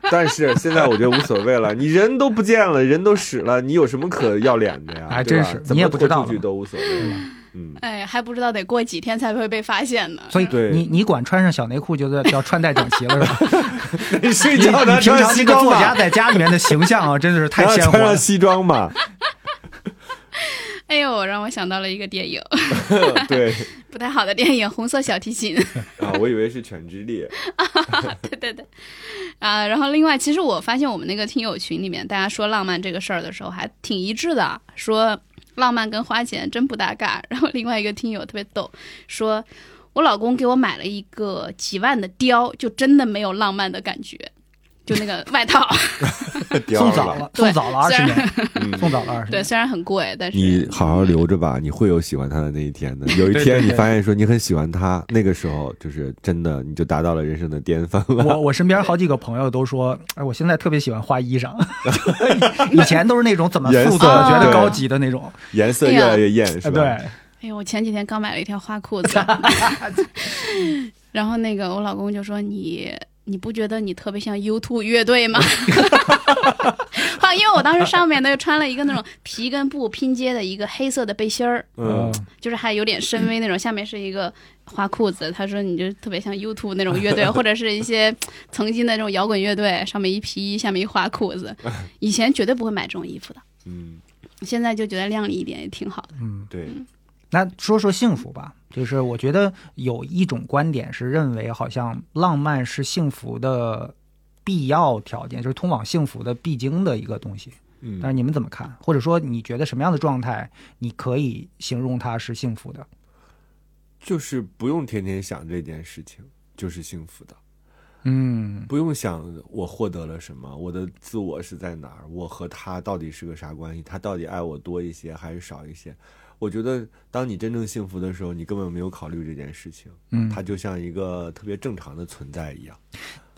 但是现在我觉得无所谓了，你人都不见了，人都死了，你有什么可要脸的呀？哎对吧真是怎你也么不知道豁出去都无所谓了。嗯，哎，还不知道得过几天才会被发现呢。所以对你你管穿上小内裤就叫叫穿戴整齐 了，是吧？睡你觉你呢穿平常这西个装作吧家，在家里面的形象啊，真的是太然后 鲜活穿了上。西装嘛， 哎呦，让我想到了一个电影， 对不太好的电影《红色小提 琴》。啊，我以为是犬之力，对对对，啊，然后另外，其实我发现我们那个听友群里面，大家说浪漫这个事儿的时候，还挺一致的，说浪漫跟花钱真不搭嘎。然后另外一个听友特别逗，说我老公给我买了一个几万的貂，就真的没有浪漫的感觉，就那个外套， 叼 送了早吧了，对送早了二虽十然年，嗯送早了二十对，年。虽然很贵，但是你好好留着吧，你会有喜欢他的那一天的。有一对天对你对发现说你很喜欢他，那个时候就是真的，你就达到了人生的巅峰了。 我我身边好几个朋友都说，哎，我现在特别喜欢花衣裳， 以前都是那种怎么颜素色啊的，觉得对高级的那种，颜色越来越艳，是吧？哎对，哎呦，我前几天刚买了一条花裤子，然后那个我老公就说你。你不觉得你特别像 U2 乐队吗？啊，因为我当时上面呢穿了一个那种皮跟布拼接的一个黑色的背心儿，嗯，就是还有点深 V 那种，下面是一个花裤子。他说你就特别像 U2 那种乐队，或者是一些曾经的那种摇滚乐队，上面一皮衣，下面一花裤子。以前绝对不会买这种衣服的，嗯，现在就觉得靓丽一点也挺好的。嗯。对，那说说幸福吧，就是我觉得有一种观点是认为，好像浪漫是幸福的必要条件，就是通往幸福的必经的一个东西。但嗯，是你们怎么看？或者说你觉得什么样的状态，你可以形容它是幸福的？就是不用天天想这件事情，就是幸福的。嗯不用想我获得了什么，我的自我是在哪儿，我和他到底是个啥关系，他到底爱我多一些还是少一些？我觉得，当你真正幸福的时候，你根本没有考虑这件事情，嗯，它就像一个特别正常的存在一样。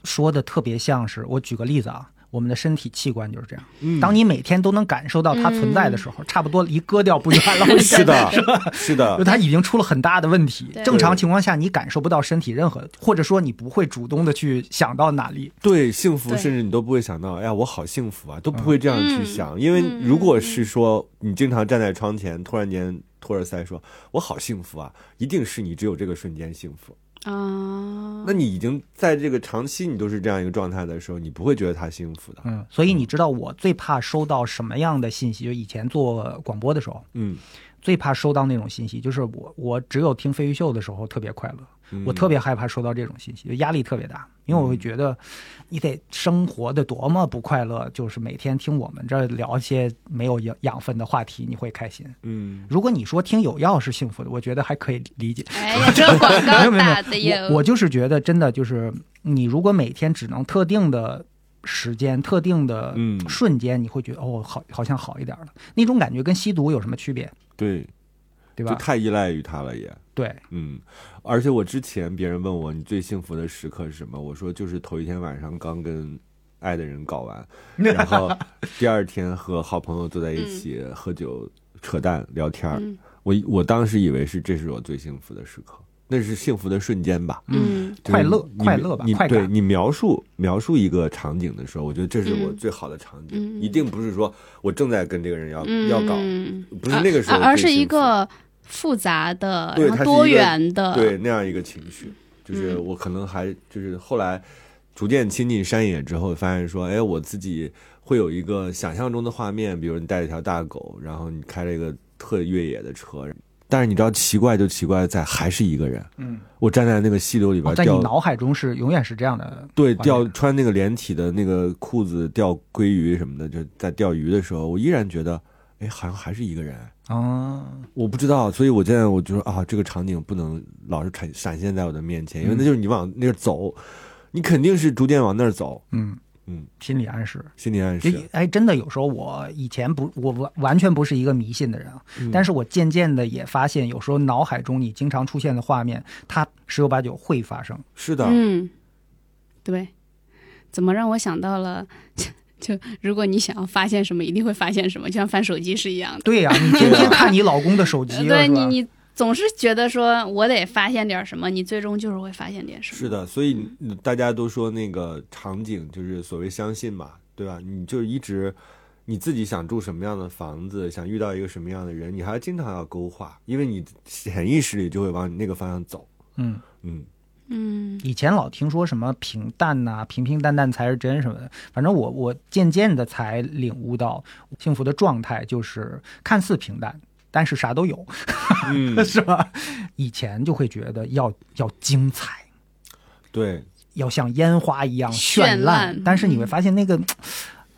说的特别像是我举个例子啊，我们的身体器官就是这样。嗯当你每天都能感受到它存在的时候，差不多离割掉不远 了。是的，是就的，它已经出了很大的问题对。正常情况下，你感受不到身体任何，或者说你不会主动的去想到哪里。对幸福，对甚至你都不会想到，哎呀，我好幸福啊，都不会这样去想。因为嗯如果是说你经常站在窗前，突然间托尔塞说“我好幸福啊”，一定是你只有这个瞬间幸福。啊那，你已经在这个长期你都是这样一个状态的时候，你不会觉得他幸福的。嗯，所以你知道我最怕收到什么样的信息？就以前做广播的时候，嗯，最怕收到那种信息，就是我我只有听飞鱼秀的时候特别快乐，嗯我特别害怕收到这种信息，就压力特别大，因为我会觉嗯得你得生活的多么不快乐，就是每天听我们这儿聊一些没有养养分的话题，你会开心。嗯，如果你说听有药是幸福的，我觉得还可以 理解。哎呀，这广没告有没有打的没有哟，我我就是觉得真的就是，你如果每天只能特定的时间、特定的嗯瞬间，你会觉得哦，好，好像好一点了。那种感觉跟吸毒有什么区别，对，就对吧？太依赖于他了也。对，嗯，而且我之前别人问我你最幸福的时刻是什么，我说就是头一天晚上刚跟爱的人搞完，然后第二天和好朋友坐在一起喝酒、扯淡、聊天儿。嗯我我当时以为是这是我最幸福的时刻，那是幸福的瞬间吧。嗯，就是快乐你快乐吧你快对感你描述描述一个场景的时候，我觉得这是我嗯最好的场景，嗯一定不是说我正在跟这个人要、嗯要搞，嗯不是那个时候而而最是一幸福个复杂的，对然它后多是一个元的，对那样一个情绪，就是我可能还就是后来逐渐亲近山野之后，发现说，哎，我自己会有一个想象中的画面，比如你带一条大狗，然后你开了一个特越野的车，但是你知道奇怪就奇怪在还是一个人，嗯，我站在那个溪流里边哦在你钓脑哦海中是永远是这样的。对，画面钓穿那个连体的那个裤子钓鲑鱼什么的，就在钓鱼的时候，我依然觉得，哎，好像还是一个人。啊，我不知道，所以我现在我就说啊，这个场景不能老是闪闪现在我的面前，因为那就是你往那儿走，你肯定是逐渐往那儿走，嗯嗯，心理暗示。心理暗就示。哎，真的有时候我以前不，我完完全不是一个迷信的人啊，嗯但是我渐渐的也发现，有时候脑海中你经常出现的画面，它十有八九会发生。是的，嗯，对，怎么让我想到了？就如果你想要发现什么，一定会发现什么，就像翻手机是一样的。 对呀、你天天看你老公的手机了，对是你，吧你总是觉得说我得发现点什么，你最终就是会发现点什么。是的，所以大家都说那个场景就是所谓相信嘛，对吧？你就一直你自己想住什么样的房子，想遇到一个什么样的人，你还经常要勾画，因为你潜意识里就会往你那个方向走。嗯， 嗯，嗯以前老听说什么平淡呐、平平淡淡才是真什么的，反正我我渐渐的才领悟到，幸福的状态就是看似平淡，但是啥都有，嗯 是吧？以前就会觉得要要精彩，对，要像烟花一样绚绚烂但是你会嗯发现那个，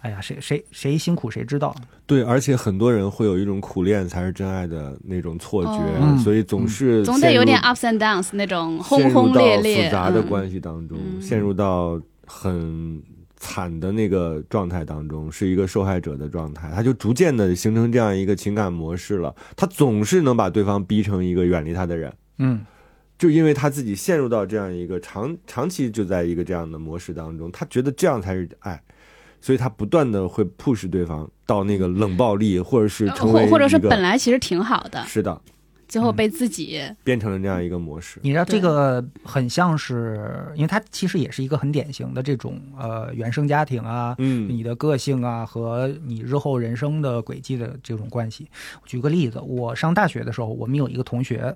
哎呀，谁谁谁辛苦谁知道？对，而且很多人会有一种苦恋才是真爱的那种错觉，哦嗯所以总是总得有点陷 ups and downs 那种入轰轰烈烈陷入到复杂的嗯关系当中，嗯陷入到很惨的那个状态当中，是一个受害者的状态，他就逐渐的形成这样一个情感模式了。他总是能把对方逼成一个远离他的人，嗯，就因为他自己陷入到这样一个长长期就在一个这样的模式当中，他觉得这样才是爱，所以他不断的会 push 对方到那个冷暴力，或者是成为呃或或者是一个本来其实挺好的，是的，最嗯后被自己变成了这样一个模式。你知道对这个很像是，因为它其实也是一个很典型的这种呃原生家庭啊，嗯你的个性啊和你日后人生的轨迹的这种关系。举个例子，我上大学的时候，我们有一个同学，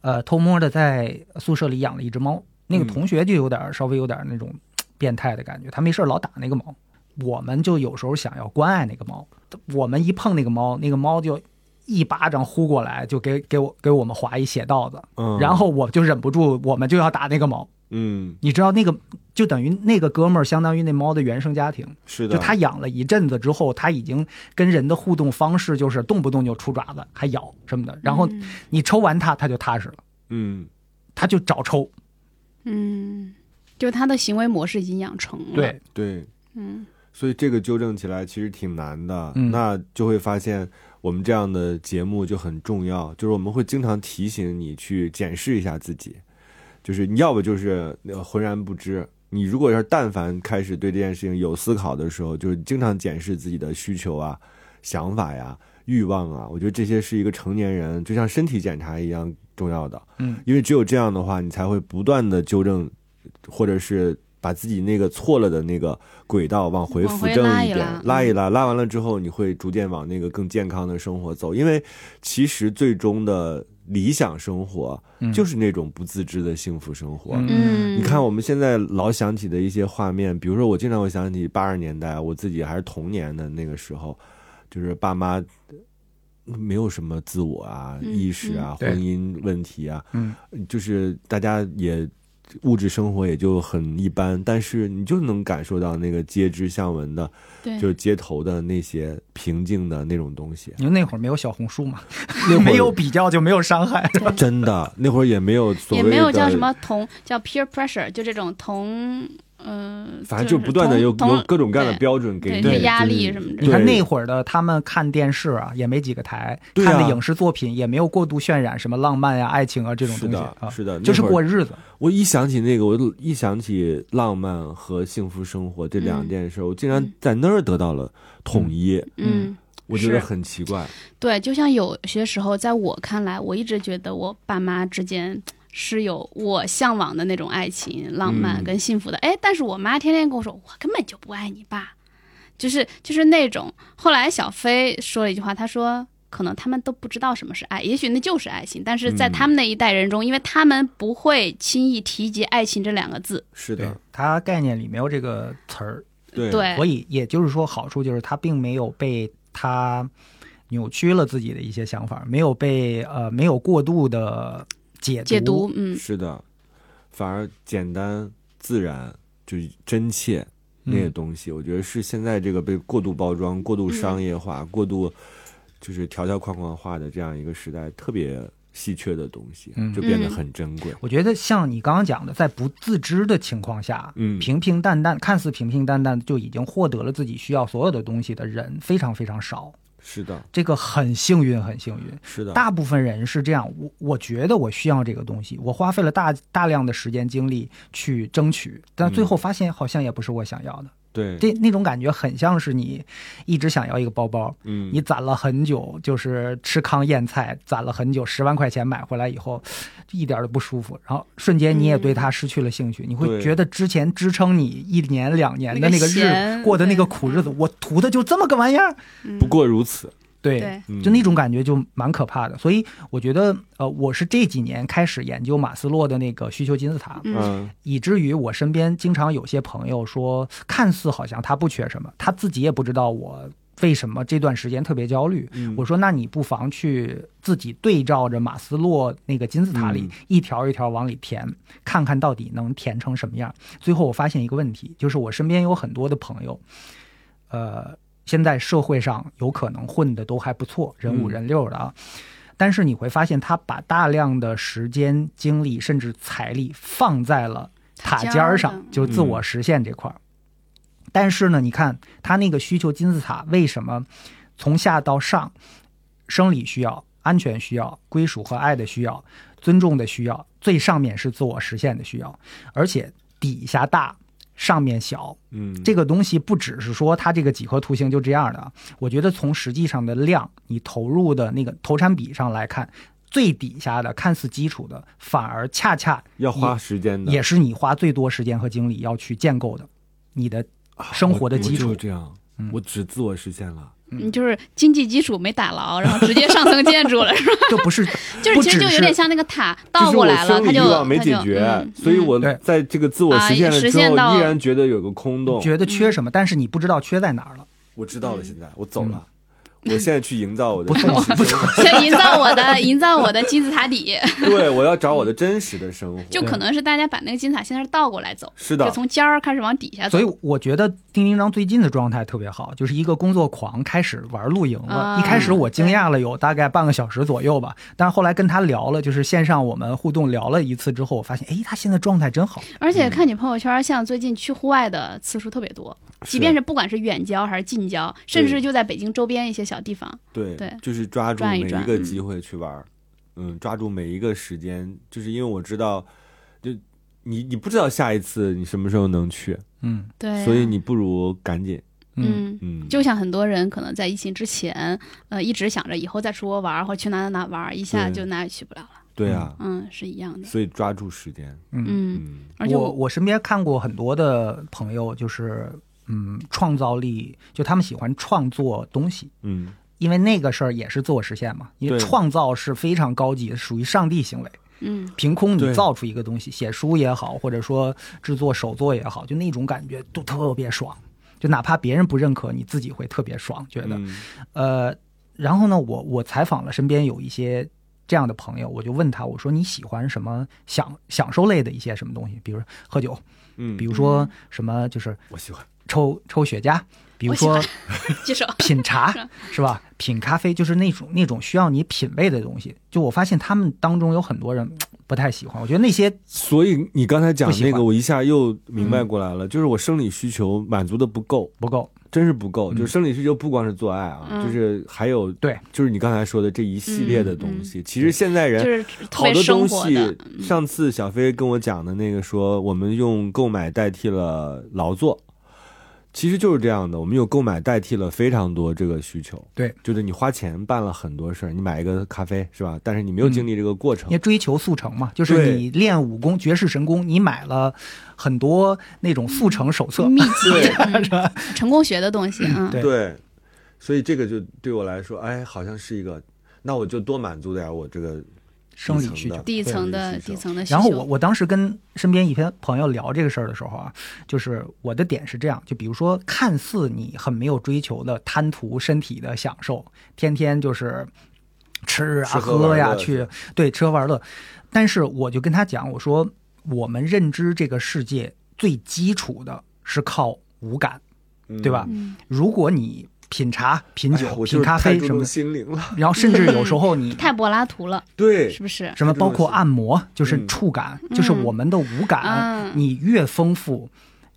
呃，偷摸的在宿舍里养了一只猫。那个嗯同学就有点儿稍微有点儿那种嘖变态的感觉，他没事儿老打那个猫。我们就有时候想要关爱那个猫，我们一碰那个猫，那个猫就一巴掌呼过来，就给给我给我们划一血道子。嗯，然后我就忍不住，我们就要打那个猫。嗯，你知道那个就等于那个哥们儿，相当于那猫的原生家庭。是的，就他养了一阵子之后，他已经跟人的互动方式就是动不动就出爪子，还咬什么的。然后你抽完它，它就踏实了，嗯它就找抽。嗯，就是他的行为模式已经养成了。，对，对，嗯，所以这个纠正起来其实挺难的。嗯那就会发现我们这样的节目就很重要，就是我们会经常提醒你去检视一下自己，就是你要不就是呃浑然不知。你如果要是但凡开始对这件事情有思考的时候，就是经常检视自己的需求啊、想法呀、欲望啊，我觉得这些是一个成年人就像身体检查一样重要的。嗯，因为只有这样的话，你才会不断的纠正，或者是把自己那个错了的那个轨道往回往扶回正拉一一点，拉嗯拉一拉，拉完了之后，你会逐渐往那个更健康的生活走。因为其实最终的理想生活嗯就是那种不自知的幸福生活。嗯嗯，你看，我们现在老想起的一些画面，比如说我经常会想起八十年代我自己还是童年的那个时候，就是爸妈没有什么自我啊、嗯意识啊、嗯婚姻问题啊，嗯，就是大家也物质生活也就很一般，但是你就能感受到那个街知巷闻的，对，就是街头的那些平静的那种东 西。因为那会儿没有小红书嘛，那会儿啊没有比较就没有伤害。真的，那会儿也没有所也谓没有的叫什么同叫 peer pressure，就这种同嗯，反正就是不断的同有同有各种各样的对标准给对你是压就是力什么 对的。你看那会儿的他们看电视啊，也没几个台，对啊看的影视作品也没有过度渲染什么浪漫呀、爱情啊这种是东西的，啊，是的，就是那会儿过日子。我一想起那个，我就一想起浪漫和幸福生活这两件事，我竟然在那儿得到了统一，嗯，我觉是得很奇怪。对，就像有些时候，在我看来，我一直觉得我爸妈之间是有我向往的那种爱情、浪漫嗯跟幸福的。哎、但是我妈天天跟我说，我根本就不爱你爸，就是就是那种。后来小飞说了一句话，他说。可能他们都不知道什么是爱，也许那就是爱情。但是在嗯他们那一代人中，因为他们不会轻易提及爱情这两个字，是对的，，它概念里没有这个词儿，对对，所以也就是说，好处就是他并没有被他扭曲了自己的一些想法，没有被呃没有过度的解读。解读，嗯，是的，反而简单自然，就是真切嗯那个东西，我觉得是现在这个被过度包装、过度商业化、嗯过度就是条条框框化的这样一个时代，特别稀缺的东西嗯，就变得嗯很珍贵。我觉得像你刚刚讲的，在不自知的情况下，嗯平平淡淡，看似平平淡淡就已经获得了自己需要所有的东西的人非常非常少，是的，这个很幸运，很幸运。是的，大部分人是这样，我我觉得我需要这个东西，我花费了大大量的时间精力去争取，但最后发现好像也不是我想要的。对，这那种感觉很像是你一直想要一个包包，嗯，你攒了很久，就是吃糠咽菜，攒了很久，十万块钱买回来以后，一点都不舒服，然后瞬间你也对嗯它失去了兴趣，你会对觉得之前支撑你一年两年的那那个个日子咸过的那个对苦日子，我图的就这么个玩意儿，嗯不过如此，对对，嗯就那种感觉就蛮可怕的，所以我觉得，呃，我是这几年开始研究马斯洛的那个需求金字塔，嗯嗯以至于我身边经常有些朋友说，看似好像他不缺什么，他自己也不知道我为什么这段时间特别焦虑。嗯我说，那你不妨去自己对照着马斯洛那个金字塔里嗯一条一条往里填，看看到底能填成什么样。最后我发现一个问题，就是我身边有很多的朋友，呃，现在社会上有可能混的都还不错，人五嗯人六的啊。但是你会发现，他把大量的时间、精力，甚至财力放在了塔尖塔儿尖儿上上，就是自嗯我实现这块儿。但是呢，你看他那个需求金字塔为什么从下到上，生理需要、安全需要、归属和爱的需要、尊重的需要，最上面是自我实现的需要，而且底下大，上面小，嗯，这个东西不只是说它这个几何图形就这样的啊，我觉得从实际上的量，你投入的那个投产比上来看，最底下的看似基础的，反而恰恰要花时间的，也是你花最多时间和精力要去建构的，你的啊生我活的我基就 础这样嗯，我只自我实现了，你就是经济基础没打牢，然后直接上层建筑 了，是吧？就不是 就是不其只实就有是点像那个塔就倒是过我来了，生它理欲就望没它解就决嗯，所以嗯我对在这个自我啊实现了实之现后，到依然觉得有个空洞。觉得缺什么，但是你不知道缺在哪儿了，我知道了，现在我走了，我现在去营造我的嗯不痛真实不生痛活， 先营造我 的营造我的金字塔底，对我要找我的真实的生活。就可能是大家把那个金字塔现在是倒过来走，是就的，从尖儿开始往底下走所。以我觉得丁丁张最近的状态特别好，就是一个工作狂开始玩露营了。啊一开始我惊讶了有大概半个小时左右吧，但是后来跟他聊了，就是线上我们互动聊了一次之后，我发现，哎，他现在状态真好。而嗯且看你朋友圈，像最近去户外的次数特别多，即便是是不管是远郊还是近郊，甚至就在北京周边一些小地方，对对就是抓住转每一转个机会去玩儿，嗯，抓住每一个时间，就是因为我知道，就你你不知道下一次你什么时候能去，嗯对啊、所以你不如赶紧，嗯，嗯。嗯，就像很多人可能在疫情之前，呃，一直想着以后再出国玩儿或者去哪哪哪玩儿，一下对就哪也去不了了。对啊，嗯，是一样的。所以抓住时间，嗯，嗯，而且我我身边看过很多的朋友，就是嗯，创造力，就他们喜欢创作东西。嗯，因为那个事儿也是自我实现嘛，因为对创造是非常高级，属于上帝行为。嗯，凭空对你造出一个东西，写书也好，或者说制作手作也好，就那种感觉都特别爽。就哪怕别人不认可，你自己会特别爽，觉得。嗯呃，然后呢，我我采访了身边有一些这样的朋友，我就问他，我说你喜欢什么享享受类的一些什么东西，比如喝酒，嗯，比如说嗯什么就是我喜欢，抽抽雪茄，比如我喜欢说接受。品茶是吧？品咖啡就是那种那种需要你品味的东西。就我发现他们当中有很多人不太喜欢，我觉得那些所以你刚才讲不喜那欢个，我一下又明白过来嗯了，就是我生理需求满足的不够，不够。真是不够，嗯就是生理需求不光是做爱啊，嗯就是还有对，就是你刚才说的这一系列的东西。其实现在嗯就人是特好别多生东活西的，，嗯上次小飞跟我讲的那个说，我们用购买代替了劳作，其实就是这样的，我们有购买代替了非常多这个需求。对，就是你花钱办了很多事儿，你买一个咖啡是吧？但是你没有嗯经历这个过程因为。追求速成嘛，就是你练武功、绝世神功，你买了很多那种速成手册，秘籍、 嗯成功学的东西，嗯，对对，所以这个就对我来说，哎，好像是一个，那我就多满足点儿我这个生理需求。底层的对底层的需求。然后我我当时跟身边一些朋友聊这个事儿的时候啊，就是我的点是这样，就比如说，看似你很没有追求的贪图身体的享受，天天就是吃啊吃喝玩乐喝呀、是去对吃喝玩乐，但是我就跟他讲，我说我们认知这个世界最基础的是靠五感，对吧？嗯如果你品茶、品哎酒、呀我就品是咖太啡注什么重的，心灵 了，然后甚至有时候你 太柏拉图了，对是不是？什么包括按摩，就是嗯触感，就是我们的五感啊嗯，你越丰富。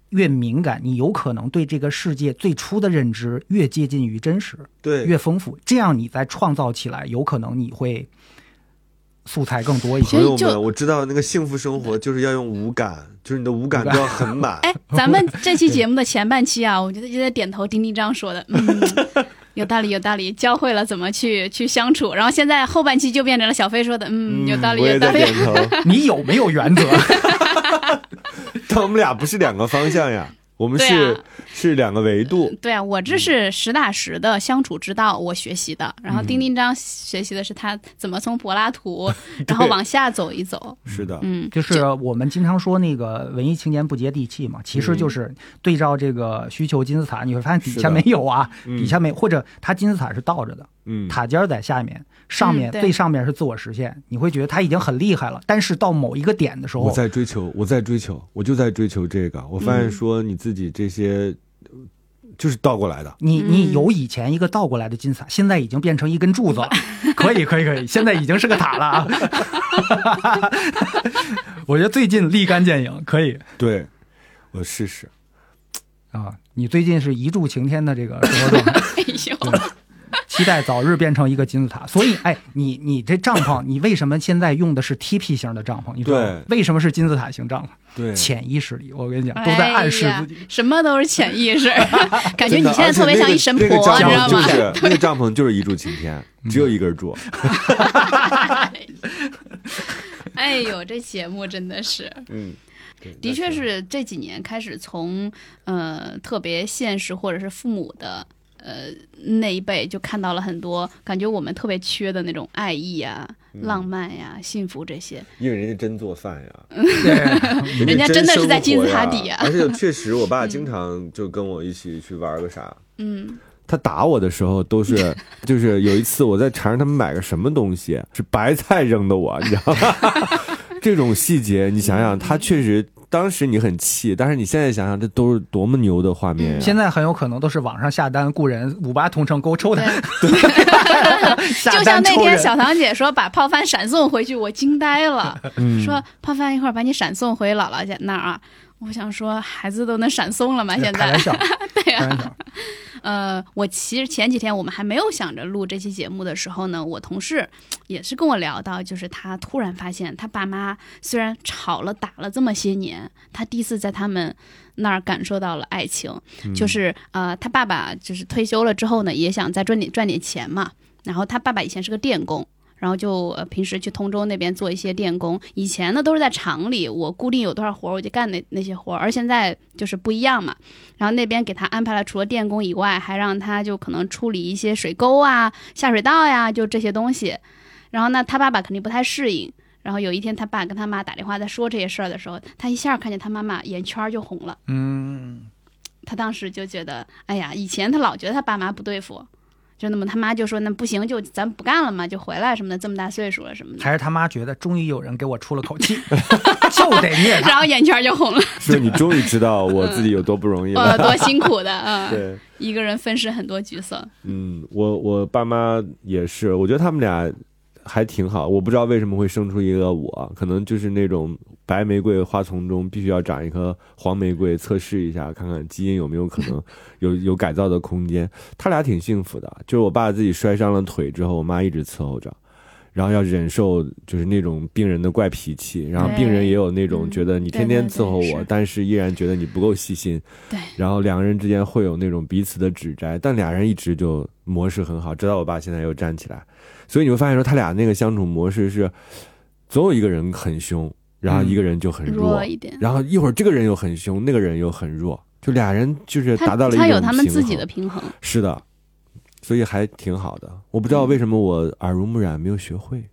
越敏感，你有可能对这个世界最初的认知越接近于真实，对越丰富。这样你在创造起来，有可能你会素材更多一所 些朋以。友就们，我知道那个幸福生活就是要用五感，就是你的五感都要很满。哎，咱 们这期节目的前半期啊，我觉得就在点头丁丁张说的， 嗯，有道理，有道理，教会了怎么去去相处。然后现在后半期就变成了小飞说的，嗯，有道理，我有也道在理点。头，你有没 有原则？但我们俩不是两个方向呀，我们对是、啊是两个维度。对啊，我这嗯是实打实的相处之道，我学习的。然后嗯丁丁张学习的是他怎么从柏拉 图，然后往下走一走。是的， 嗯，就是我们经常说那个文艺青年不接地气嗯嘛，其实就是对照这个需求金字塔，你会发现底是下的没有啊，嗯底下没有或者它金字塔是倒着的，嗯，塔尖儿在下面，上面嗯对最上面是自我实现，你会觉得他已经很厉害了，但是到某一个点的时我候，在追求，我在追求，我就在追求这个。我发现嗯说你自己这些，呃就是倒过来的。你你嗯有以前一个倒过来的金字塔，现在已经变成一根 柱子了，可以可以可以，现在已经是个塔了啊！ 我觉得最近立竿见影，可以对，我试试。啊！你最近是一柱擎天的这个生活状态。哎呦，期待早日变成一个金字塔。所以，哎，你你这帐篷，你为什么现在用的是 TP 型的帐篷？你知道吗对为什么是金字塔型帐篷？对，潜意识里，我跟你讲，都在暗示自己。哎呀什么都是潜意 识， 感觉真你的现在特别像一神婆，而且那个你知道吗？那个帐篷就是那个帐篷就是一柱擎天，只有一个人住。 哎呦，这节目真的是，嗯，的确是这几年开始从呃特别现实或者是父母的呃那一辈就看到了很多，感觉我们特别缺的那种爱意啊、嗯浪漫呀、幸福这些。因为人家真做饭呀。 对，人家真的是在生金活字塔呀底啊而且确实，我爸经常就跟我一起去玩个啥。嗯，他打我的时候 都是，就是有一次我在缠着他们买个什么东西，是白菜扔的我，你知道吗？ 这种细节，你想想，他确实当时你很气，但是你现在想想，这都是多么牛的画面呀！现在很有可能都是网上下单雇人五八同城勾抽的，对， 下就像单那抽天人。小堂姐说把泡饭闪送回去，我惊呆了， 嗯说泡饭一会儿把你闪送回姥姥家那儿啊。我想说，孩子都能闪送 了吗？啊现开在玩，笑， 对啊开呀、玩笑，呃，我其实前几天我们还没有想着录这期节目的时候呢，我同事也是跟我聊到，就是他突然发现他爸妈虽然吵了打了这么些年，他第一次在他们那儿感受到了爱情，就是呃，他爸爸就是退休了之后呢，也想再赚点赚点钱嘛，然后他爸爸以前是个电工。然后就呃平时去通州那边做一些电工，以前呢都是在厂里，我固定有多少活儿我就干那那些活儿，而现在就是不一样嘛，然后那边给他安排了，除了电工以外，还让他就可能处理一些水沟啊、下水道呀，就这些东西。然后呢，他爸爸肯定不太适应。然后有一天，他爸跟他妈打电话在说这些事儿的时候，他一下看见他妈妈眼圈儿就红了。嗯，他当时就觉得，哎呀，以前他老觉得他爸妈不对付，就那么他妈就说那不行，就咱不干了嘛，就回来什么的，这么大岁数了什么 的，还是他妈觉得终于有人给我出了口气， 就得虐然他。后眼圈儿就红了，所以你终于知道我自己有多不容易呃， 了。多辛苦的啊！对，一个人分饰很多角色，嗯，我我爸妈也是，我觉得他们俩还挺好。我不知道为什么会生出一个我，可能就是那种白玫瑰花丛中必须要长一颗黄玫瑰，测试一下看看基因有没有可能 有有改造的空间。他俩挺幸福的，就是我爸自己摔伤了腿之后，我妈一直伺候着。然后要忍受就是那种病人的怪脾气，然后病人也有那种嗯觉得你对天天对对伺候我，是但是依然觉得你不够细心，对，然后两个人之间会有那种彼此的指摘，但俩人一直就模式很好，直到我爸现在又站起来，所以你会发现说他俩那个相处模式是，总有一个人很凶，然后一个人就很弱，嗯弱一点。然后一会儿这个人又很凶，那个人又很弱，就俩人就是达他到了一种他有他们自己平的衡平衡，是的，所以还挺好的。我不知道嗯为什么我耳濡目染没有学会，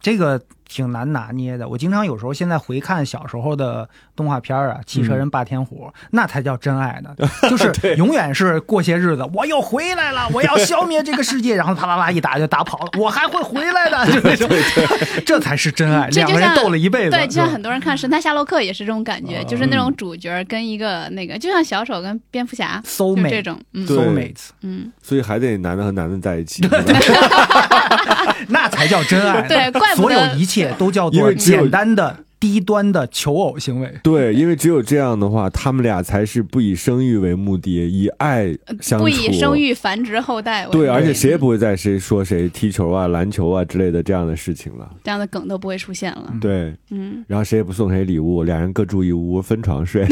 这个挺难拿捏的。我经常有时候现在回看小时候的动画片儿啊，《汽车人霸天虎》那才叫真爱呢，就是永远是过些日子，我又回来了，我要消灭这个世界，然后啪啦啦一打就打跑了，我还会回来的，就那种， 这才是真爱。这就两个人像斗了一辈子，对，就像是吧很多人看《神探夏洛克》也是这种感觉，嗯就是那种主角跟一个那个，就像小丑跟蝙蝠侠， soul 就 mate 这种，嗯对 soul mates，嗯，所以还得男的和男的在一起，对 吧那才叫真爱呢。对怪不所得有一切都叫因做为只有简单的低端的求偶行为。对，因为只有这样的话，他们俩才是不以生育为目的，以爱相处。不以生育繁殖后代为目的。对，而且谁也不会再谁说谁踢球啊、篮球啊之类的这样的事情了。这样的梗都不会出现了。对，嗯，然后谁也不送谁礼物，俩人各住一屋，分床 睡。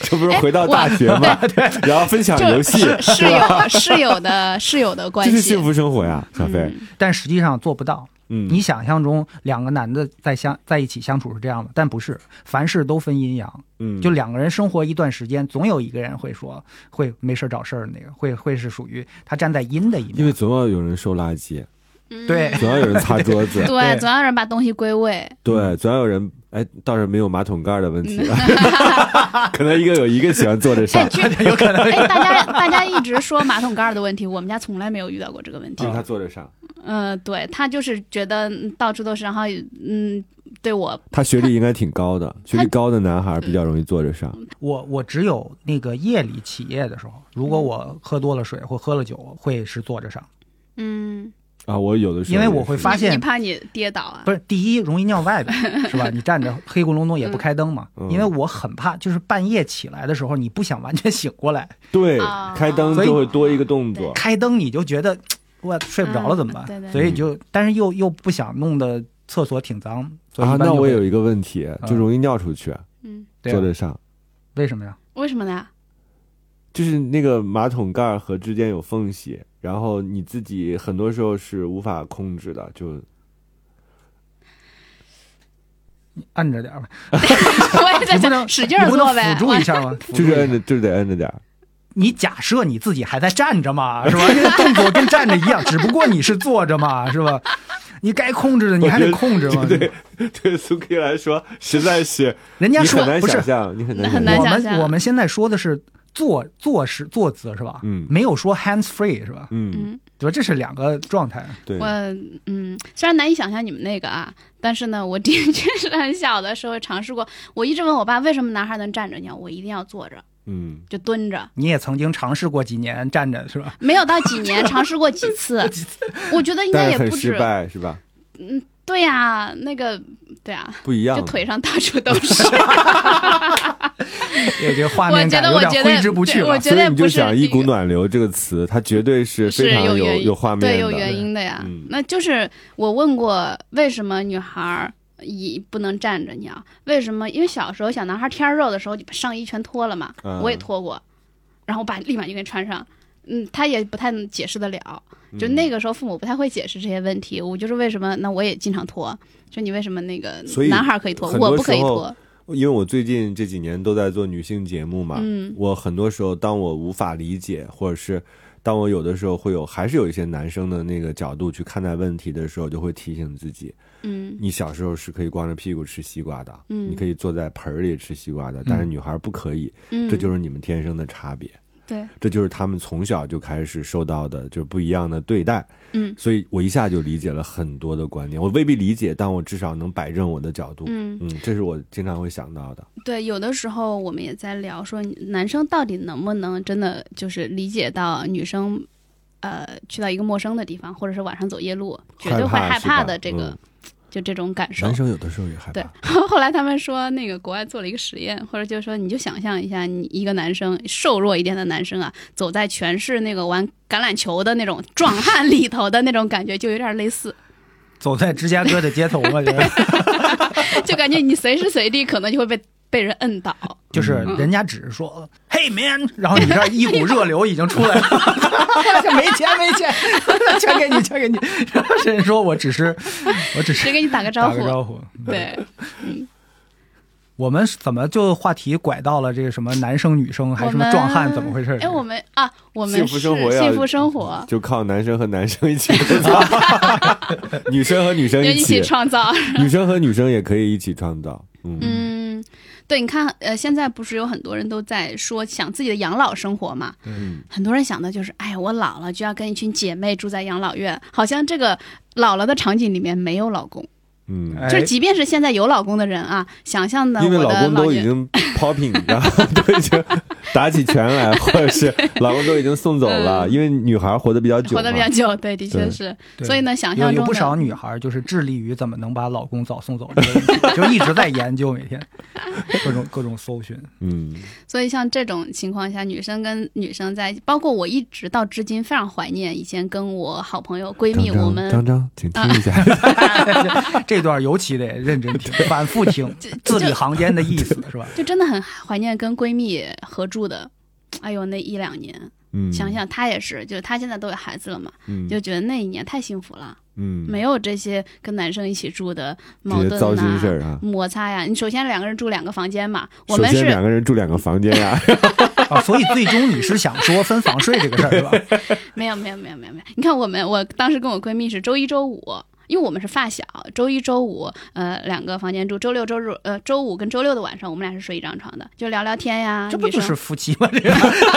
这不是回到大学吗？ 然后分享就游戏，是室友室友的室友的关这系，是幸福生活呀，小飞。但实际上做不到。嗯，你想象中两个男的在相在一起相处是这样的，但不是，凡事都分阴阳。嗯就两个人生活一段时间，总有一个人会说会没事儿找事儿，那个会会是属于他站在阴的一面。因为总要有人收垃圾，嗯对总要有人擦桌子，对，总要有人把东西归位。对，总要有人。哎，倒是没有马桶盖的问题，啊 可能一个有一个喜欢坐着上哎，，居有可能。哎，大家大家一直说马桶盖儿的问题，我们家从来没有遇到过这个问题就。是他坐着上。嗯、对他就是觉得嗯到处都是，然后嗯，对我他学历应该挺高的，学历高的男孩比较容易坐着上。我我只有那个夜里起夜的时候，如果我喝多了水或喝了酒，会是坐着上，嗯，啊，我有的时候因为我也会是发你现怕你跌倒啊？不是第一容易尿外边， 是吧？你站着黑咕隆咚也不开灯嘛，嗯因为我很怕就是半夜起来的时候，你不想完全醒过来，对啊开灯所以就会多一个动作，开灯你就觉得我睡不着了怎么办？嗯对对所以你就但是又又不想弄得厕所挺脏，所以啊一，般那就我会有一个问题，就容易尿出去，嗯，对啊坐着上，为什么呀？为什么 呢？就是那个马桶盖儿和之间有缝隙，然后你自己很多时候是无法控制的，就按着点儿吧，我也在你不想，能使劲儿你不做能呗辅。助一 下吗？就辅助是一下摁着，就是得摁着点儿。你假设你自己还在站着嘛，是吧？这个动作跟站着一样，只不过你是坐着嘛，是吧？你该控制的你还得控制 嘛。对 对，苏 K 来说，实在是人你家说很难不是想，象，你很难那很象难我想们象我们现在说的是坐坐是坐姿是吧？嗯没有说 hands free 是吧？嗯，嗯，对吧？这是两个状态。对我，嗯，虽然难以想象你们那个啊，但是呢，我的确是很小的时候尝试过。我一直问我爸为什么男孩能站着尿，我一定要坐着，嗯，就蹲着。你也曾经尝试过几年站着是 吧？没有到几 年，尝试过几次，我觉得应该但也是很不失止。败是吧？对呀、那个对啊，不一样就的，腿上到处都是。这这 画我面觉感得，有我点觉挥得，之不去对我了。觉所以得你不就是想“一这股个暖流”这个词，它绝对是是非常有原因有画面的。对有原因的呀嗯。那就是我问过，为什么女孩儿一不能站着尿？为什么？因为小时候小男孩天热的时候，你把上衣全脱了嘛，嗯我也脱过，然后我爸立马就给你穿上。嗯，他也不太能解释得了，嗯就那个时候父母不太会解释这些问题。我就是为什么？那我也经常脱，就你为什么那个所以男孩可以脱，很多我不可以时候脱？因为我最近这几年都在做女性节目嘛，嗯我很多时候当我无法理解，或者是当我有的时候会有，还是有一些男生的那个角度去看待问题的时候，就会提醒自己，嗯你小时候是可以光着屁股吃西瓜的，嗯你可以坐在盆儿里吃西瓜的，但是女孩不可以，嗯，这就是你们天生的差别。对，这就是他们从小就开始受到的，就是不一样的对待。嗯所以我一下就理解了很多的观念，我未必理解，但我至少能摆正我的角度。嗯。嗯，这是我经常会想到的。对，有的时候我们也在聊说，男生到底能不能真的就是理解到女生，呃，去到一个陌生的地方，或者是晚上走夜路，绝对会害怕害是吧怕的这个，嗯就这种感受男。生有的时候也害对怕。， 后来他们说那个国外做了一个实验，或者就是说你就想象一下，你一个男生瘦弱一点的男生啊，走在全是那个玩橄榄球的那种壮汉里头的那种感觉，就有点类似，走在芝加哥的街头，我觉得就感觉你随时随地可能就会被被人摁倒。 就是人家只是嗯说 “Hey man”，然后你这儿一股热流已经出 来了，没钱没钱， 全给你全给你。然后人说我只是我只是谁给你打个招打呼个？招呼。对，我们怎么就话题拐到了这个什么男生女生还是什么壮汉怎么回事？哎，我们啊，我们幸福生活是要幸福生活，就靠男生和男生一起创 造，女生和女生就一一起起，创 造。女生和女生也可以一起创造。嗯，嗯，对，你看，呃，现在不是有很多人都在说想自己的养老生活嘛？嗯，很多人想的就是，哎呀，我老了就要跟一群姐妹住在养老院，好像这个老了的场景里面没有老公，嗯，哎就是即便是现在有老公的人啊，想象的因为我老的公老都已院。经 popping，你知 道吗？都已经打起拳来，或者是老公都已经送走了，因为女孩活得比较嗯活久嘛得比。较久，对，的确对是。对所以呢，想有象有中不的少女孩儿就是致力于怎么能把老公早送走这个问题，就一直在研究，每天各种各种搜寻。 嗯，所以像这种情况下，女生跟女生在，包括我一直到至今非常怀念以前跟我好朋友闺蜜，张张我张们啊张，请听一下，这段尤其得认真听，反复听，字里行间的意思是吧？就真的很怀念跟闺蜜合住的。哎呦，那一两年，嗯， 想，想她也是，就是她现在都有孩子了嘛，嗯，就觉得那一年太幸福了，嗯，没有这些跟男生一起住的矛这盾些糟心事呐、儿啊。摩擦呀。你首先两个人住两个房间嘛，我首们先，是两个人住两个房间 呀、 啊，所以最终你是想说分房睡这个事儿 是吧？没有没有没有没有没有，你看我们，我当时跟我闺蜜是周一周五，因为我们是发小，周一周五呃两个房间住，周六周日呃周五跟周六的晚上我们俩是睡一张床的，就聊聊天呀，这不女就生是夫妻吗？这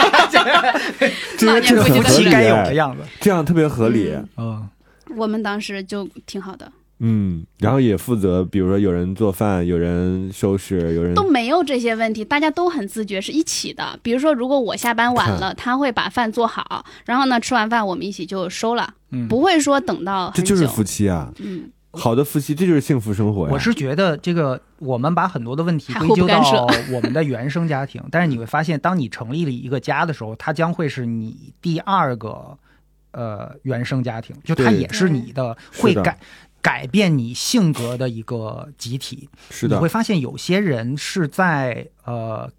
个这那个你这个不很觉得合夫妻理、该有的哎，样子。这样特别合理。嗯嗯，我们当时就挺好的，嗯，然后也负责，比如说有人做饭，有人收拾，有人都没有这些问题，大家都很自觉，是一起的。比如说，如果我下班晚看了，他会把饭做好，然后呢吃完饭我们一起就收了，嗯不会说等到这很久。就是夫妻啊，嗯，好的夫妻，这就是幸福生活呀。我是觉得这个我们把很多的问题还归互咎不干涉到我们的原生家庭，但是你会发现，当你成立了一个家的时候，它将会是你第二个呃原生家庭，就它对也是你的是会的改改变你性格的一个集体。是你的会，发现有些人是在呃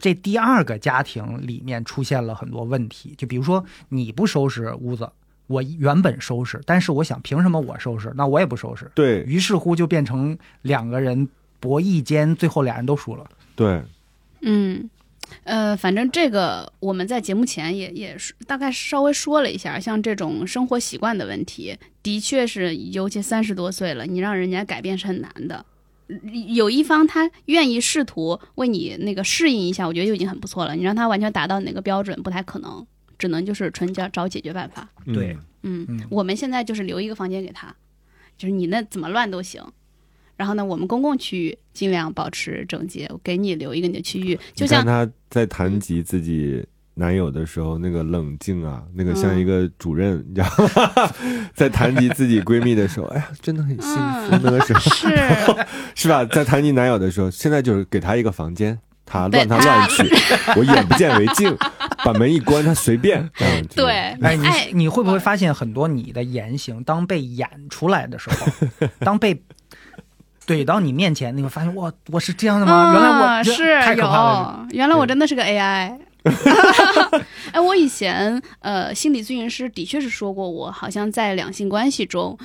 这第二个家庭里面出现了很多问题，就比如说你不收拾屋子，我原本收拾，但是我想凭什么我收拾？那我也不收拾，对于是乎就变成两个人博弈间，最后俩人都输了。对，嗯，呃，反正这个我们在节目前也也是大概稍微说了一下，像这种生活习惯的问题，的确是，尤其三十多岁了，你让人家改变是很难的。有一方他愿意试图为你那个适应一下，我觉得就已经很不错了。你让他完全达到哪个标准不太可能，只能就是纯叫找解决办法。嗯对嗯，嗯我们现在就是留一个房间给他，就是你那怎么乱都行。然后呢，我们公共区域尽量保持整洁，我给你留一个你的区域，就你像看她在谈及自己男友的时候，那个冷静啊，那嗯个像一个主任，你知道吗？在谈及自己闺蜜的时候，哎呀，真的很幸福。嗯那个 时候是 是吧？在谈及男友的时候，现在就是给他一个房间。他对乱他她乱去，我眼不见为净，把门一关，他随便。哎 对，，哎，你哎，你会不会发现很多你的言行，当被演出来的时候，当被怼到你面前，你会发现哇，我是这样的吗？原来我嗯这是太可怕了。有，原来我对真的是个 AI。哎，我以前呃，心理咨询师的确是说过我，好像在两性关系中，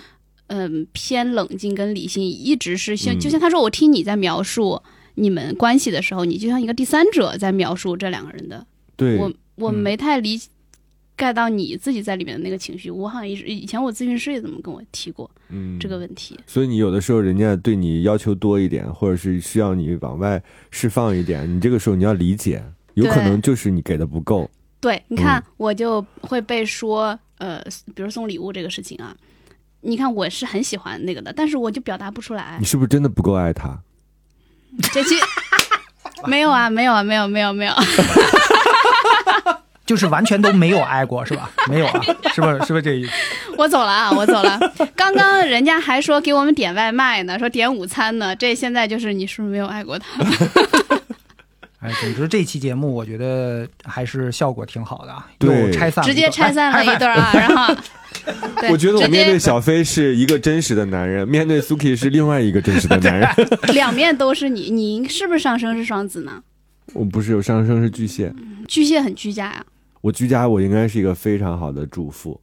嗯、偏冷静跟理性一直是像，就嗯像他说，我听你在描述你们关系的时候，你就像一个第三者在描述这两个人的，对，我我嗯没太理 get 到你自己在里面的那个情绪，我好像一直以前我咨询师也怎么跟我提过嗯，这个问题，所以你有的时候人家对你要求多一点，或者是需要你往外释放一点，你这个时候你要理解，有可对能就是你给的不够。对，你看、嗯我就会被说，呃，比如送礼物这个事情啊，你看我是很喜欢那个的，但是我就表达不出 来你。是不是真的不够爱他？这期 没有啊，没有啊，没有，没有，没有， 就是完全都没有挨过，是吧？没有啊，是不是？是不是这意思？我走了啊，我走了。刚刚人家还说给我们点外卖呢，说点午餐呢，这现在就是你是不是没有爱过他？ 哎，总之这期节目我觉得还是效果挺好的啊，对又拆散了直一接段拆散了一对儿啊， 然后，对哎我觉得我直面对接小飞是一个真实的男人，面对 Suki 是另外一个真实的男人。啊 两面都是你，你是不是上升是双子呢？ 我不是，我上升是巨蟹，巨蟹很居家啊呀、我居家我应该是一个非常好的主妇，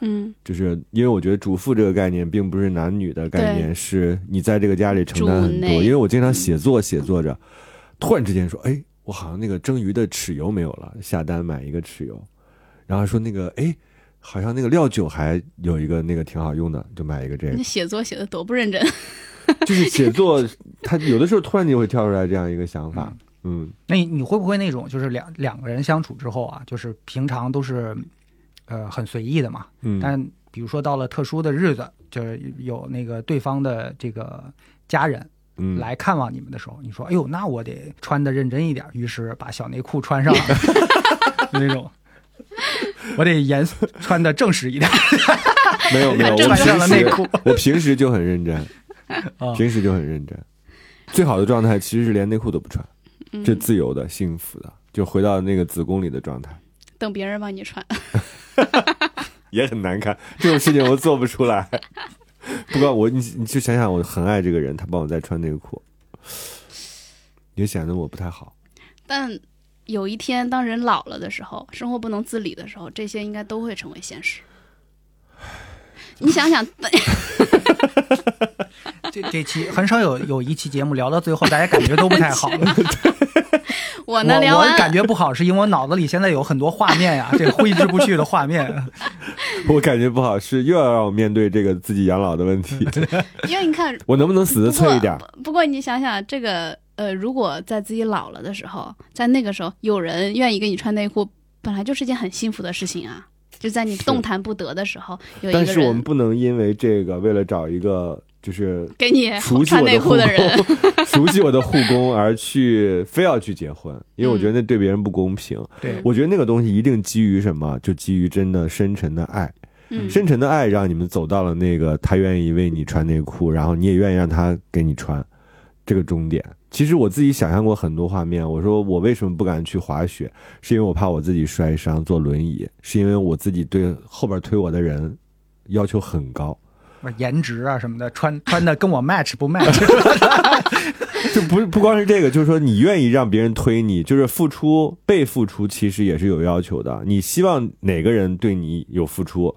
嗯，就是因为我觉得主妇这个概念并不是男女的概念，是你在这个家里承担很主多。内嗯因为我经常写作写作着，突然之间说，哎，我好像那个蒸鱼的豉油没有了，下单买一个豉油，然后说那个哎。好像那个料酒还有一个那个挺好用的，就买一个这个你这。写作写的多不认真。 就是写作，他有的时候突然就会跳出来这样一个想法。嗯，那你你会不会那种就是两两个人相处之后啊，就是平常都是呃很随意的嘛，嗯但比如说到了特殊的日子，就是有那个对方的这个家人嗯来看望你们的时候，你说：“哎呦，那我得穿的认真一点。”于是把小内裤穿上 了那种，我得严肃穿的正式一点，没 嗯有没有，我正平穿上了内时裤。我平时就很认真，啊 平时就很认真。最好的状态其实是连内裤都不穿，嗯这自由的、幸福的，就回到那个子宫里的状态，等别人帮你穿。也很难看。这种事情我做不出来。 不管我，你你去想想，我很爱这个人，他帮我再穿内裤，也显得我不太好。但有一天，当人老了的时候，生活不能自理的时候，这些应该都会成为现实。你想 想，这这期很少有有一期节目聊到最后，大家感觉都不 太好。我呢我聊我完，感觉不好，是因为我脑子里现在有很多画面呀、这挥之不去的画面。我感觉不好，是又要让我面对这个自己养老的问题。因为你看，我能不能死的脆一点？不过你想想，这个呃，如果在自己老了的时候，在那个时候有人愿意给你穿内裤，本来就是件很幸福的事情啊。就在你是动弹不得的时候，有一个但是我们人不能因为这个，为了找一个就是给你熟悉穿我内的裤护的人，工， 熟悉我的护工而去非要去结婚，因为我觉嗯得那对别人不公平。对， 我觉得那个东西一定基于什么？就基于真的深沉的爱，嗯，深沉的爱让你们走到了那个他愿意为你穿内裤，然后你也愿意让他给你穿这个终点。其实我自己想象过很多画面，我说我为什么不敢去滑雪，是因为我怕我自己摔伤坐轮椅，是因为我自己对后边推我的人要求很高。颜值啊什么的，穿穿的跟我 match 不 match？就不是不光是这个，就是说你愿意让别人推你，就是付出被付出，其实也是有要求的。你希望哪个人对你有付出，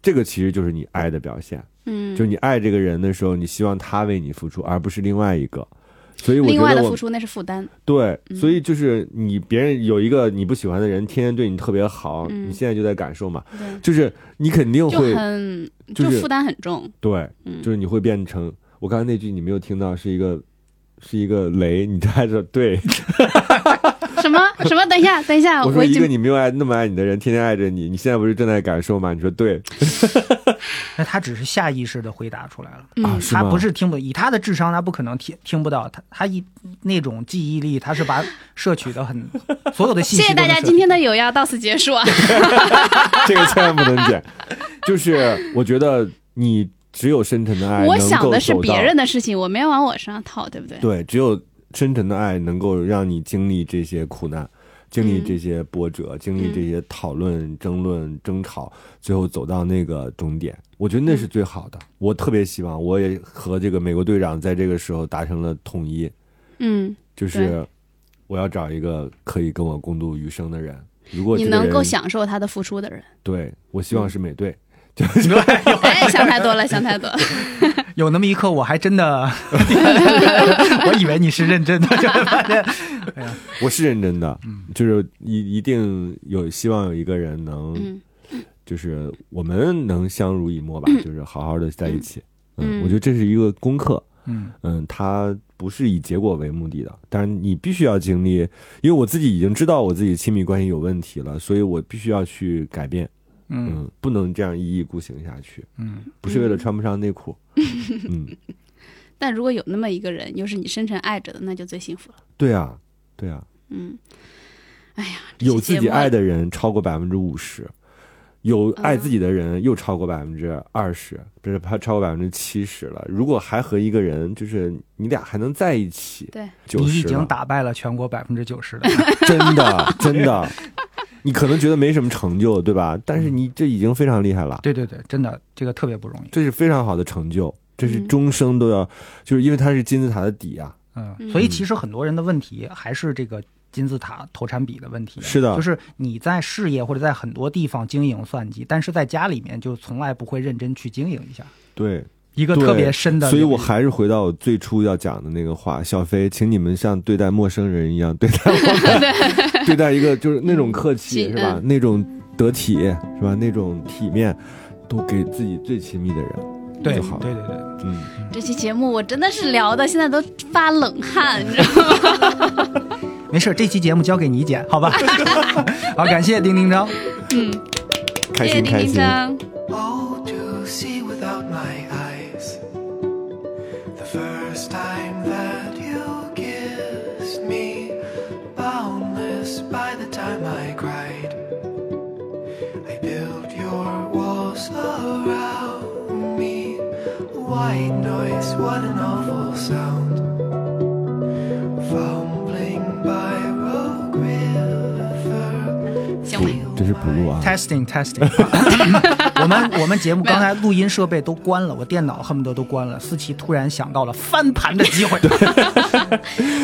这个其实就是你爱的表现。嗯，就你爱这个人的时候，你希望他为你付出，而不是另外一个。所以我另觉外得的我付出那是负担，对，嗯所以就是你别人有一个你不喜欢的人，天天对你特别好，嗯你现在就在感受嘛，对，就是你肯定就会很就就是负担很重，对，嗯，就是你会变成我刚才那句你没有听到，是一个是一个雷，你在这 对。什么什么？等一 下，等一下，我啊我说已一个经你没有爱那么爱你的人，天天爱着你，你现在不是正在感受吗？你说对那他只是下意识的回答出来了。啊，嗯，是他吗不是听不，以他的智商，他不可能听听不到。他他一那种记忆力，他是把 摄取的很所有的信谢息。谢大家，今天的有要到此结束 啊。 这个千万不能剪。就是我觉得你只有深沉的爱，我想的是哎能够走到别人的事情，我没有往我身上套，对不对？对，只有深沉的爱能够让你经历这些苦难，经嗯历这些波折，经历这些讨论、争论、争吵，最后走到那个终点。我觉得嗯那是最好的。我特别希望，我也和这个美国队长在这个时候达成了统一，嗯，就是我要找一个可以跟我共度余生的人。如果你这个能够人享受他的付出的 人。对我希望是美队，哎，想太多了，想太多了。 有那么一刻，我还真的， 我以为你是认真的， 就是发现我是认真的， 就是一一定有希望有一个人能、嗯，就是我们能相濡以沫吧，就是好好的在一起。嗯，嗯我觉得这是一个功课。嗯，嗯，它不是以结果为目的的，但是你必须要经历，因为我自己已经知道我自己亲密关系有问题了，所以我必须要去改变。嗯嗯，不能这样一意孤行下去，嗯，不是为了穿不上内裤。嗯， 但如果有那么一个人，又是你深沉爱着的，那就最幸福了。对啊，对啊， 嗯， 这期有自己节目爱的人超过百分之五十，有爱嗯自己的人又超过百分之二十，不是他超过百分之七十了。如果还和一个人，就是你俩还能在一起，对，九你已十经了，打败了全国百分之九十的。真的真的，你可能觉得没什么成就，对吧？但嗯是你这已经非常厉害了，对对对，真的这个特别不容易。这是非常好的成就，这是嗯终生都要，就是因为它是金字塔的底啊。嗯，所以其实很多人的问题还是这个金字塔投产比的问题。是的就是你在事业或者在很多地方经营算计，但是在家里面就从来不会认真去经营一下对，一个对特别深的领域。所以我还是回到我最初要讲的那个话，小飞，请你们像对待陌生人一样对待我们， 对待一个就是那种客气嗯是吧？那种得体是吧？那种体面，都给自己最亲密的人。对就好对对对，嗯，这期节目我真的是聊的，现在都发冷汗，你知道吗？没事，这期节目交给你剪，好吧？ 好，感谢丁丁张。开谢谢心丁开丁心。张。 Oh, to see without my eyes. The first time that white noise, what an awful sound. Fumbling by Rogue River. 行吧，这是补录啊，哎 testing testing，我们我们节目刚才录音设备都关了，我电脑恨不得都关了。思琪突然想到了翻盘的机会，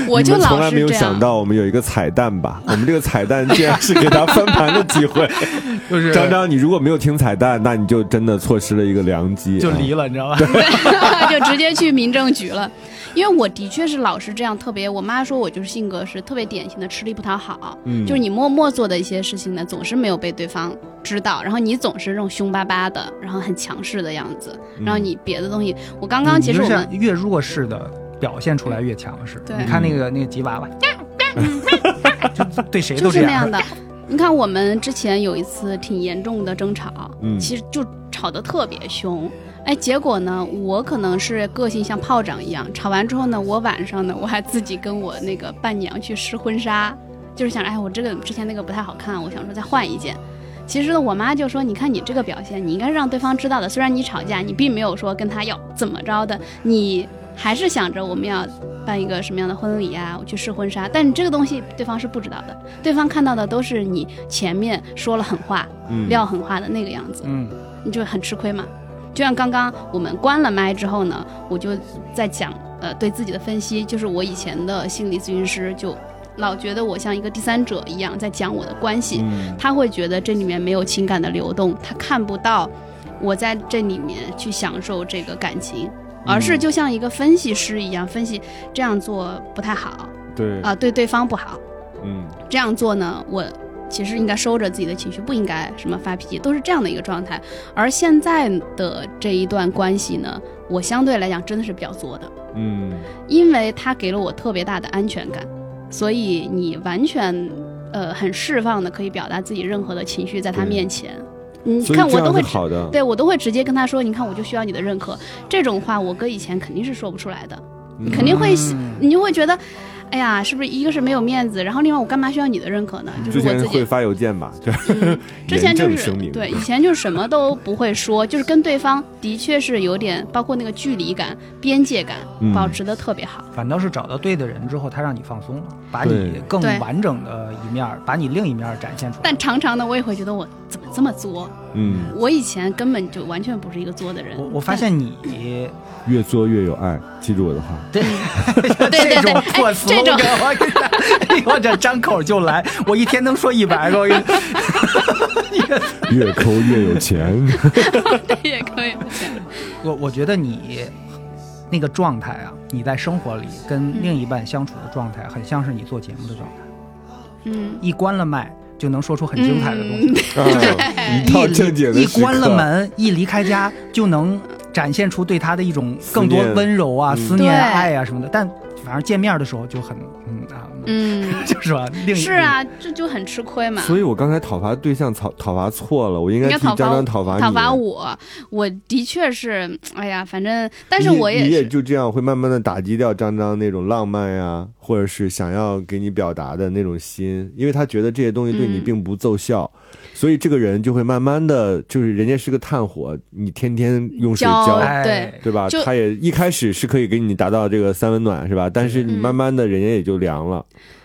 我就你们从老来是没有这想样。到我们有一个彩蛋 吧？我们这个彩蛋竟然是给他翻盘的机会。就是张张，你如果没有听彩蛋，那你就真的错失了一个良机。就啊离了，你知道吧？ 就直接去民政局了。因为我的确是老是这样，特别我妈说我就是性格是特别典型的吃力不讨好，嗯就是你默默做的一些事情呢，总是没有被对方知道，然后你总是那种凶巴巴的，然后很强势的样子，然后你别的东西，我刚刚其实我们嗯你就是越弱势的表现出来越强势。对嗯你看那个那个吉娃娃， 就对谁就都是这那样样。的。你看，我们之前有一次挺严重的争吵，嗯其实就吵得特别凶。哎，结果呢，我可能是个性像炮仗一样，吵完之后呢，我晚上呢，我还自己跟我那个伴娘去试婚纱，就是想着，哎，我这个之前那个不太好看，我想说再换一件。其实呢，我妈就说：“你看你这个表现，你应该让对方知道的。虽然你吵架，你并没有说跟他要怎么着的，你还是想着我们要办一个什么样的婚礼啊，我去试婚纱。但你这个东西对方是不知道的，对方看到的都是你前面说了狠话、嗯撂狠话的那个样子，嗯，你就很吃亏嘛。就像刚刚我们关了麦之后呢，我就在讲呃对自己的分析，就是我以前的心理咨询师就老觉得我像一个第三者一样在讲我的关系，嗯他会觉得这里面没有情感的流动，他看不到我在这里面去享受这个感情，嗯而是就像一个分析师一样分析这样做不太好啊、对，对对方不好，嗯这样做呢，我其实应该收着自己的情绪，不应该什么发脾气，都是这样的一个状态。而现在的这一段关系呢，我相对来讲真的是比较作的，嗯，因为他给了我特别大的安全感，所以你完全呃很释放的可以表达自己任何的情绪在他对面前。你所以嗯看这我都样会是好的。对我都会直接跟他说，你看我就需要你的认可，这种话我搁以前肯定是说不出来的，嗯肯定会嗯你就会觉得。哎呀，是不是一个是没有面子，然后另外我干嘛需要你的认可呢？就是之我前自己会发邮件吧，就是嗯之前就 严正是声明对，以前就是什么都不会说，就是跟对方的确是有点，包括那个距离感、边界感嗯，保持的特别好。反倒是找到对的人之后，他让你放松了，把对你更对完整的一面儿，把你另一面儿展现出来。但常常呢，我也会觉得我怎么这么作？嗯，我以前根本就完全不是一个作的人。我我发现你越做越有爱，记住我的话。对对这种哎破这 slogan，种我跟你说，我这张口就来，我一天能说一百个，我跟你越抠越有钱。 对， 也可以。我我觉得你那个状态啊，你在生活里跟另一半相处的状态，很像是你做节目的状态，嗯，一关了麦就能说出很精彩的东西，啊嗯一套正经的一时刻关了，门，一离开家就能展现出对他的一种更多思念温柔啊、嗯思念、啊、对爱啊什么的。但反正见面的时候就很嗯啊， 嗯， 就是吧，另一是，啊，这就很吃亏嘛。所以我刚才讨伐对象讨讨伐错了，我应该应该替张讨伐张讨伐你。讨伐我，我的确是，哎呀，反正，但是你我你也也是，就这样会慢慢的打击掉张张那种浪漫呀、或者是想要给你表达的那种心，因为他觉得这些东西对你嗯并不奏效，所以这个人就会慢慢的就是人家是个炭火，你天天用水浇啊浇。哎，对对吧就？他也一开始是可以给你达到这个三温暖，是吧？但是你嗯慢慢的，人家也就凉了。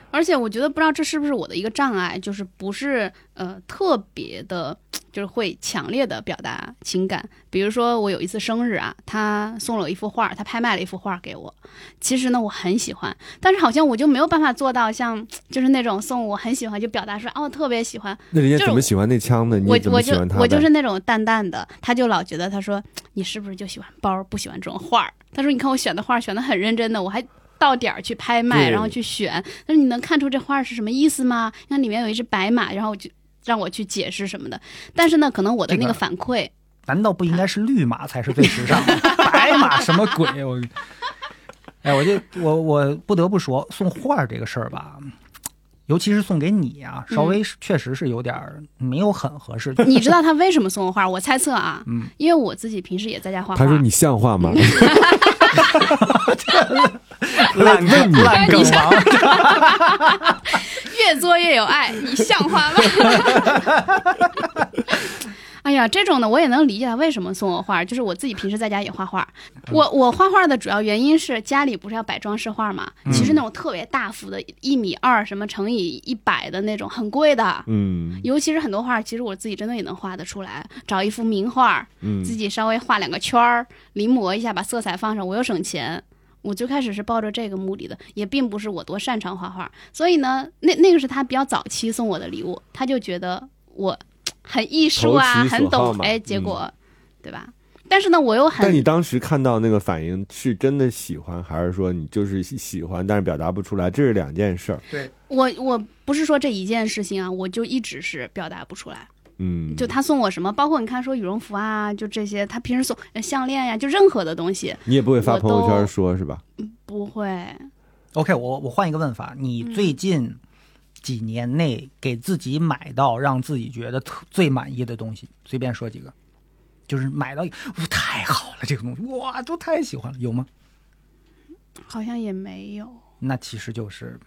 而且我觉得不知道这是不是我的一个障碍，就是不是呃特别的，就是会强烈的表达情感。比如说我有一次生日啊，他送了我一幅画，他拍卖了一幅画给我。其实呢，我很喜欢，但是好像我就没有办法做到像就是那种送我很喜欢就表达出来哦特别喜欢，那人就家是怎么喜欢那枪呢？你我也怎我么喜就欢他我就呗是那种淡淡的，他就老觉得他说你是不是就喜欢包，不喜欢这种画儿？他说你看我选的画儿选的很认真的，我还到点儿去拍卖，对然后去选。他说你能看出这画儿是什么意思吗？你看里面有一只白马，然后我就让我去解释什么的。但是呢，可能我的这那个个反馈，难道不应该是绿马才是最时尚的？白马什么鬼？我，哎，我就我我不得不说，送画儿这个事儿吧，尤其是送给你啊，稍微是确实是有点儿没有很合适。你知道他为什么送我画儿？我猜测啊，嗯因为我自己平时也在家画画。他说你像话吗？ 烂梗烂梗王，越作越有爱，你像话吗？哎呀，这种的我也能理解他为什么送我画，就是我自己平时在家也画画。我我画画的主要原因是家里不是要摆装饰画嘛，其实那种特别大幅的，一米二什么乘以一百的那种，很贵的。 嗯尤其是很多画，其实我自己真的也能画得出来。找一幅名画，嗯自己稍微画两个圈儿，临摹一下，把色彩放上，我又省钱。我最开始是抱着这个目的的，也并不是我多擅长画画，所以呢， 那那个是他比较早期送我的礼物，他就觉得我很艺术啊，投其所很好懂，嘛嗯哎，结果，对吧？但是呢，我又但很你当时看到那个反应，是真的喜欢，还是说你就是喜喜欢，但是表达不出来？这是两件事儿。我我不是说这一件事情啊，我就一直是表达不出来。嗯，就他送我什么，包括你看说羽绒服啊，就这些，他平时送呃项链呀、就任何的东西你也不会发我朋友都圈说是吧？不会。 OK，我我换一个问法，你嗯最近几年内给自己买到让自己觉得特最满意的东西，随便说几个，就是买到，哇太好了，这个东西，哇，都太喜欢了，有吗？好像也没有，那其实就是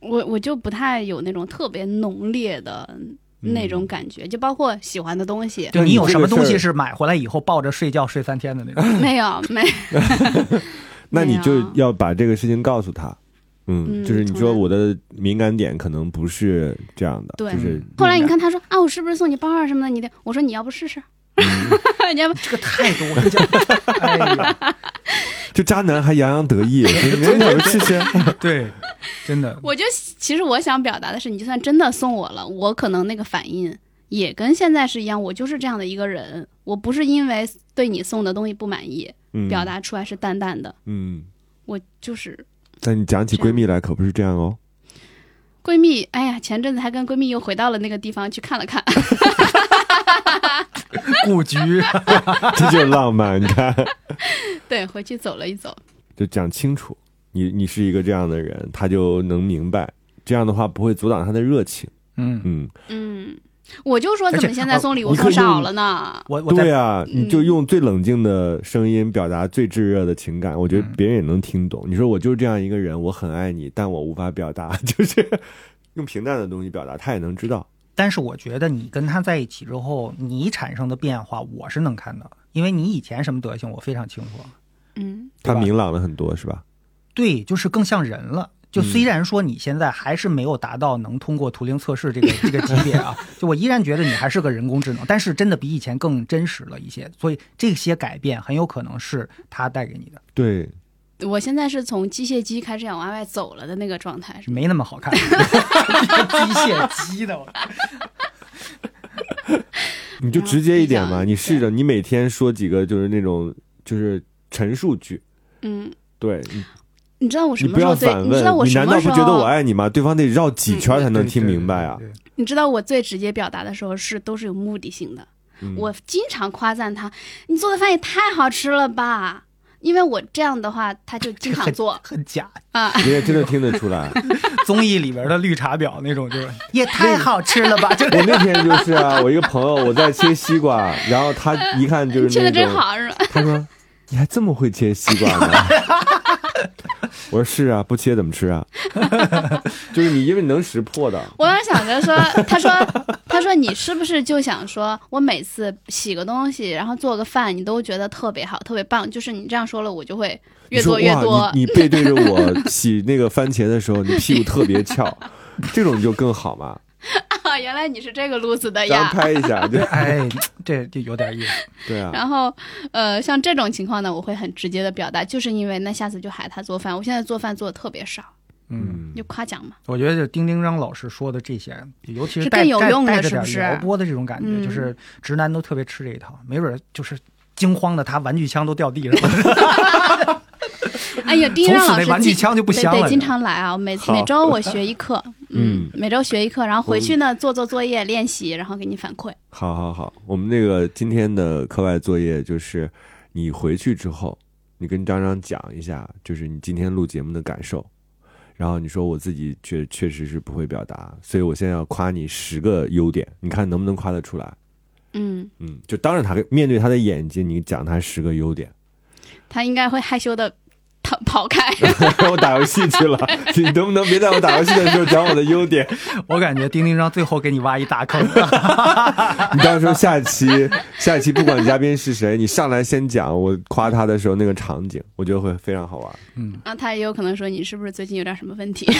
我我就不太有那种特别浓烈的那嗯种感觉，就包括喜欢的东 西，就你你有这什个么东事儿西是买回来以后抱着睡觉睡三天的那种？没有 没那你没就有要把这个事情告诉他。嗯，嗯就是你从说来我的敏感点可能不是这样的，对就是 后来你敏看他说啊，我是不是送你包啊什么的？你得我说你要不试试，嗯你要不这个太多了，这 样哎呀，感，就渣男还洋洋得 意，你没有试试？对，真的，我就其实我想表达的是，你就算真的送我了，我可能那个反应也跟现在是一样，我就是这样的一个人，我不是因为对你送的东西不满意，嗯表达出来是淡淡的，嗯，我就是但你讲起闺蜜来可不是这样哦。闺蜜，哎呀，前阵子还跟闺蜜又回到了那个地方去看了看。故居， 这就是浪漫，你看，对，回去走了一走。就讲清楚，你你是一个这样的人，他就能明白。这样的话不会阻挡他的热情。嗯，嗯，嗯，我就说而怎且么现在送礼啊你物可送以少用了呢？我我对在嗯啊，你就用最冷静的声音表达最炙热的情感，我觉得别人也能听懂。你说我就是这样一个人，我很爱你，但我无法表达， 就是用平淡的东西表达，他也能知道。但是我觉得你跟他在一起之后，你产生的变化我是能看到的，因为你以前什么德行我非常清楚。嗯，他对吧明朗了很多，是吧？对，就是更像人了。嗯就虽然说你现在还是没有达到能通过图灵测试这个这个级别啊， 就我依然觉得你还是个人工智能，但是真的比以前更真实了一些。所以这些改变很有可能是他带给你的，对，我现在是从机械机开始往外走了的那个状态，是吧？没那么好看， 机械机 的。你就直接一点然嘛，后你试着，你每天说几个就是那种就是陈述句，嗯，对，你你知道我什你么不时候要最？反你知道问，我你什难道么时不候？啊嗯觉得我爱你吗？对方得绕几圈才能听明白啊。你知道我最直接表达的时候是都是有目的性的。嗯我经常夸赞他，你做的饭也太好吃了吧？因为我这样的话，他就经常做很假，啊。人家真的听得 出来。综艺里边的绿茶婊那种，就是也太好吃了吧！就我那天就是啊，我一个朋友我在切西瓜，然后他一看 就你吃是那的真种，好，是吧？他说你还这么会切西瓜呢？ 我说是啊，不切怎么吃啊？ 就是你因为能识破的，我要想着说，他说，他说你是不是就想说，我每次洗个东西，然后做个饭，你都觉得特别好，特别棒，就是你这样说了，我就会越做越你说哇多你。你背对着我洗那个番茄的时候，你屁股特别翘，这种就更好嘛。啊， 原来你是这个路子的然后哎呀。拍一下，就 哎，这就有点意思。对啊。 然后，呃，像这种情况呢，我会很直接的表达，就是因为那下次就喊他做饭。我现在做饭做的特别少，嗯，你就夸奖嘛。我觉得就丁丁张老师说的这些，尤其是带更有带用的带是着不点是撩拨的这种感觉，嗯就是直男都特别吃这一套，没准儿就是惊慌的他玩具枪都掉地上了，哎呀，丁从让此老那师玩具经枪就不对香对，了。经常来啊，每好每周 我学一课，嗯嗯，每周学一课，然后回去呢做做作业练习，然后给你反馈。好好好，我们那个今天的课外作业就是，你回去之后，你跟张张讲一下，就是你今天录节目的感受，然后你说我自己确确实是不会表达，所以我现在要夸你十个优点，你看能不能夸得出来？嗯，嗯，就当着他面对他的眼睛，你讲他十个优点， 他应该会害羞的逃跑开。我打游戏去了，你能不能别在我打游戏的时候讲我的优点？我感觉丁丁章最后给你挖一大坑。你到时候下期下期不管嘉宾是谁，你上来先讲我夸他的时候那个场景，我觉得会非常好玩。啊那他也有可能说你是不是最近有点什么问题？